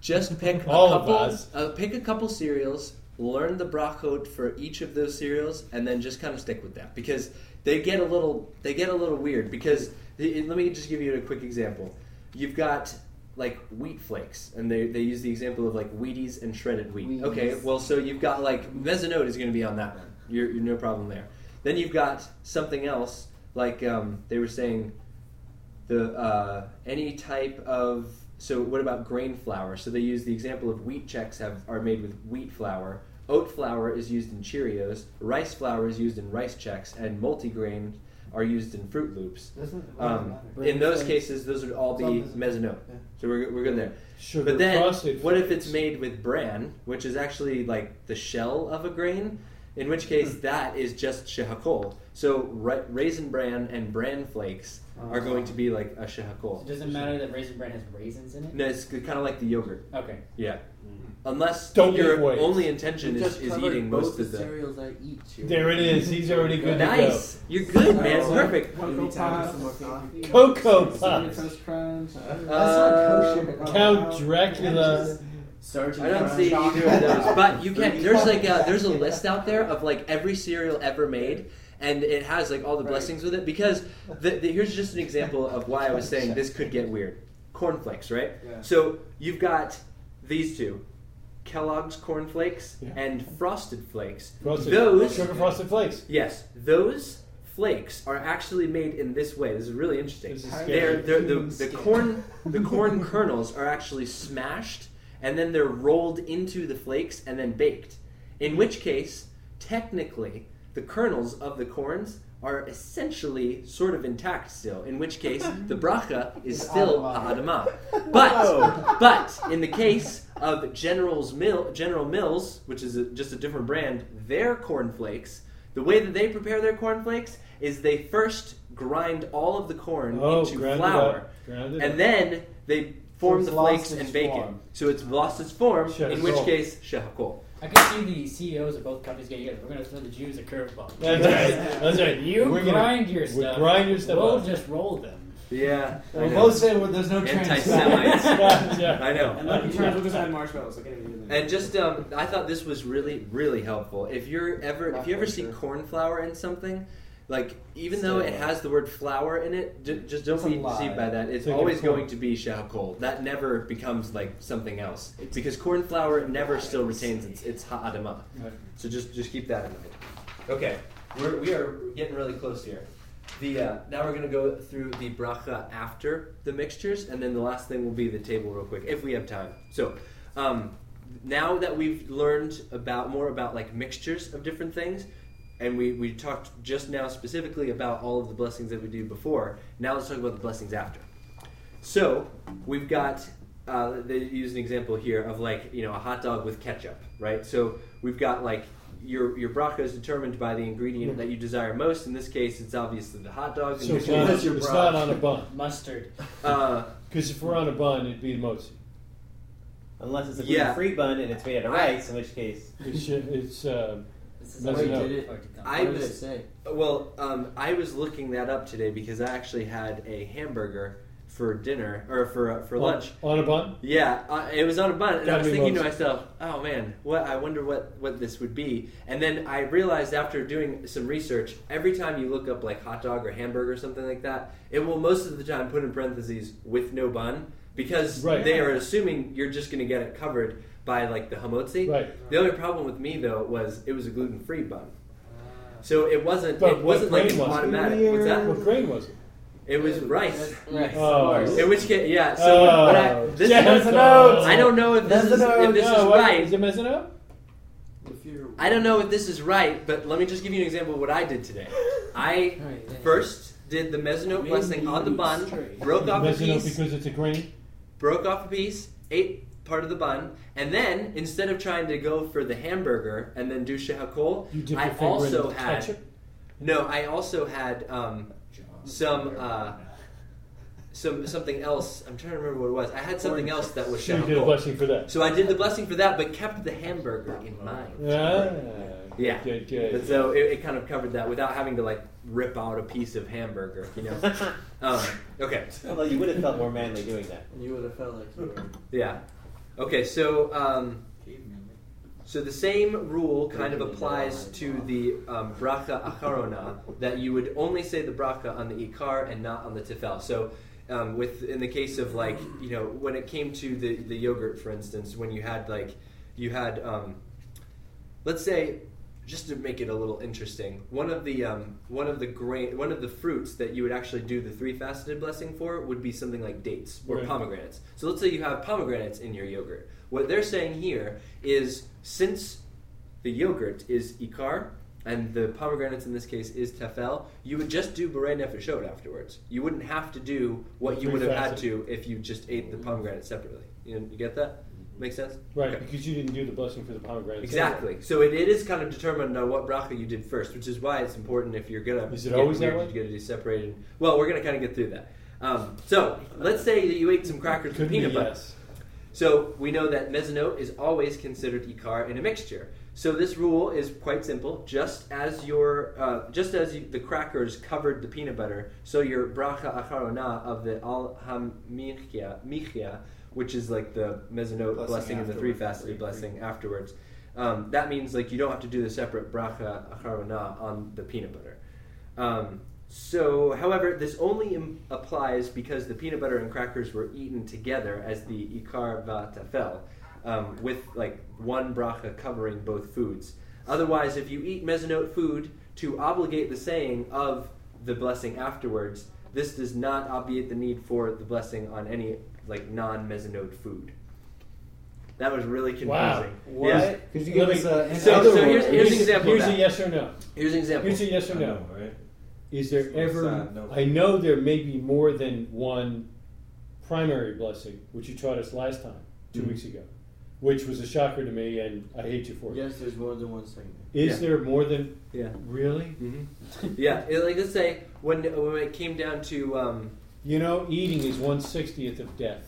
F: just pick a
A: All of
F: couple.
A: us.
F: Uh, pick a couple cereals. Learn the brachot for each of those cereals, and then just kind of stick with that because they get a little they get a little weird. Because the- let me just give you a quick example. You've got like wheat flakes, and they, they use the example of like Wheaties and shredded wheat.
E: Wheaties.
F: Okay, well, so you've got like mezzanote is going to be on that one. You're, you're no problem there. Then you've got something else like um, they were saying the uh, any type of so what about grain flour? So they use the example of wheat checks have are made with wheat flour. Oat flour is used in Cheerios. Rice flour is used in rice checks, and multigrain are used in Fruit Loops. Um, in those cases, those would all be
E: It's all
F: mezzanote.
E: Yeah.
F: So we're, we're good there.
A: Sugar
F: But then,
A: frosted
F: what if
A: flakes.
F: it's made with bran, which is actually like the shell of a grain? In which case,
A: Hmm.
F: that is just shehakol. So ra- raisin bran and bran flakes
A: Uh-huh.
F: are going to be like a
G: So
F: shehakol.
G: does it matter that raisin bran has raisins in it?
F: No, it's kind of like the yogurt.
G: Okay.
F: Yeah. Unless
A: Don't
F: your
A: eat waste.
F: only
E: Mm-hmm. You
F: intention is,
E: just
F: is
E: covered
F: eating
E: both
F: most
E: the
F: of the.
E: cereals I eat. Chewy.
A: There it is. He's already good
F: Nice! You're good, man.
E: So-
F: Perfect.
H: Cocoa
E: time
H: Puffs.
E: for some more coffee.
A: to go. Cocoa
H: Cinnamon
A: Puffs.
H: Toast Crunch.
F: Uh,
E: That's not kosher.
A: Count Dracula.
E: Sergeant
F: I don't
E: Brown.
F: see either of those, but you can. There's like a, there's a list out there of like every cereal ever made, and it has like all the
E: Right.
F: blessings with it. Because the, the, here's just an example of why I was saying this could get weird. Cornflakes, right?
H: Yeah.
F: So you've got these two, Kellogg's Corn Flakes
A: Yeah.
F: and Frosted Flakes.
A: Frosted,
F: Those
A: sugar frosted flakes.
F: Yes, those flakes are actually made in this way. This is really interesting.
A: This is
F: they're,
A: scary.
F: they're, the, the corn the corn kernels are actually smashed and then they're rolled into the flakes and then baked. In which case, technically, the kernels of the corns are essentially sort of intact still. In which case, the bracha is
B: It's
F: still a
B: adama.
F: adama. But but in the case of General's Mill, General Mills, which is a, just a different brand, their cornflakes, the way that they prepare their cornflakes is they first grind all of the corn
A: Oh,
F: into
A: ground it
F: flour,
A: up. Ground it up.
F: and then they form
B: it's
F: the
B: lost
F: flakes
B: its
F: and bake it.
B: form.
F: So it's lost its form,
A: Shahakol.
F: in which case shahakol.
G: I can see the CEOs of both companies getting together. We're going to throw the Jews a curveball.
A: That's right. That's right.
G: You
A: We're gonna-
G: grind your
A: we
G: stuff.
A: grind your stuff
G: We'll
A: up.
G: just roll them.
F: Yeah,
B: Well, both say well, there's no
F: Anti-Semites.
A: Yeah.
F: I know.
H: And Lucky Charms will just add marshmallows. I can't even do that.
F: And just um, I thought this was really really helpful. If you're ever if you ever see corn flour in something, like even though it has the word flour in it, j- just don't
B: It's a
F: be
B: lie.
F: deceived by that. It's
A: Take it
F: always
A: full.
F: going to be shahakol. That never becomes like something else because corn flour never still retains its its ha'adama.
A: Right.
F: So just just keep that in mind. Okay, we're we are getting really close here. The uh, now we're gonna go through the bracha after the mixtures, and then the last thing will be the table real quick if we have time. So. Um, now that we've learned about more about like mixtures of different things and we, we talked just now specifically about all of the blessings that we do before now let's talk about the blessings after so we've got uh, they use an example here of like you know a hot dog with ketchup right so we've got like your your bracha is determined by the ingredient that you desire most in this case it's obviously the hot dog
A: So
F: in
A: it's
F: your
A: not,
F: case,
E: That's your
A: it's
E: bra.
A: not on a bun.
G: Mustard.
F: uh,
A: Because if we're on a bun, it'd be mostly.
D: Unless it's a
F: Yeah.
D: gluten-free bun and it's made out of rice, in which case
A: It's, it's uh,
G: This is
A: That's
G: like-
A: enough.
E: Wait, did it-
F: I
E: what did
F: was-
E: it say?
F: Well, um, I was looking that up today because I actually had a hamburger for dinner or for uh, for
A: On-
F: lunch.
A: on a bun.
F: Yeah, uh, it was on a bun, and I
A: Oh. Gotta
F: was
A: be
F: thinking to
A: roast.
F: myself, "Oh man, what? I wonder what what this would be." And then I realized after doing some research, every time you look up like hot dog or hamburger or something like that, it will most of the time put in parentheses with no bun because
A: Right.
F: they are assuming you're just going to get it covered by like the hamotzi.
A: Right.
F: The only problem with me though was it was a gluten free bun, so it wasn't
A: But
F: it
A: what
F: wasn't like
A: grain
F: an
A: was it?
F: automatic. What's that?
A: What grain was it?
F: It was rice.
C: Right.
A: Oh.
F: In which case, yeah. So
A: Oh.
F: when I, this
A: Yes,
F: was-
A: no.
F: I don't know if this is, if this
A: No,
F: is
A: what-
F: right.
A: Is it messing up?
E: If you're,
F: I don't know if this is right, but let me just give you an example of what I did today. I first did the mezzanote blessing on the bun, broke off a
A: Messing up
F: piece,
A: because it's a grain.
F: broke off a piece, ate part of the bun, and then instead of trying to go for the hamburger and then do shahakol,
A: You dip
F: I
A: your finger
F: also
A: in the
F: had-
A: ketchup.
F: no, I also had um, some uh, some something else. I'm trying to remember what it was. I had something else that was
A: So you did a
F: shahakol.
A: blessing for that.
F: So I did the blessing for that, but kept the hamburger in mind.
A: Ah, Yeah.
F: Yeah.
A: Good,
F: But
A: good.
F: so it, it kind of covered that without having to like rip out a piece of hamburger, you know. um, okay,
D: Although you would have felt more manly doing that.
E: you would have felt like you were.
F: yeah, okay. So um, so the same rule kind of applies to the um, bracha acharona that you would only say the bracha on the ikar and not on the tefel. So um, with in the case of like you know when it came to the the yogurt, for instance, when you had like you had um, let's say just to make it a little interesting one of the um, one of the grain one of the fruits that you would actually do the three faceted blessing for would be something like dates or
A: Right.
F: pomegranates so let's say you have pomegranates in your yogurt what they're saying here is since the yogurt is ikar and the pomegranates in this case is tefel you would just do berei nefeshot afterwards you wouldn't have to do what you
A: Three
F: would have had
A: faceted.
F: to if you just ate the pomegranate separately you, you get that make sense
A: Right,
F: Okay.
A: because you didn't do the blessing for the pomegranate.
F: Exactly. So it, it is kind of determined on what bracha you did first, which is why it's important if you're gonna.
A: Is it always that
F: weird,
A: way?
F: You gotta do separated. Well, we're gonna kind of get through that. Um, so let's say that you ate some crackers
A: Could
F: with
A: be
F: peanut butter.
A: yes.
F: So we know that mezzanote is always considered ikar in a mixture. So this rule is quite simple. Just as your, uh, just as you, the crackers covered the peanut butter, so your bracha acharona of the al hamichia, michia, which is like the mezzanote blessing,
E: Blessing
F: and the
E: afterward.
F: three faceted blessing afterwards. Um, that means like you don't have to do the separate bracha acharona on the peanut butter. Um, so, however, this only im- applies because the peanut butter and crackers were eaten together as the ikar va tafel, um, with like one bracha covering both foods. Otherwise, if you eat mezzanote food to obligate the saying of the blessing afterwards, this does not obviate the need for the blessing on any like non mezzanote food. That was really confusing.
A: Wow.
F: What?
E: Could you
A: Let
E: give
A: me-
E: us a, an
F: So-
E: other
F: so
E: one?
F: here's- here's an example of
A: Here's a
F: that.
A: yes or no.
F: Here's an example.
A: Here's a yes or no.
B: right?
A: Is there
B: It's
A: ever,
B: sad, no.
A: I know there may be more than one primary blessing, which you taught us last time, 2
F: Mhm.
A: weeks ago, which was a shocker to me, and I hate you for it. Is
E: Yes, there's more than one segment.
A: there more than
F: Yeah.
A: really?
F: Mm-hmm. yeah, it- like let's say when when it came down to um,
A: You know, eating is one sixtieth of death.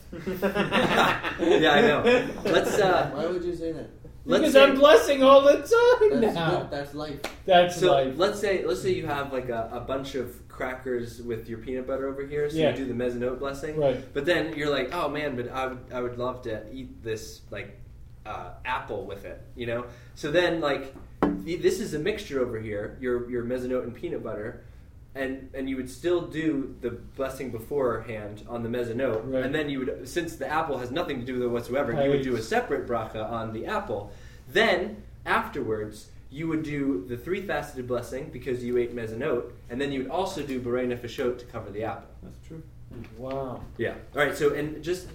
F: yeah, I know. Let's uh,
E: Why would you say that?
F: let's
A: because
F: say,
A: I'm blessing all the time
E: That's,
A: now.
E: that's life.
A: That's
F: so
A: life.
F: let's say let's say you have like a, a bunch of crackers with your peanut butter over here, so
A: Yeah.
F: you do the mezzanote blessing.
A: Right.
F: But then you're like, oh man, but I would I would love to eat this like uh, apple with it, you know. So then like th- this is a mixture over here, your your mezzanote and peanut butter. And, and you would still do the blessing beforehand on the mezzanote,
A: Right.
F: and then you would since the apple has nothing to do with it whatsoever,
A: I
F: you would
A: would-
F: do a separate bracha on the apple. Then afterwards, you would do the three faceted blessing because you ate mezzanote, and then you would also do berei nefeshot to cover the apple.
E: That's true.
A: Wow.
F: Yeah. All right. So, and just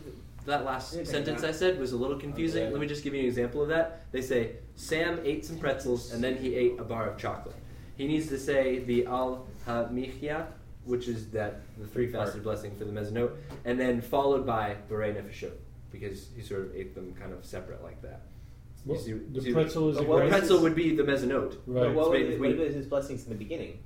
F: that last
H: Yeah, take
F: sentence
H: that.
F: I said was a little confusing.
A: Okay.
F: Let me just give you an example of that. They say Sam ate some pretzels and then he ate a bar of chocolate. He needs to say the al hamichia, which is that the three faceted blessing for the mezzanote, and then followed by berei nefeshot because he sort of ate them kind of separate like that. You
A: Well,
F: see-
A: the
F: see-
A: pretzel is
D: but
A: a
D: what
A: grain.
D: pretzel-
F: pretzel would be the mezzanote.
D: But
A: Right.
D: what
F: It's made
D: would
F: with
D: what
F: wheat.
D: about his blessings in the beginning?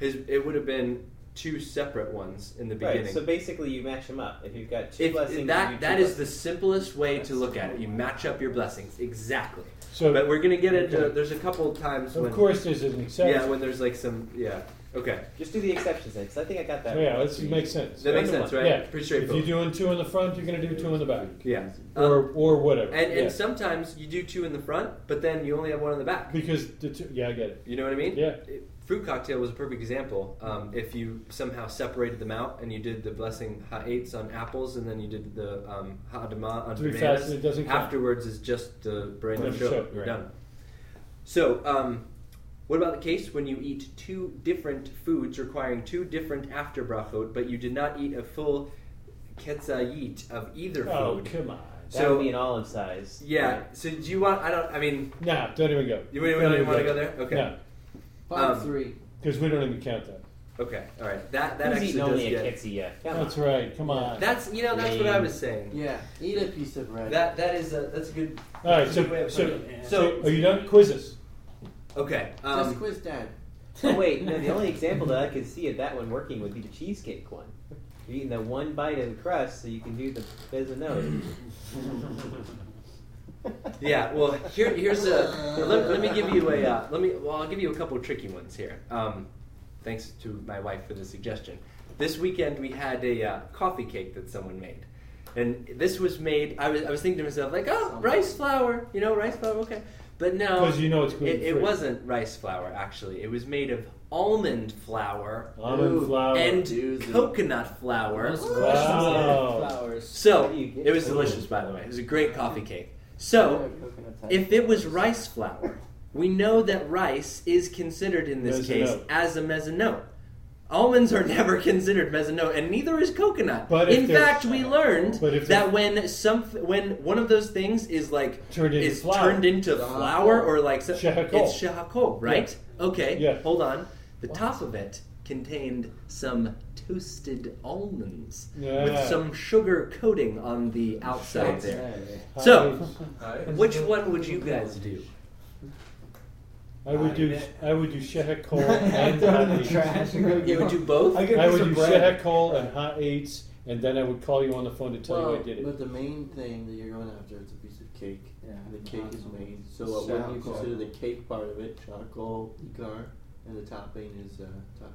F: His it would have been two separate ones in the beginning.
D: Right. So basically, you match them up. If you've got two
F: If-
D: blessings, you
F: that
D: do
F: that
D: two
F: is the
D: blessings.
F: simplest way to look at it. You match up your blessings exactly.
A: So
F: but we're gonna get into.
A: Okay.
F: There's a couple times
A: of
F: when
A: course there's an exception.
F: yeah, when there's like some yeah. Okay,
D: Just do the exceptions then, because I think I got that.
A: Yeah,
D: right.
A: it makes sense.
F: that makes
D: Random
F: sense,
D: one.
F: right?
A: Yeah.
F: Pretty
A: If you're
F: straightforward.
A: doing two in the front, you're going to do two in the back,
F: yeah, Um,
A: or or whatever.
F: and and
A: yeah.
F: sometimes you do two in the front, but then you only have one in the back.
A: because the two, yeah, I get it.
F: You know what I mean?
A: Yeah.
F: It- Fruit cocktail was a perfect example. Um, if you somehow separated them out and you did the blessing ha eights on apples and then you did the um, ha dama on
A: Three
F: bananas,
A: fast, it doesn't count.
F: afterwards is just the brand new
A: Brand new
F: show.
A: show,
F: You're
A: right.
F: done. So, um, what about the case when you eat two different foods requiring two different after brachot, but you did not eat a full ketzayit of either
A: Oh
F: food?
A: come on!
D: That
F: So-
D: would be an olive size.
F: Yeah.
D: Right.
F: So, do you want? I don't. I mean,
A: No, don't even go.
F: you, we don't even want to go there. Okay.
A: No,
E: Part
F: Um,
E: three.
A: because we don't even count that.
F: Okay. All right. That that
D: Who's
F: actually
D: eating
F: does
D: only
F: get.
D: a Kitsy yet? Come on.
A: That's right. Come on.
F: That's you know that's what I was saying.
E: Yeah, eat a piece of bread.
F: That that is a that's a good.
A: All right.
F: that's a good way
A: So
F: of
A: so
F: putting it.
A: so
F: so
A: are you done? Quizzes.
F: okay.
E: Just
F: Um,
E: quiz dad.
D: Oh, wait, no, the only example that I could see of that one working would be the cheesecake one. You're eating the one bite of the crust so you can do the bezanose.
F: yeah. Well, here here's a let, let me give you a uh, let me well I'll give you a couple tricky ones here. Um, thanks to my wife for the suggestion. This weekend we had a uh, coffee cake that someone made. And this was made. I was, I was thinking to myself, like, oh, rice flour, you know, rice flour, okay. But no,
A: Because you know it's
F: It,
A: gluten
F: it
A: free.
F: wasn't rice flour, actually. It was made of almond flour
A: almond
E: Ooh,
A: flour.
F: and
E: doozy.
F: coconut flour.
A: Wow.
F: So
D: What do you get?
F: it was delicious, by the way. It was a great coffee cake. So
C: Coconut type.
F: if it was rice flour, we know that rice is considered in this case
A: Mezzanote.
F: as a mezzanote. Almonds are never considered mezzanote, and neither is coconut.
A: But if
F: in
A: they're-
F: fact, we learned
A: But if
F: that when some when one of those things is like
A: Turned into
F: is
A: flour.
F: turned into
E: Shahakol.
F: flour or like so,
A: Shahakol.
F: it's shahakol, right? Okay,
A: Yeah.
F: hold on. The top of it contained some toasted almonds with
A: Yeah.
F: some sugar coating on the outside
A: Shit.
F: there.
A: I-
F: So, Which one would you guys do?
A: I would do I would do shehakol and
B: Throw it in
A: hot
B: the
A: eights.
B: trash and go
F: You
B: get
F: would do both.
B: I get
A: I
B: a
A: would
B: piece
A: do
B: of bread.
A: shehakol and hot eights, and then I would call you on the phone to tell
E: well,
A: you I did it.
E: but the main thing that you're going after is a piece of cake.
H: Yeah.
E: The cake is made. So what would you consider the cake part of it? Charcoal, igar, and the topping is uh, top.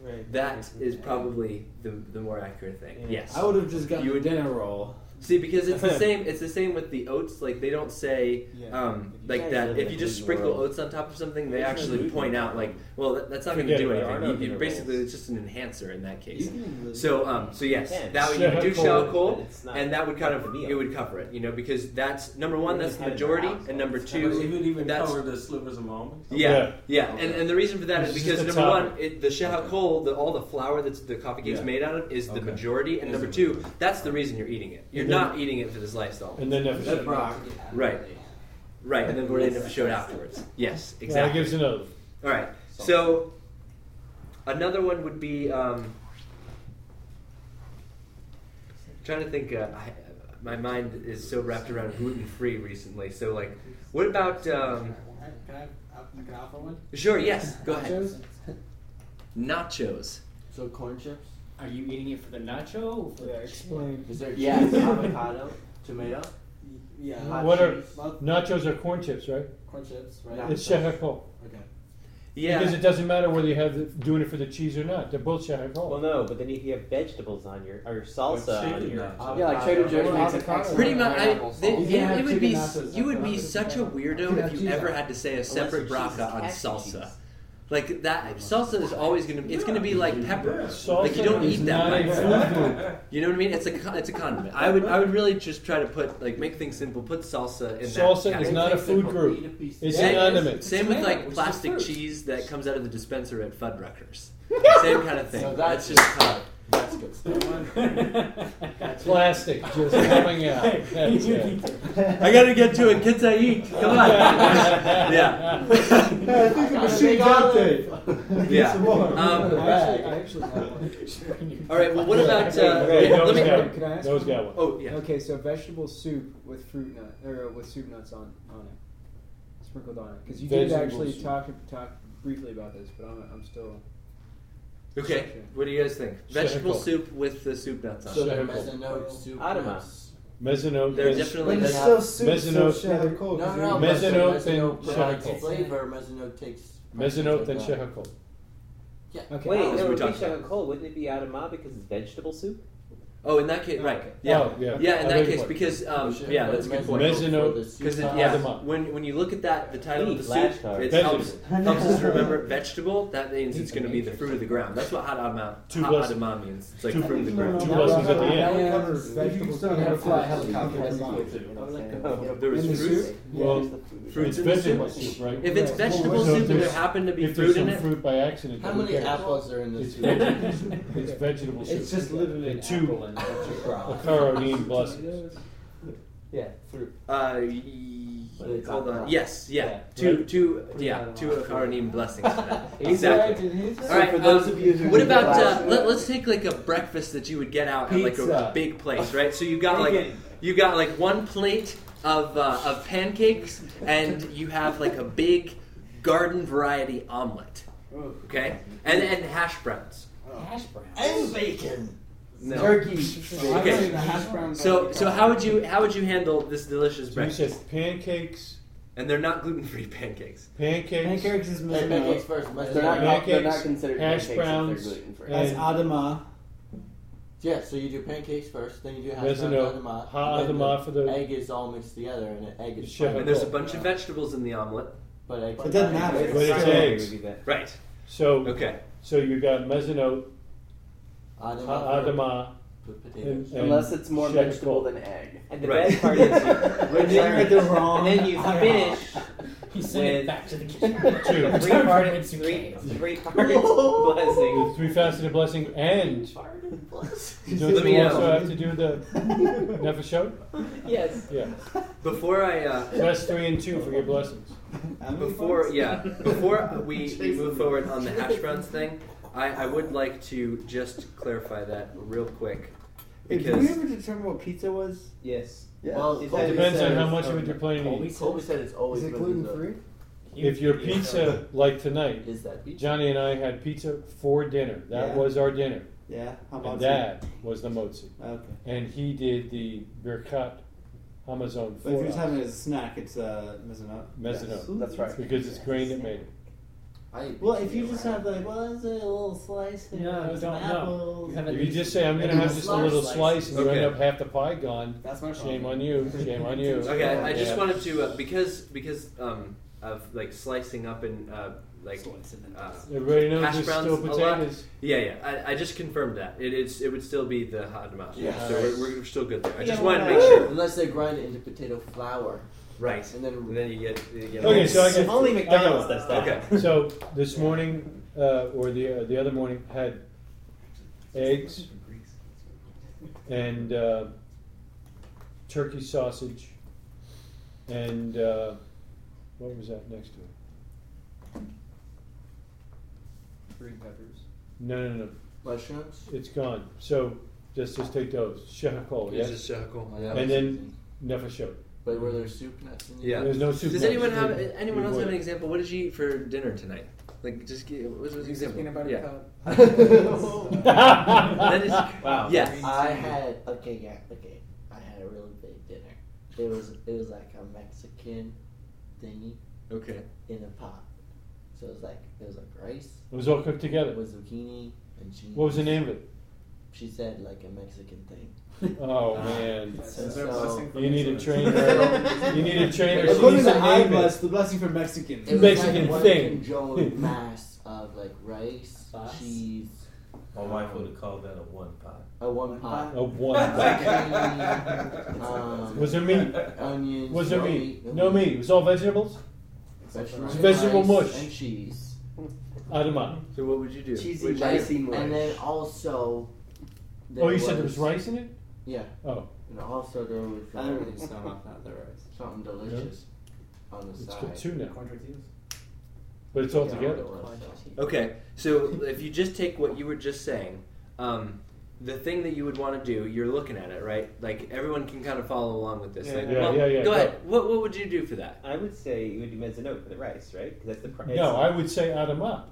D: Right.
F: That is probably the, the more accurate thing.
D: Yeah.
F: Yes.
B: I would have just gotten
F: You would-
B: the dinner roll.
F: See, because it's the same. It's the same with the oats. Like they don't say
E: Yeah.
F: um,
D: If you
F: like
D: guys
F: that.
D: live
F: If
D: in
F: you
D: a
F: just
D: gluten
F: sprinkle
D: world-
F: oats on top of something,
D: There's
F: they
D: no
F: actually
D: gluten
F: point out
D: world.
F: like, well, that, that's not going to
A: Forget
F: do
A: it, there are
F: anything.
A: no
F: You- you-
D: gluten
F: basically,
D: worlds.
F: it's just an enhancer in that case.
E: can
F: So, um, so yes,
D: Yeah.
F: that would, you would do
A: Shell
F: shell
A: coal,
D: but
F: coal,
D: it's not
F: and that would kind
D: like
F: of
D: the meal.
F: it would cover it, you know, because that's number one,
D: We
F: that's
D: just
F: the
D: had it in
F: majority,
D: our house.
F: and number
D: But it
F: two, that's
I: the slivers of almonds?
F: yeah, yeah,
E: Okay.
F: and and the reason for that is
A: It's
F: because
A: just the
F: number
A: topping.
F: one, it, the shell coal, the, all the flour that's the coffee cake's
I: Yeah.
F: made out of is the
I: Okay.
F: majority, and
I: Is
F: number
I: the
F: two, that's the reason you're eating it. You're
A: And then-
F: not eating it for the sliced almonds,
A: And then if
E: That rock.
F: right? Right, and then we're gonna show it afterwards. Yes,
A: that
F: exactly.
A: gives another.
F: All right. So another one would be um, trying to think. Uh, I, my mind is so wrapped around gluten free recently. So like, what about? Um,
H: Can I, have, can I offer one?
F: sure. Yes. Go ahead.
H: Nachos?
F: Nachos.
E: So corn chips.
G: Are you eating it for the nacho? Or
B: Explain.
E: Is there
C: Yeah.
E: cheese, avocado, tomato?
H: Yeah.
E: Hot
A: What are
E: cheese.
H: Love
A: nachos are corn chips, right?
H: corn chips, right?
E: Yeah.
A: It's shehakol.
H: Okay.
F: Yeah.
A: Because it doesn't matter whether you have the, doing it for the cheese or not. They're both shahakol.
D: Well, no, but then if you have vegetables on your or salsa on your,
C: yeah, like Trader Joe's
B: Avocado.
C: makes an excellent
F: Pretty much, I,
C: pineapple
F: they,
C: sauce.
B: You can
F: it,
B: have
F: it would
B: chicken
F: be
B: nachos, that's
F: you would
B: what
F: be
B: I'm
F: such a
B: thinking. You
F: weirdo
B: can
F: if
B: have
F: you
B: cheese
F: ever
B: on it.
F: had to say a
D: your
F: separate bracha on
D: cheese is
F: salsa.
D: cashew
F: Like that salsa is always gonna it's gonna be like pepper.
A: Salsa
F: Like you don't
A: is
F: eat that
A: not a
F: much.
A: food group.
F: You know what I mean? It's a con- it's a condiment. I would I would really just try to put like make things simple. Put salsa in that.
A: Salsa is
F: category.
A: not a food
E: Simple.
A: group.
E: Eat a piece.
A: It's
F: Same-
A: an condiment.
F: Same with
H: tomato,
F: like
H: which is
F: plastic
H: fruit.
F: cheese that comes out of the dispenser at Fuddruckers. Same kind of thing.
E: So that's
F: that's just
E: That's good stuff.
A: Plastic just coming out. That's it.
F: I gotta get to it. Kids, I eat. Come on. yeah.
B: I think the machine's out there.
F: Yeah.
B: Some more.
F: Um,
B: I actually, I actually have one.
F: All right. Well, what about? Uh,
A: Hey,
F: wait,
A: Noah's
F: let
A: got
F: me.
A: one.
B: Can I ask
A: Noah's
B: one?
A: got one.
F: Oh yeah.
B: Okay, so vegetable soup with fruit nut or uh, with soup nuts on on it, sprinkled on it. Because you did
A: Vegetable
B: actually
A: soup.
B: talk talk briefly about this, but I'm, I'm still.
F: Okay. What do you guys think? Vegetable
A: Shahakol.
F: soup with the soup nuts on.
E: So
F: it.
E: there
A: Shahakol.
E: was a note soup.
D: Adama.
E: nuts.
A: Mezzanote.
F: They're
A: is-
F: definitely.
E: But it's
F: not-
A: Mezzanote.
E: No, no,
A: Mezzanote
E: mezzanote
A: and
E: but like
A: shahakol.
E: flavor. Mezzanote takes.
A: Mezzanote and
E: Like that.
A: shehakol.
E: Yeah.
B: Okay.
D: Wait,
F: we
D: no,
F: talked
D: fish
F: about.
D: on cold. Wouldn't it be adama because it's vegetable soup?
F: Oh, in that case, right?
E: Okay.
F: Yeah,
A: Oh, yeah.
F: yeah. In
A: I
F: that
A: beg your
F: case,
A: pardon.
F: because um, yeah, that's a good point.
A: Mezzanine.
F: Because
A: Uh,
F: yeah,
A: Adama.
F: when when you look at that, the title
D: We
F: of the
D: need
F: soup,
D: flashcards.
F: it
A: Vegetable.
F: helps, helps us to remember vegetable. That means it's going to be the fruit of the ground. That's what hot adama,
A: Two
F: hot
A: plus-
F: adama means. It's like
A: two-
F: fruit of the
A: no,
F: ground.
A: Two lessons at the end.
F: There was
B: In the
F: fruit.
B: soup?
A: Well,
F: Fruits
A: It's
F: in the
A: vegetable
F: soup.
A: soup, right?
F: If it's
B: Right.
F: vegetable
A: So
F: soup and there
A: there's-
F: happened to be
A: If there's
F: fruit in
A: some
F: it,
A: fruit by accident,
E: How
A: then we
E: many
A: can't-
E: apples are in this?
A: It's
E: soup?
A: vegetable, it's vegetable soup.
G: It's just literally an
A: Two.
G: apple and that's your problem.
A: Carolina blossoms.
E: Yeah, fruit.
F: uh,
E: But it's
F: hold
E: not
F: on.
E: hot.
F: Yes, yeah,
D: Yeah.
F: two, two, yeah,
D: on
F: two
D: hot.
F: Akaronim blessings. for that.
D: It's
F: exactly.
E: All
F: All right.
E: For
F: um,
E: those of you who
F: What
E: need
F: about
E: glasses-
F: uh, let, let's take like a breakfast that you would get out at like a
E: Pizza.
F: big place, right? So you got like
H: Bacon.
F: you got like one plate of uh, of pancakes, and you have like a big garden variety omelet,
H: Oh,
F: okay? And and hash browns.
H: oh.
G: Hash brown.
E: and bacon,
F: No.
E: turkey.
H: I
F: Okay.
H: say the hash browns
F: So
H: are-
F: so how would you how would you handle this delicious
A: So you
F: breakfast?
A: said pancakes,
F: And they're not gluten free pancakes.
A: pancakes,
G: Pancakes is
E: Hey,
G: Mizuno.
E: pancakes first. mustard.
C: They're not, called, they're not
A: Pancakes,
C: considered
A: hash
C: pancakes
A: browns,
C: if they're gluten free.
A: and-
G: That's Adama.
E: Yeah, so you do pancakes first, then you do hash brown
A: Mezzano,
E: adama.
A: hot
E: and then
A: adama for
E: the
A: the
E: Egg is all mixed together, and an egg is
A: Sure.
E: fried,
F: And there's a bunch of vegetables in the omelet.
E: but eggs.
G: It doesn't matter.
A: But it's eggs.
F: Right.
A: So,
F: Okay.
A: so you got mezzanote,
E: Adama. for
A: adama,
E: p- potatoes.
A: and, and
C: Unless it's more
A: shekel.
C: vegetable than egg.
D: And the
F: Right.
D: best part is,
G: And then you get the wrong.
D: and then you
G: IHOP.
D: finish
G: You send it
D: with-
G: back to the kitchen.
A: Two.
D: the three part, three, three part blessing.
A: The three faceted blessing and
F: Let
A: don't
F: me
A: you
F: know.
A: also have to do the nefashot?
D: Yes.
A: Yeah.
F: Before I uh,
A: That's three and two for your blessings.
F: before yeah before we, we move forward on the hash browns thing, I, I would like to just clarify that real quick
B: Did we
F: because
B: ever determine what pizza was?
D: Yes.
E: Well,
D: Is
E: Colby
D: that-
A: Depends on
E: said
A: how
E: it's-
A: much of it you're planning to
E: Colby
A: eat.
E: said- Colby said it's always
B: Is it
E: been
B: gluten
E: the-
B: free?
A: If your pizza, like tonight,
E: Is that pizza?
A: Johnny and I had pizza for dinner. That
B: Yeah.
A: was our dinner.
B: Yeah. How
A: And
B: about
A: that was the motzi.
B: Okay.
A: And he did the Birkat Hamazon
B: But if you're
A: for
B: just
A: us.
B: having it as a snack, it's uh, messing up.
A: Mezzanote.
C: That's right.
A: Because it's grain that made it.
E: I eat
B: Well,
E: pizza
B: if you
E: every
B: just
E: night.
B: have like, well, it's a little slice and
G: No,
B: some
G: don't know.
B: apples.
G: You have
A: If you just say, I'm going to have just a little slice and you end
F: Okay.
A: up half the pie gone,
H: That's my problem.
A: shame on you, shame on you.
F: okay I just
A: Yeah.
F: wanted to uh, because because um, of like slicing up and uh, like uh,
A: Everybody knows
F: Hash
A: there's
F: browns
A: still
F: a lot.
A: potatoes.
F: yeah yeah I, I just confirmed that it is it would still be the hot amount.
E: Yeah.
F: So we're, we're still good there. I
D: Yeah,
F: just
D: why
F: wanted to
D: not?
F: make sure.
E: Unless they grind it into potato flour,
F: Right.
E: and then
F: And then you get, you get
A: Okay, so I get-
D: only
A: I got
D: McDonald's
A: one.
D: does that.
F: Okay.
A: So this morning, uh, or the uh, the other morning, had eggs and uh, turkey sausage, and uh, what was that next to it?
B: Green peppers.
A: No, no, no,
E: mushrooms.
A: it's gone. So just just take those shekel, yes,
F: Just, uh, cool.
A: and then nefeshot.
E: But were there soup nuts in
F: Yeah.
A: There's no soup.
F: Does
A: left.
F: anyone have anyone
A: We
F: else have
A: would.
F: an example? What did you eat for dinner tonight? Like just give, what was an
H: You said
F: example?
H: peanut butter
F: yeah.
H: cup.
F: That is
D: Wow.
F: yes.
E: I had okay, yeah, okay. I had a really big dinner. It was it was like a Mexican thingy
F: Okay.
E: in a pot. So it was like it was like rice
A: It was all cooked together.
E: with zucchini and cheese.
A: What was the name of it?
E: She said like a Mexican thing.
A: Oh man,
H: That's
E: So-
H: their blessing from
A: you need a
H: Israel.
A: trainer. you need a trainer. She
B: According
A: needs
B: to
A: a name it.
B: IBUS, the blessing for Mexicans.
E: It was
A: Mexican
E: like one
A: thing.
E: conjoined mass of like rice,
G: Sauce?
E: cheese,
I: My wife would have called that a one pot.
E: a one pot.
A: A one.
E: Zucchini, um,
A: Was there meat?
E: onions?
A: Was
E: no
A: there meat? No meat. It was all vegetables.
E: Vegetable,
A: Vegetable
E: rice,
A: mush.
E: and cheese.
A: Adama.
F: So what would you do?
C: Cheesy,
F: Would you-
C: dicey mush.
E: And then also.
A: Oh, you said there was rice in it.
E: Yeah.
A: Oh.
E: And also there was
B: I
E: uh,
B: don't really sound off that the rice.
E: something delicious on the
A: It's
E: side.
A: called two now,
H: Contratios.
A: but it's
E: Yeah,
A: all together.
E: it was, so.
F: Okay. So if you just take what you were just saying, um, the thing that you would want to do, you're looking at it, right? Like everyone can kind of follow along with this.
B: Yeah,
F: like,
A: yeah,
F: well,
A: yeah, yeah,
F: Go
A: go.
F: ahead. What what would you do for that?
D: I would say you would do mezzanote for the rice, right? 'Cause that's the pri- it's-
A: No, I would say Adama.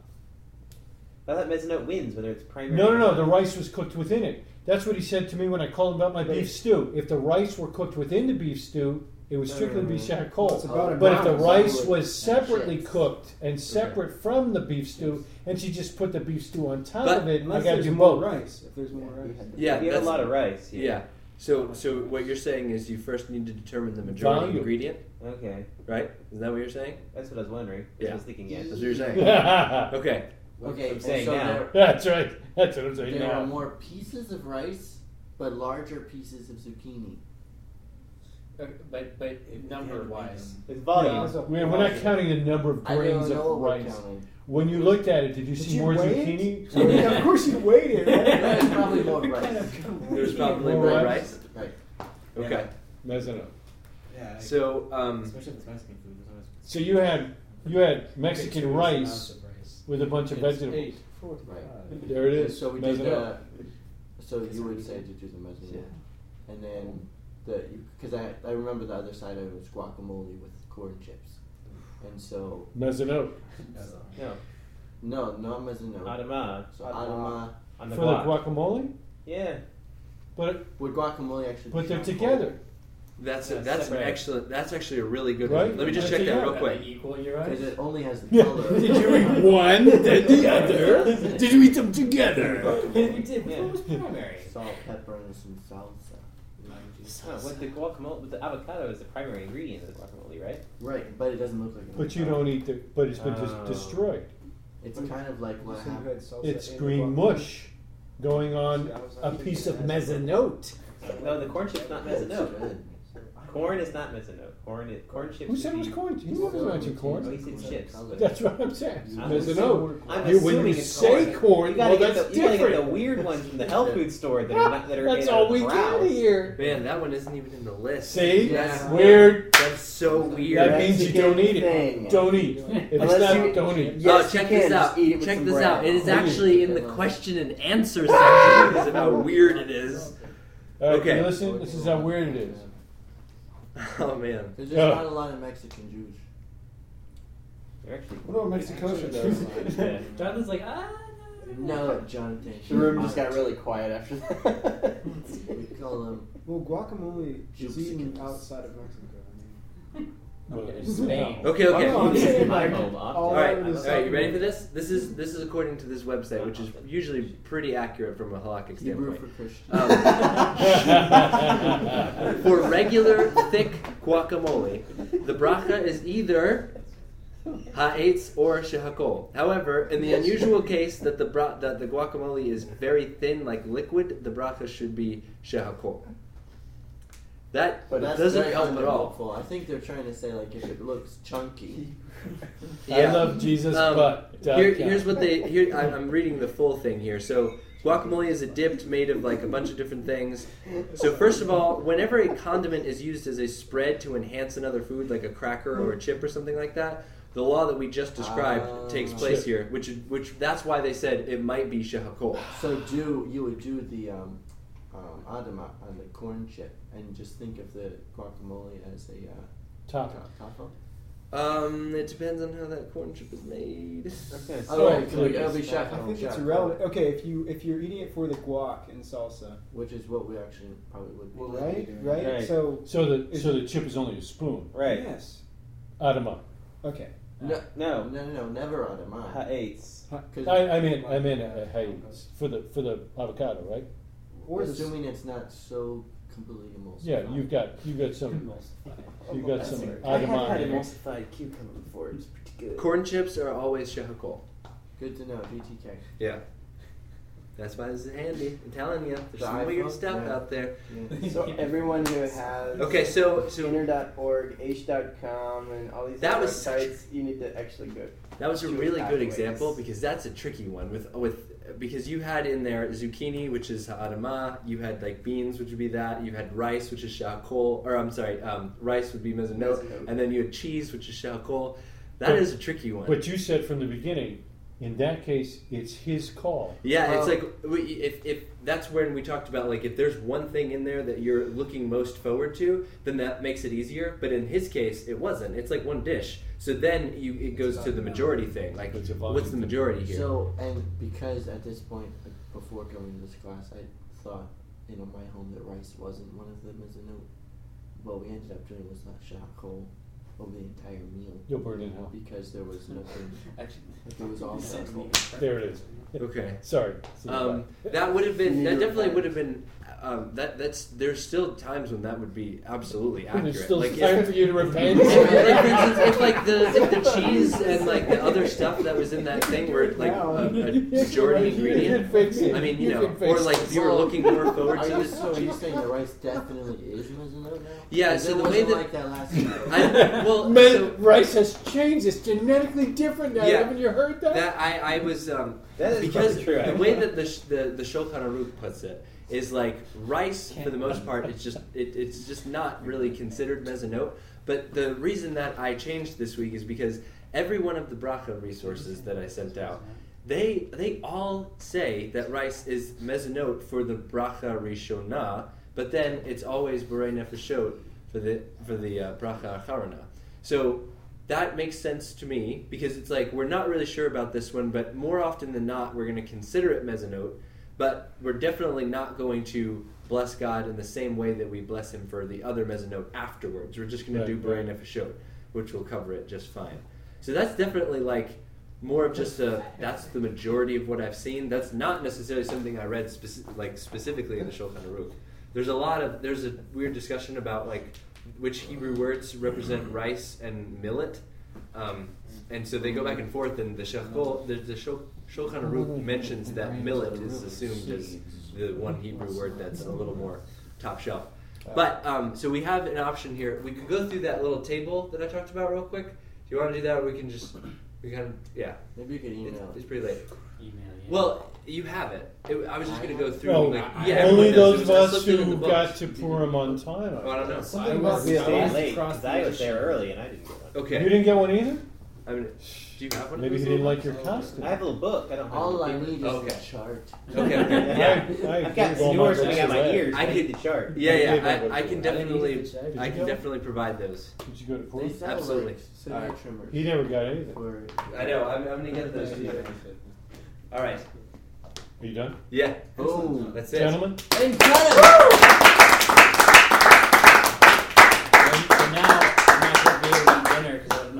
D: I thought mezzanote wins whether it's primary.
A: No, no,
D: or
A: no.
D: not.
A: The rice was cooked within it. That's what he said to me when I called him about my
D: But
A: beef
D: it-
A: stew. If the rice were cooked within the beef stew, It would strictly be charcoal.
B: It's about a
A: But if the
B: mountain, so
A: rice
B: it-
A: was separately
E: shit.
A: cooked and separate from the beef stew, and she just put the beef stew on top
F: But
A: of it, I
B: Unless
A: gotta
B: there's
A: do
B: more
A: both.
B: rice. If there's more rice.
F: Yeah,
D: we have
F: that's-
D: a lot of rice.
F: Yeah.
D: Here.
F: So, so what you're saying is you first need to determine the majority
A: Value.
F: ingredient,
D: Okay,
F: right? Is that what you're saying?
D: that's what I was wondering. That's what I was thinking. Yeah.
F: That's what you're saying.
A: That's
F: okay.
E: Okay,
D: I'm
E: and
D: saying
E: so
D: now.
E: there,
A: right. That's what I'm saying.
E: there are
A: Now.
E: more pieces of rice, but larger pieces of zucchini.
G: Uh, But but number wise,
D: It's volume.
B: Yeah.
A: We- We're not counting the number of
E: I don't
A: grains of
E: know what we're
A: rice.
E: counting.
A: When you looked at it, did you
B: Did
A: see
B: you
A: more
B: weigh
A: zucchini?
B: Oh, yeah, of course you waited. Right?
E: There's probably more rice.
F: There's probably
A: More
F: more
A: rice.
F: rice.
E: Right.
F: Okay.
A: That's enough.
H: Yeah. like-
F: So, um,
H: especially if it's Mexican food. there's always-
A: So you had you had Mexican
H: Big
A: rice
H: amounts of rice.
A: with a bunch of vegetables.
H: Eight.
E: Right.
A: There it is.
E: So we
A: Mess
E: did uh,
A: it
E: the.
A: up.
E: So you would say to do the mezzanine, and then the because I I remember the other side of it was guacamole with corn chips, and so
A: Mess it up.
D: No,
E: no, not mezzanine.
D: Adama
E: so Adama
D: on
A: For
D: the
A: the
D: block.
A: guacamole?
D: yeah.
A: But
E: would guacamole actually? be
A: but they're
E: charcoal?
A: together.
F: that's
G: Yeah,
F: that's an
G: separate.
F: excellent. That's actually a really good
A: Right?
F: one. Let me just
A: That's
F: check
A: it,
F: that
A: yeah.
F: real
G: Are
F: quick.
G: they equal your eyes?
E: Because it only has the
A: Yeah.
E: color.
A: Did you eat one, then the other? Did you eat them together?
G: we did. What was
A: Yeah.
G: primary?
E: Salt, pepper, and some salsa.
D: Huh, Oh, with the guacamole, with the avocado is the primary ingredient of the guacamole, right?
E: Right, but it doesn't look like. an
A: But you
E: avocado.
A: don't eat the. But it's been just
D: Oh.
A: destroyed.
E: It's kind of like what
B: So you
E: happened.
B: had salsa
A: It's
B: and
A: green
B: guacamole.
A: mush, going on
B: Yeah, I was not
A: a
B: thinking
A: piece of
B: that.
A: mezzanote.
D: No, the corn chip's not mezzanote.
E: Good.
D: Corn is not mezzanote. Corn is corn chips.
A: Who said it
D: would
A: was
D: be-
A: corn? He never mentioned
D: Oh,
A: corn.
D: he said chips.
A: That's what I'm saying.
D: I'm
A: Mezzanote.
D: I'm
A: You-
D: assuming
A: when you
D: it's
A: say corn,
D: you gotta
A: well,
D: get
A: that's
D: the, you gotta get the
A: different.
D: weird ones from the health food store that are not, that are
A: That's
D: made out
A: all
D: of
A: we
D: grouse.
A: did here.
F: Man, that one isn't even in the list.
A: See?
E: Yeah.
A: Weird.
F: That's so weird.
A: That means you don't eat
E: Mexican
A: it. Don't eat. If it's
E: Unless
A: not,
E: you-
A: don't eat.
E: Yes,
F: oh, check
E: you
F: this
E: can.
F: out.
E: Just eat it with
F: Check
E: some
F: this
E: bread.
F: out. It is
E: Ooh.
F: actually in the question and answer section. is how weird it is.
A: All right,
F: Okay.
A: you listen, this is how weird it is.
F: Oh man.
E: There's just
A: Yeah.
E: not a lot of Mexican Jews.
D: They're actually
B: What about Mexico?
G: Jonathan's like ah.
E: No, Jonathan.
C: The room just got really quiet after that.
E: We call them
B: Well, guacamole
E: Juice
B: is eaten
E: chickens.
B: outside of Mexico. I mean,
G: In Spain.
F: Okay, okay.
B: Oh, no, I'm saying
D: my
B: like
D: home
B: all
F: All
D: often.
F: right,
B: over
F: all
B: the
F: right. You ready
B: southern-
F: for this? This is this is according to this website, which is usually pretty accurate from a halakhic
E: Hebrew
F: standpoint.
E: for Christian.
F: Um, for regular thick guacamole, the bracha is either ha'etz or shehakol. However, in the unusual case that the bra- that the guacamole is very thin, like liquid, the bracha should be shehakol. That
E: But that's
F: doesn't
E: very
F: help at all.
E: unhelpful. I think they're trying to say like if it looks chunky.
A: I love Jesus,
F: Um,
A: but uh,
F: Here, here's what they. Here, I- I'm reading the full thing here. So guacamole is a dip made of like a bunch of different things. So first of all, whenever a condiment is used as a spread to enhance another food, like a cracker or a chip or something like that, the law that we just described
E: Ah.
F: takes place here, which which that's why they said it might be shahakol.
E: So do you would do the um, um, adama on the corn chip and just think of the guacamole as a uh,
A: top.
E: ta- taco?
F: Um, it depends on how that corn chip is made.
D: Okay.
E: Oh,
A: right,
E: right, it'll be- it'll be
B: I
E: shaq-
B: think
E: shaq-
B: it's irrelevant. Okay, if you if you're eating it for the guac and salsa,
E: Which is what we actually probably would be.
H: Well,
E: doing.
B: right? Right.
D: Right.
B: So
A: So the so the chip is only a spoon.
D: Right.
B: yes.
A: Adama.
B: Okay.
E: No, no,
D: No.
E: no, no, never adama.
D: Ha'etz.
A: I, I mean I mean uh, hey, for the for the avocado, right?
B: Or the
E: assuming it's not so completely emulsified.
A: Yeah, you've got you've got some you've got some
C: I have
A: adama.
C: had
A: in there.
C: emulsified cucumber before. It's pretty good.
F: Corn chips are always shahakol.
E: good to know. BTK.
F: Yeah. That's why this is handy. I'm telling you, there's
E: The
F: some weird
E: iPhone?
F: stuff
E: Yeah.
F: out there.
E: Yeah.
C: So everyone who has
F: Okay, so so
C: Inner.org, H.com, and all these
F: That
C: other
F: was such-
C: sites, you need to actually go.
F: That was a
C: Two
F: really good
C: pathways.
F: example because that's a tricky one with with because you had in there zucchini, which is ha'adama. You had like beans, which would be that. You had rice, which is shahakol, or I'm sorry, um, rice would be mezanote,
C: Mezzanote.
F: and then you had cheese, which is shahakol. That is a tricky one.
A: But you said from the beginning, in that case, it's his call.
F: yeah, it's
E: Well-
F: like we, if if that's when we talked about like if there's one thing in there that you're looking most forward to, then that makes it easier. But in his case, it wasn't. It's like one dish. So then you it goes to the majority thing. Like
A: It's a volume
F: what's the
A: thing.
F: majority here?
E: So, and because at this point, like, before going to this class, I thought, you know, my home that rice wasn't one of them as a note. what we ended up doing was not shot coal over the entire meal
A: You'll burn in hell.
E: because there was nothing.
C: Actually,
E: It was all
C: Sounds
E: charcoal.
A: There it is.
F: Okay.
A: Sorry.
F: Um, that would have been. That definitely would have been. Um, that that's. There's still times when that would be absolutely accurate.
A: There's still
F: like
A: time
F: if,
A: for you to repent.
F: if, like, for instance, if like the if the cheese and like the other stuff that was in that thing were like
B: Wow.
F: a, a
A: Right,
F: majority
A: you can
F: ingredient.
A: fix it.
F: I mean, you
A: You
F: know,
A: can fix
F: or like if you were
E: Well,
F: looking more forward
E: Are
F: to
E: you,
F: this.
E: so are you saying the rice definitely is Mizuno now?
F: Yeah,
E: 'Cause
F: so
E: it
F: the way
E: wasn't
F: that-
E: like that last time.
F: I, well,
A: Man,
F: so
A: rice has changed. It's genetically different now.
F: Yeah.
A: Haven't you heard that?
F: that I I was um,
D: That is
F: because
D: probably true,
F: the
D: actually.
F: way that the sh- the the Shokana Rook puts it is like rice for the most part it's just it, it's just not really considered mezanote but the reason that I changed this week is because every one of the bracha resources that I sent out they they all say that rice is mezanote for the bracha rishona but then it's always borei nefeshot for the for the uh, bracha acharona so that makes sense to me because it's like we're not really sure about this one, but more often than not, we're going to consider it mezzanote, but we're definitely not going to bless God in the same way that we bless Him for the other mezzanote afterwards. We're just going
A: Right,
F: to do brain
A: right.
F: nefeshot, which will cover it just fine. So that's definitely like more of just a that's the majority of what I've seen. That's not necessarily something I read speci- like specifically in the Shulchan Aruch. There's a lot of there's a weird discussion about like which Hebrew words represent rice and millet, um, and so they go back and forth. And the Shachol, the, the Shul- Shulchan Aruch mentions that millet is assumed as the one Hebrew word that's a little more top shelf. But um, so we have an option here. We could go through that little table that I talked about real quick. Do you want to do that, or we can just we kind of yeah.
E: Maybe you could
F: It's,
E: email
F: it's
E: it.
F: pretty late.
G: Email you.
F: Well, you have it. it I was just gonna go through.
A: No,
F: like, yeah,
A: Oh, only
F: everyone
A: those of
F: does. It was- I
A: us
F: slipped it in
A: who
F: the book.
A: got to Purim on time.
F: Oh, I don't know.
G: Something
B: I
G: about
B: was
G: the
B: staying
G: days
D: late
G: across
D: 'cause
G: the
D: I was
G: ocean.
D: there early and I didn't get one.
A: You
F: Okay.
A: didn't get one either.
F: I mean, do you have one? of
A: Maybe
F: those
A: you didn't
F: little-
A: like your costume.
D: I have a little book. I don't have
E: All
D: a
E: I
D: paper.
E: need is
F: Okay.
E: a chart.
F: Okay. okay. Yeah.
A: I- I
D: I've got
A: gave all my
D: snores coming out of my
A: books away.
D: ears.
F: I
D: I need
F: could-
D: the chart.
F: Yeah,
A: Maybe
F: yeah.
A: I'll
F: I, I
A: go
F: can
A: through.
F: definitely,
A: Did
F: I
A: you
F: can
A: go?
F: definitely provide those.
A: Did you go to
E: They
A: Purim?
E: sell
F: Absolutely.
E: like cigarette
F: Alright.
E: trimmers.
A: He never got anything.
E: for-
F: I know. I'm, I'm gonna get those. to you. All right.
A: Are you done,
F: Yeah.
E: Boom.
F: That's it.
A: gentlemen?
E: Incredible.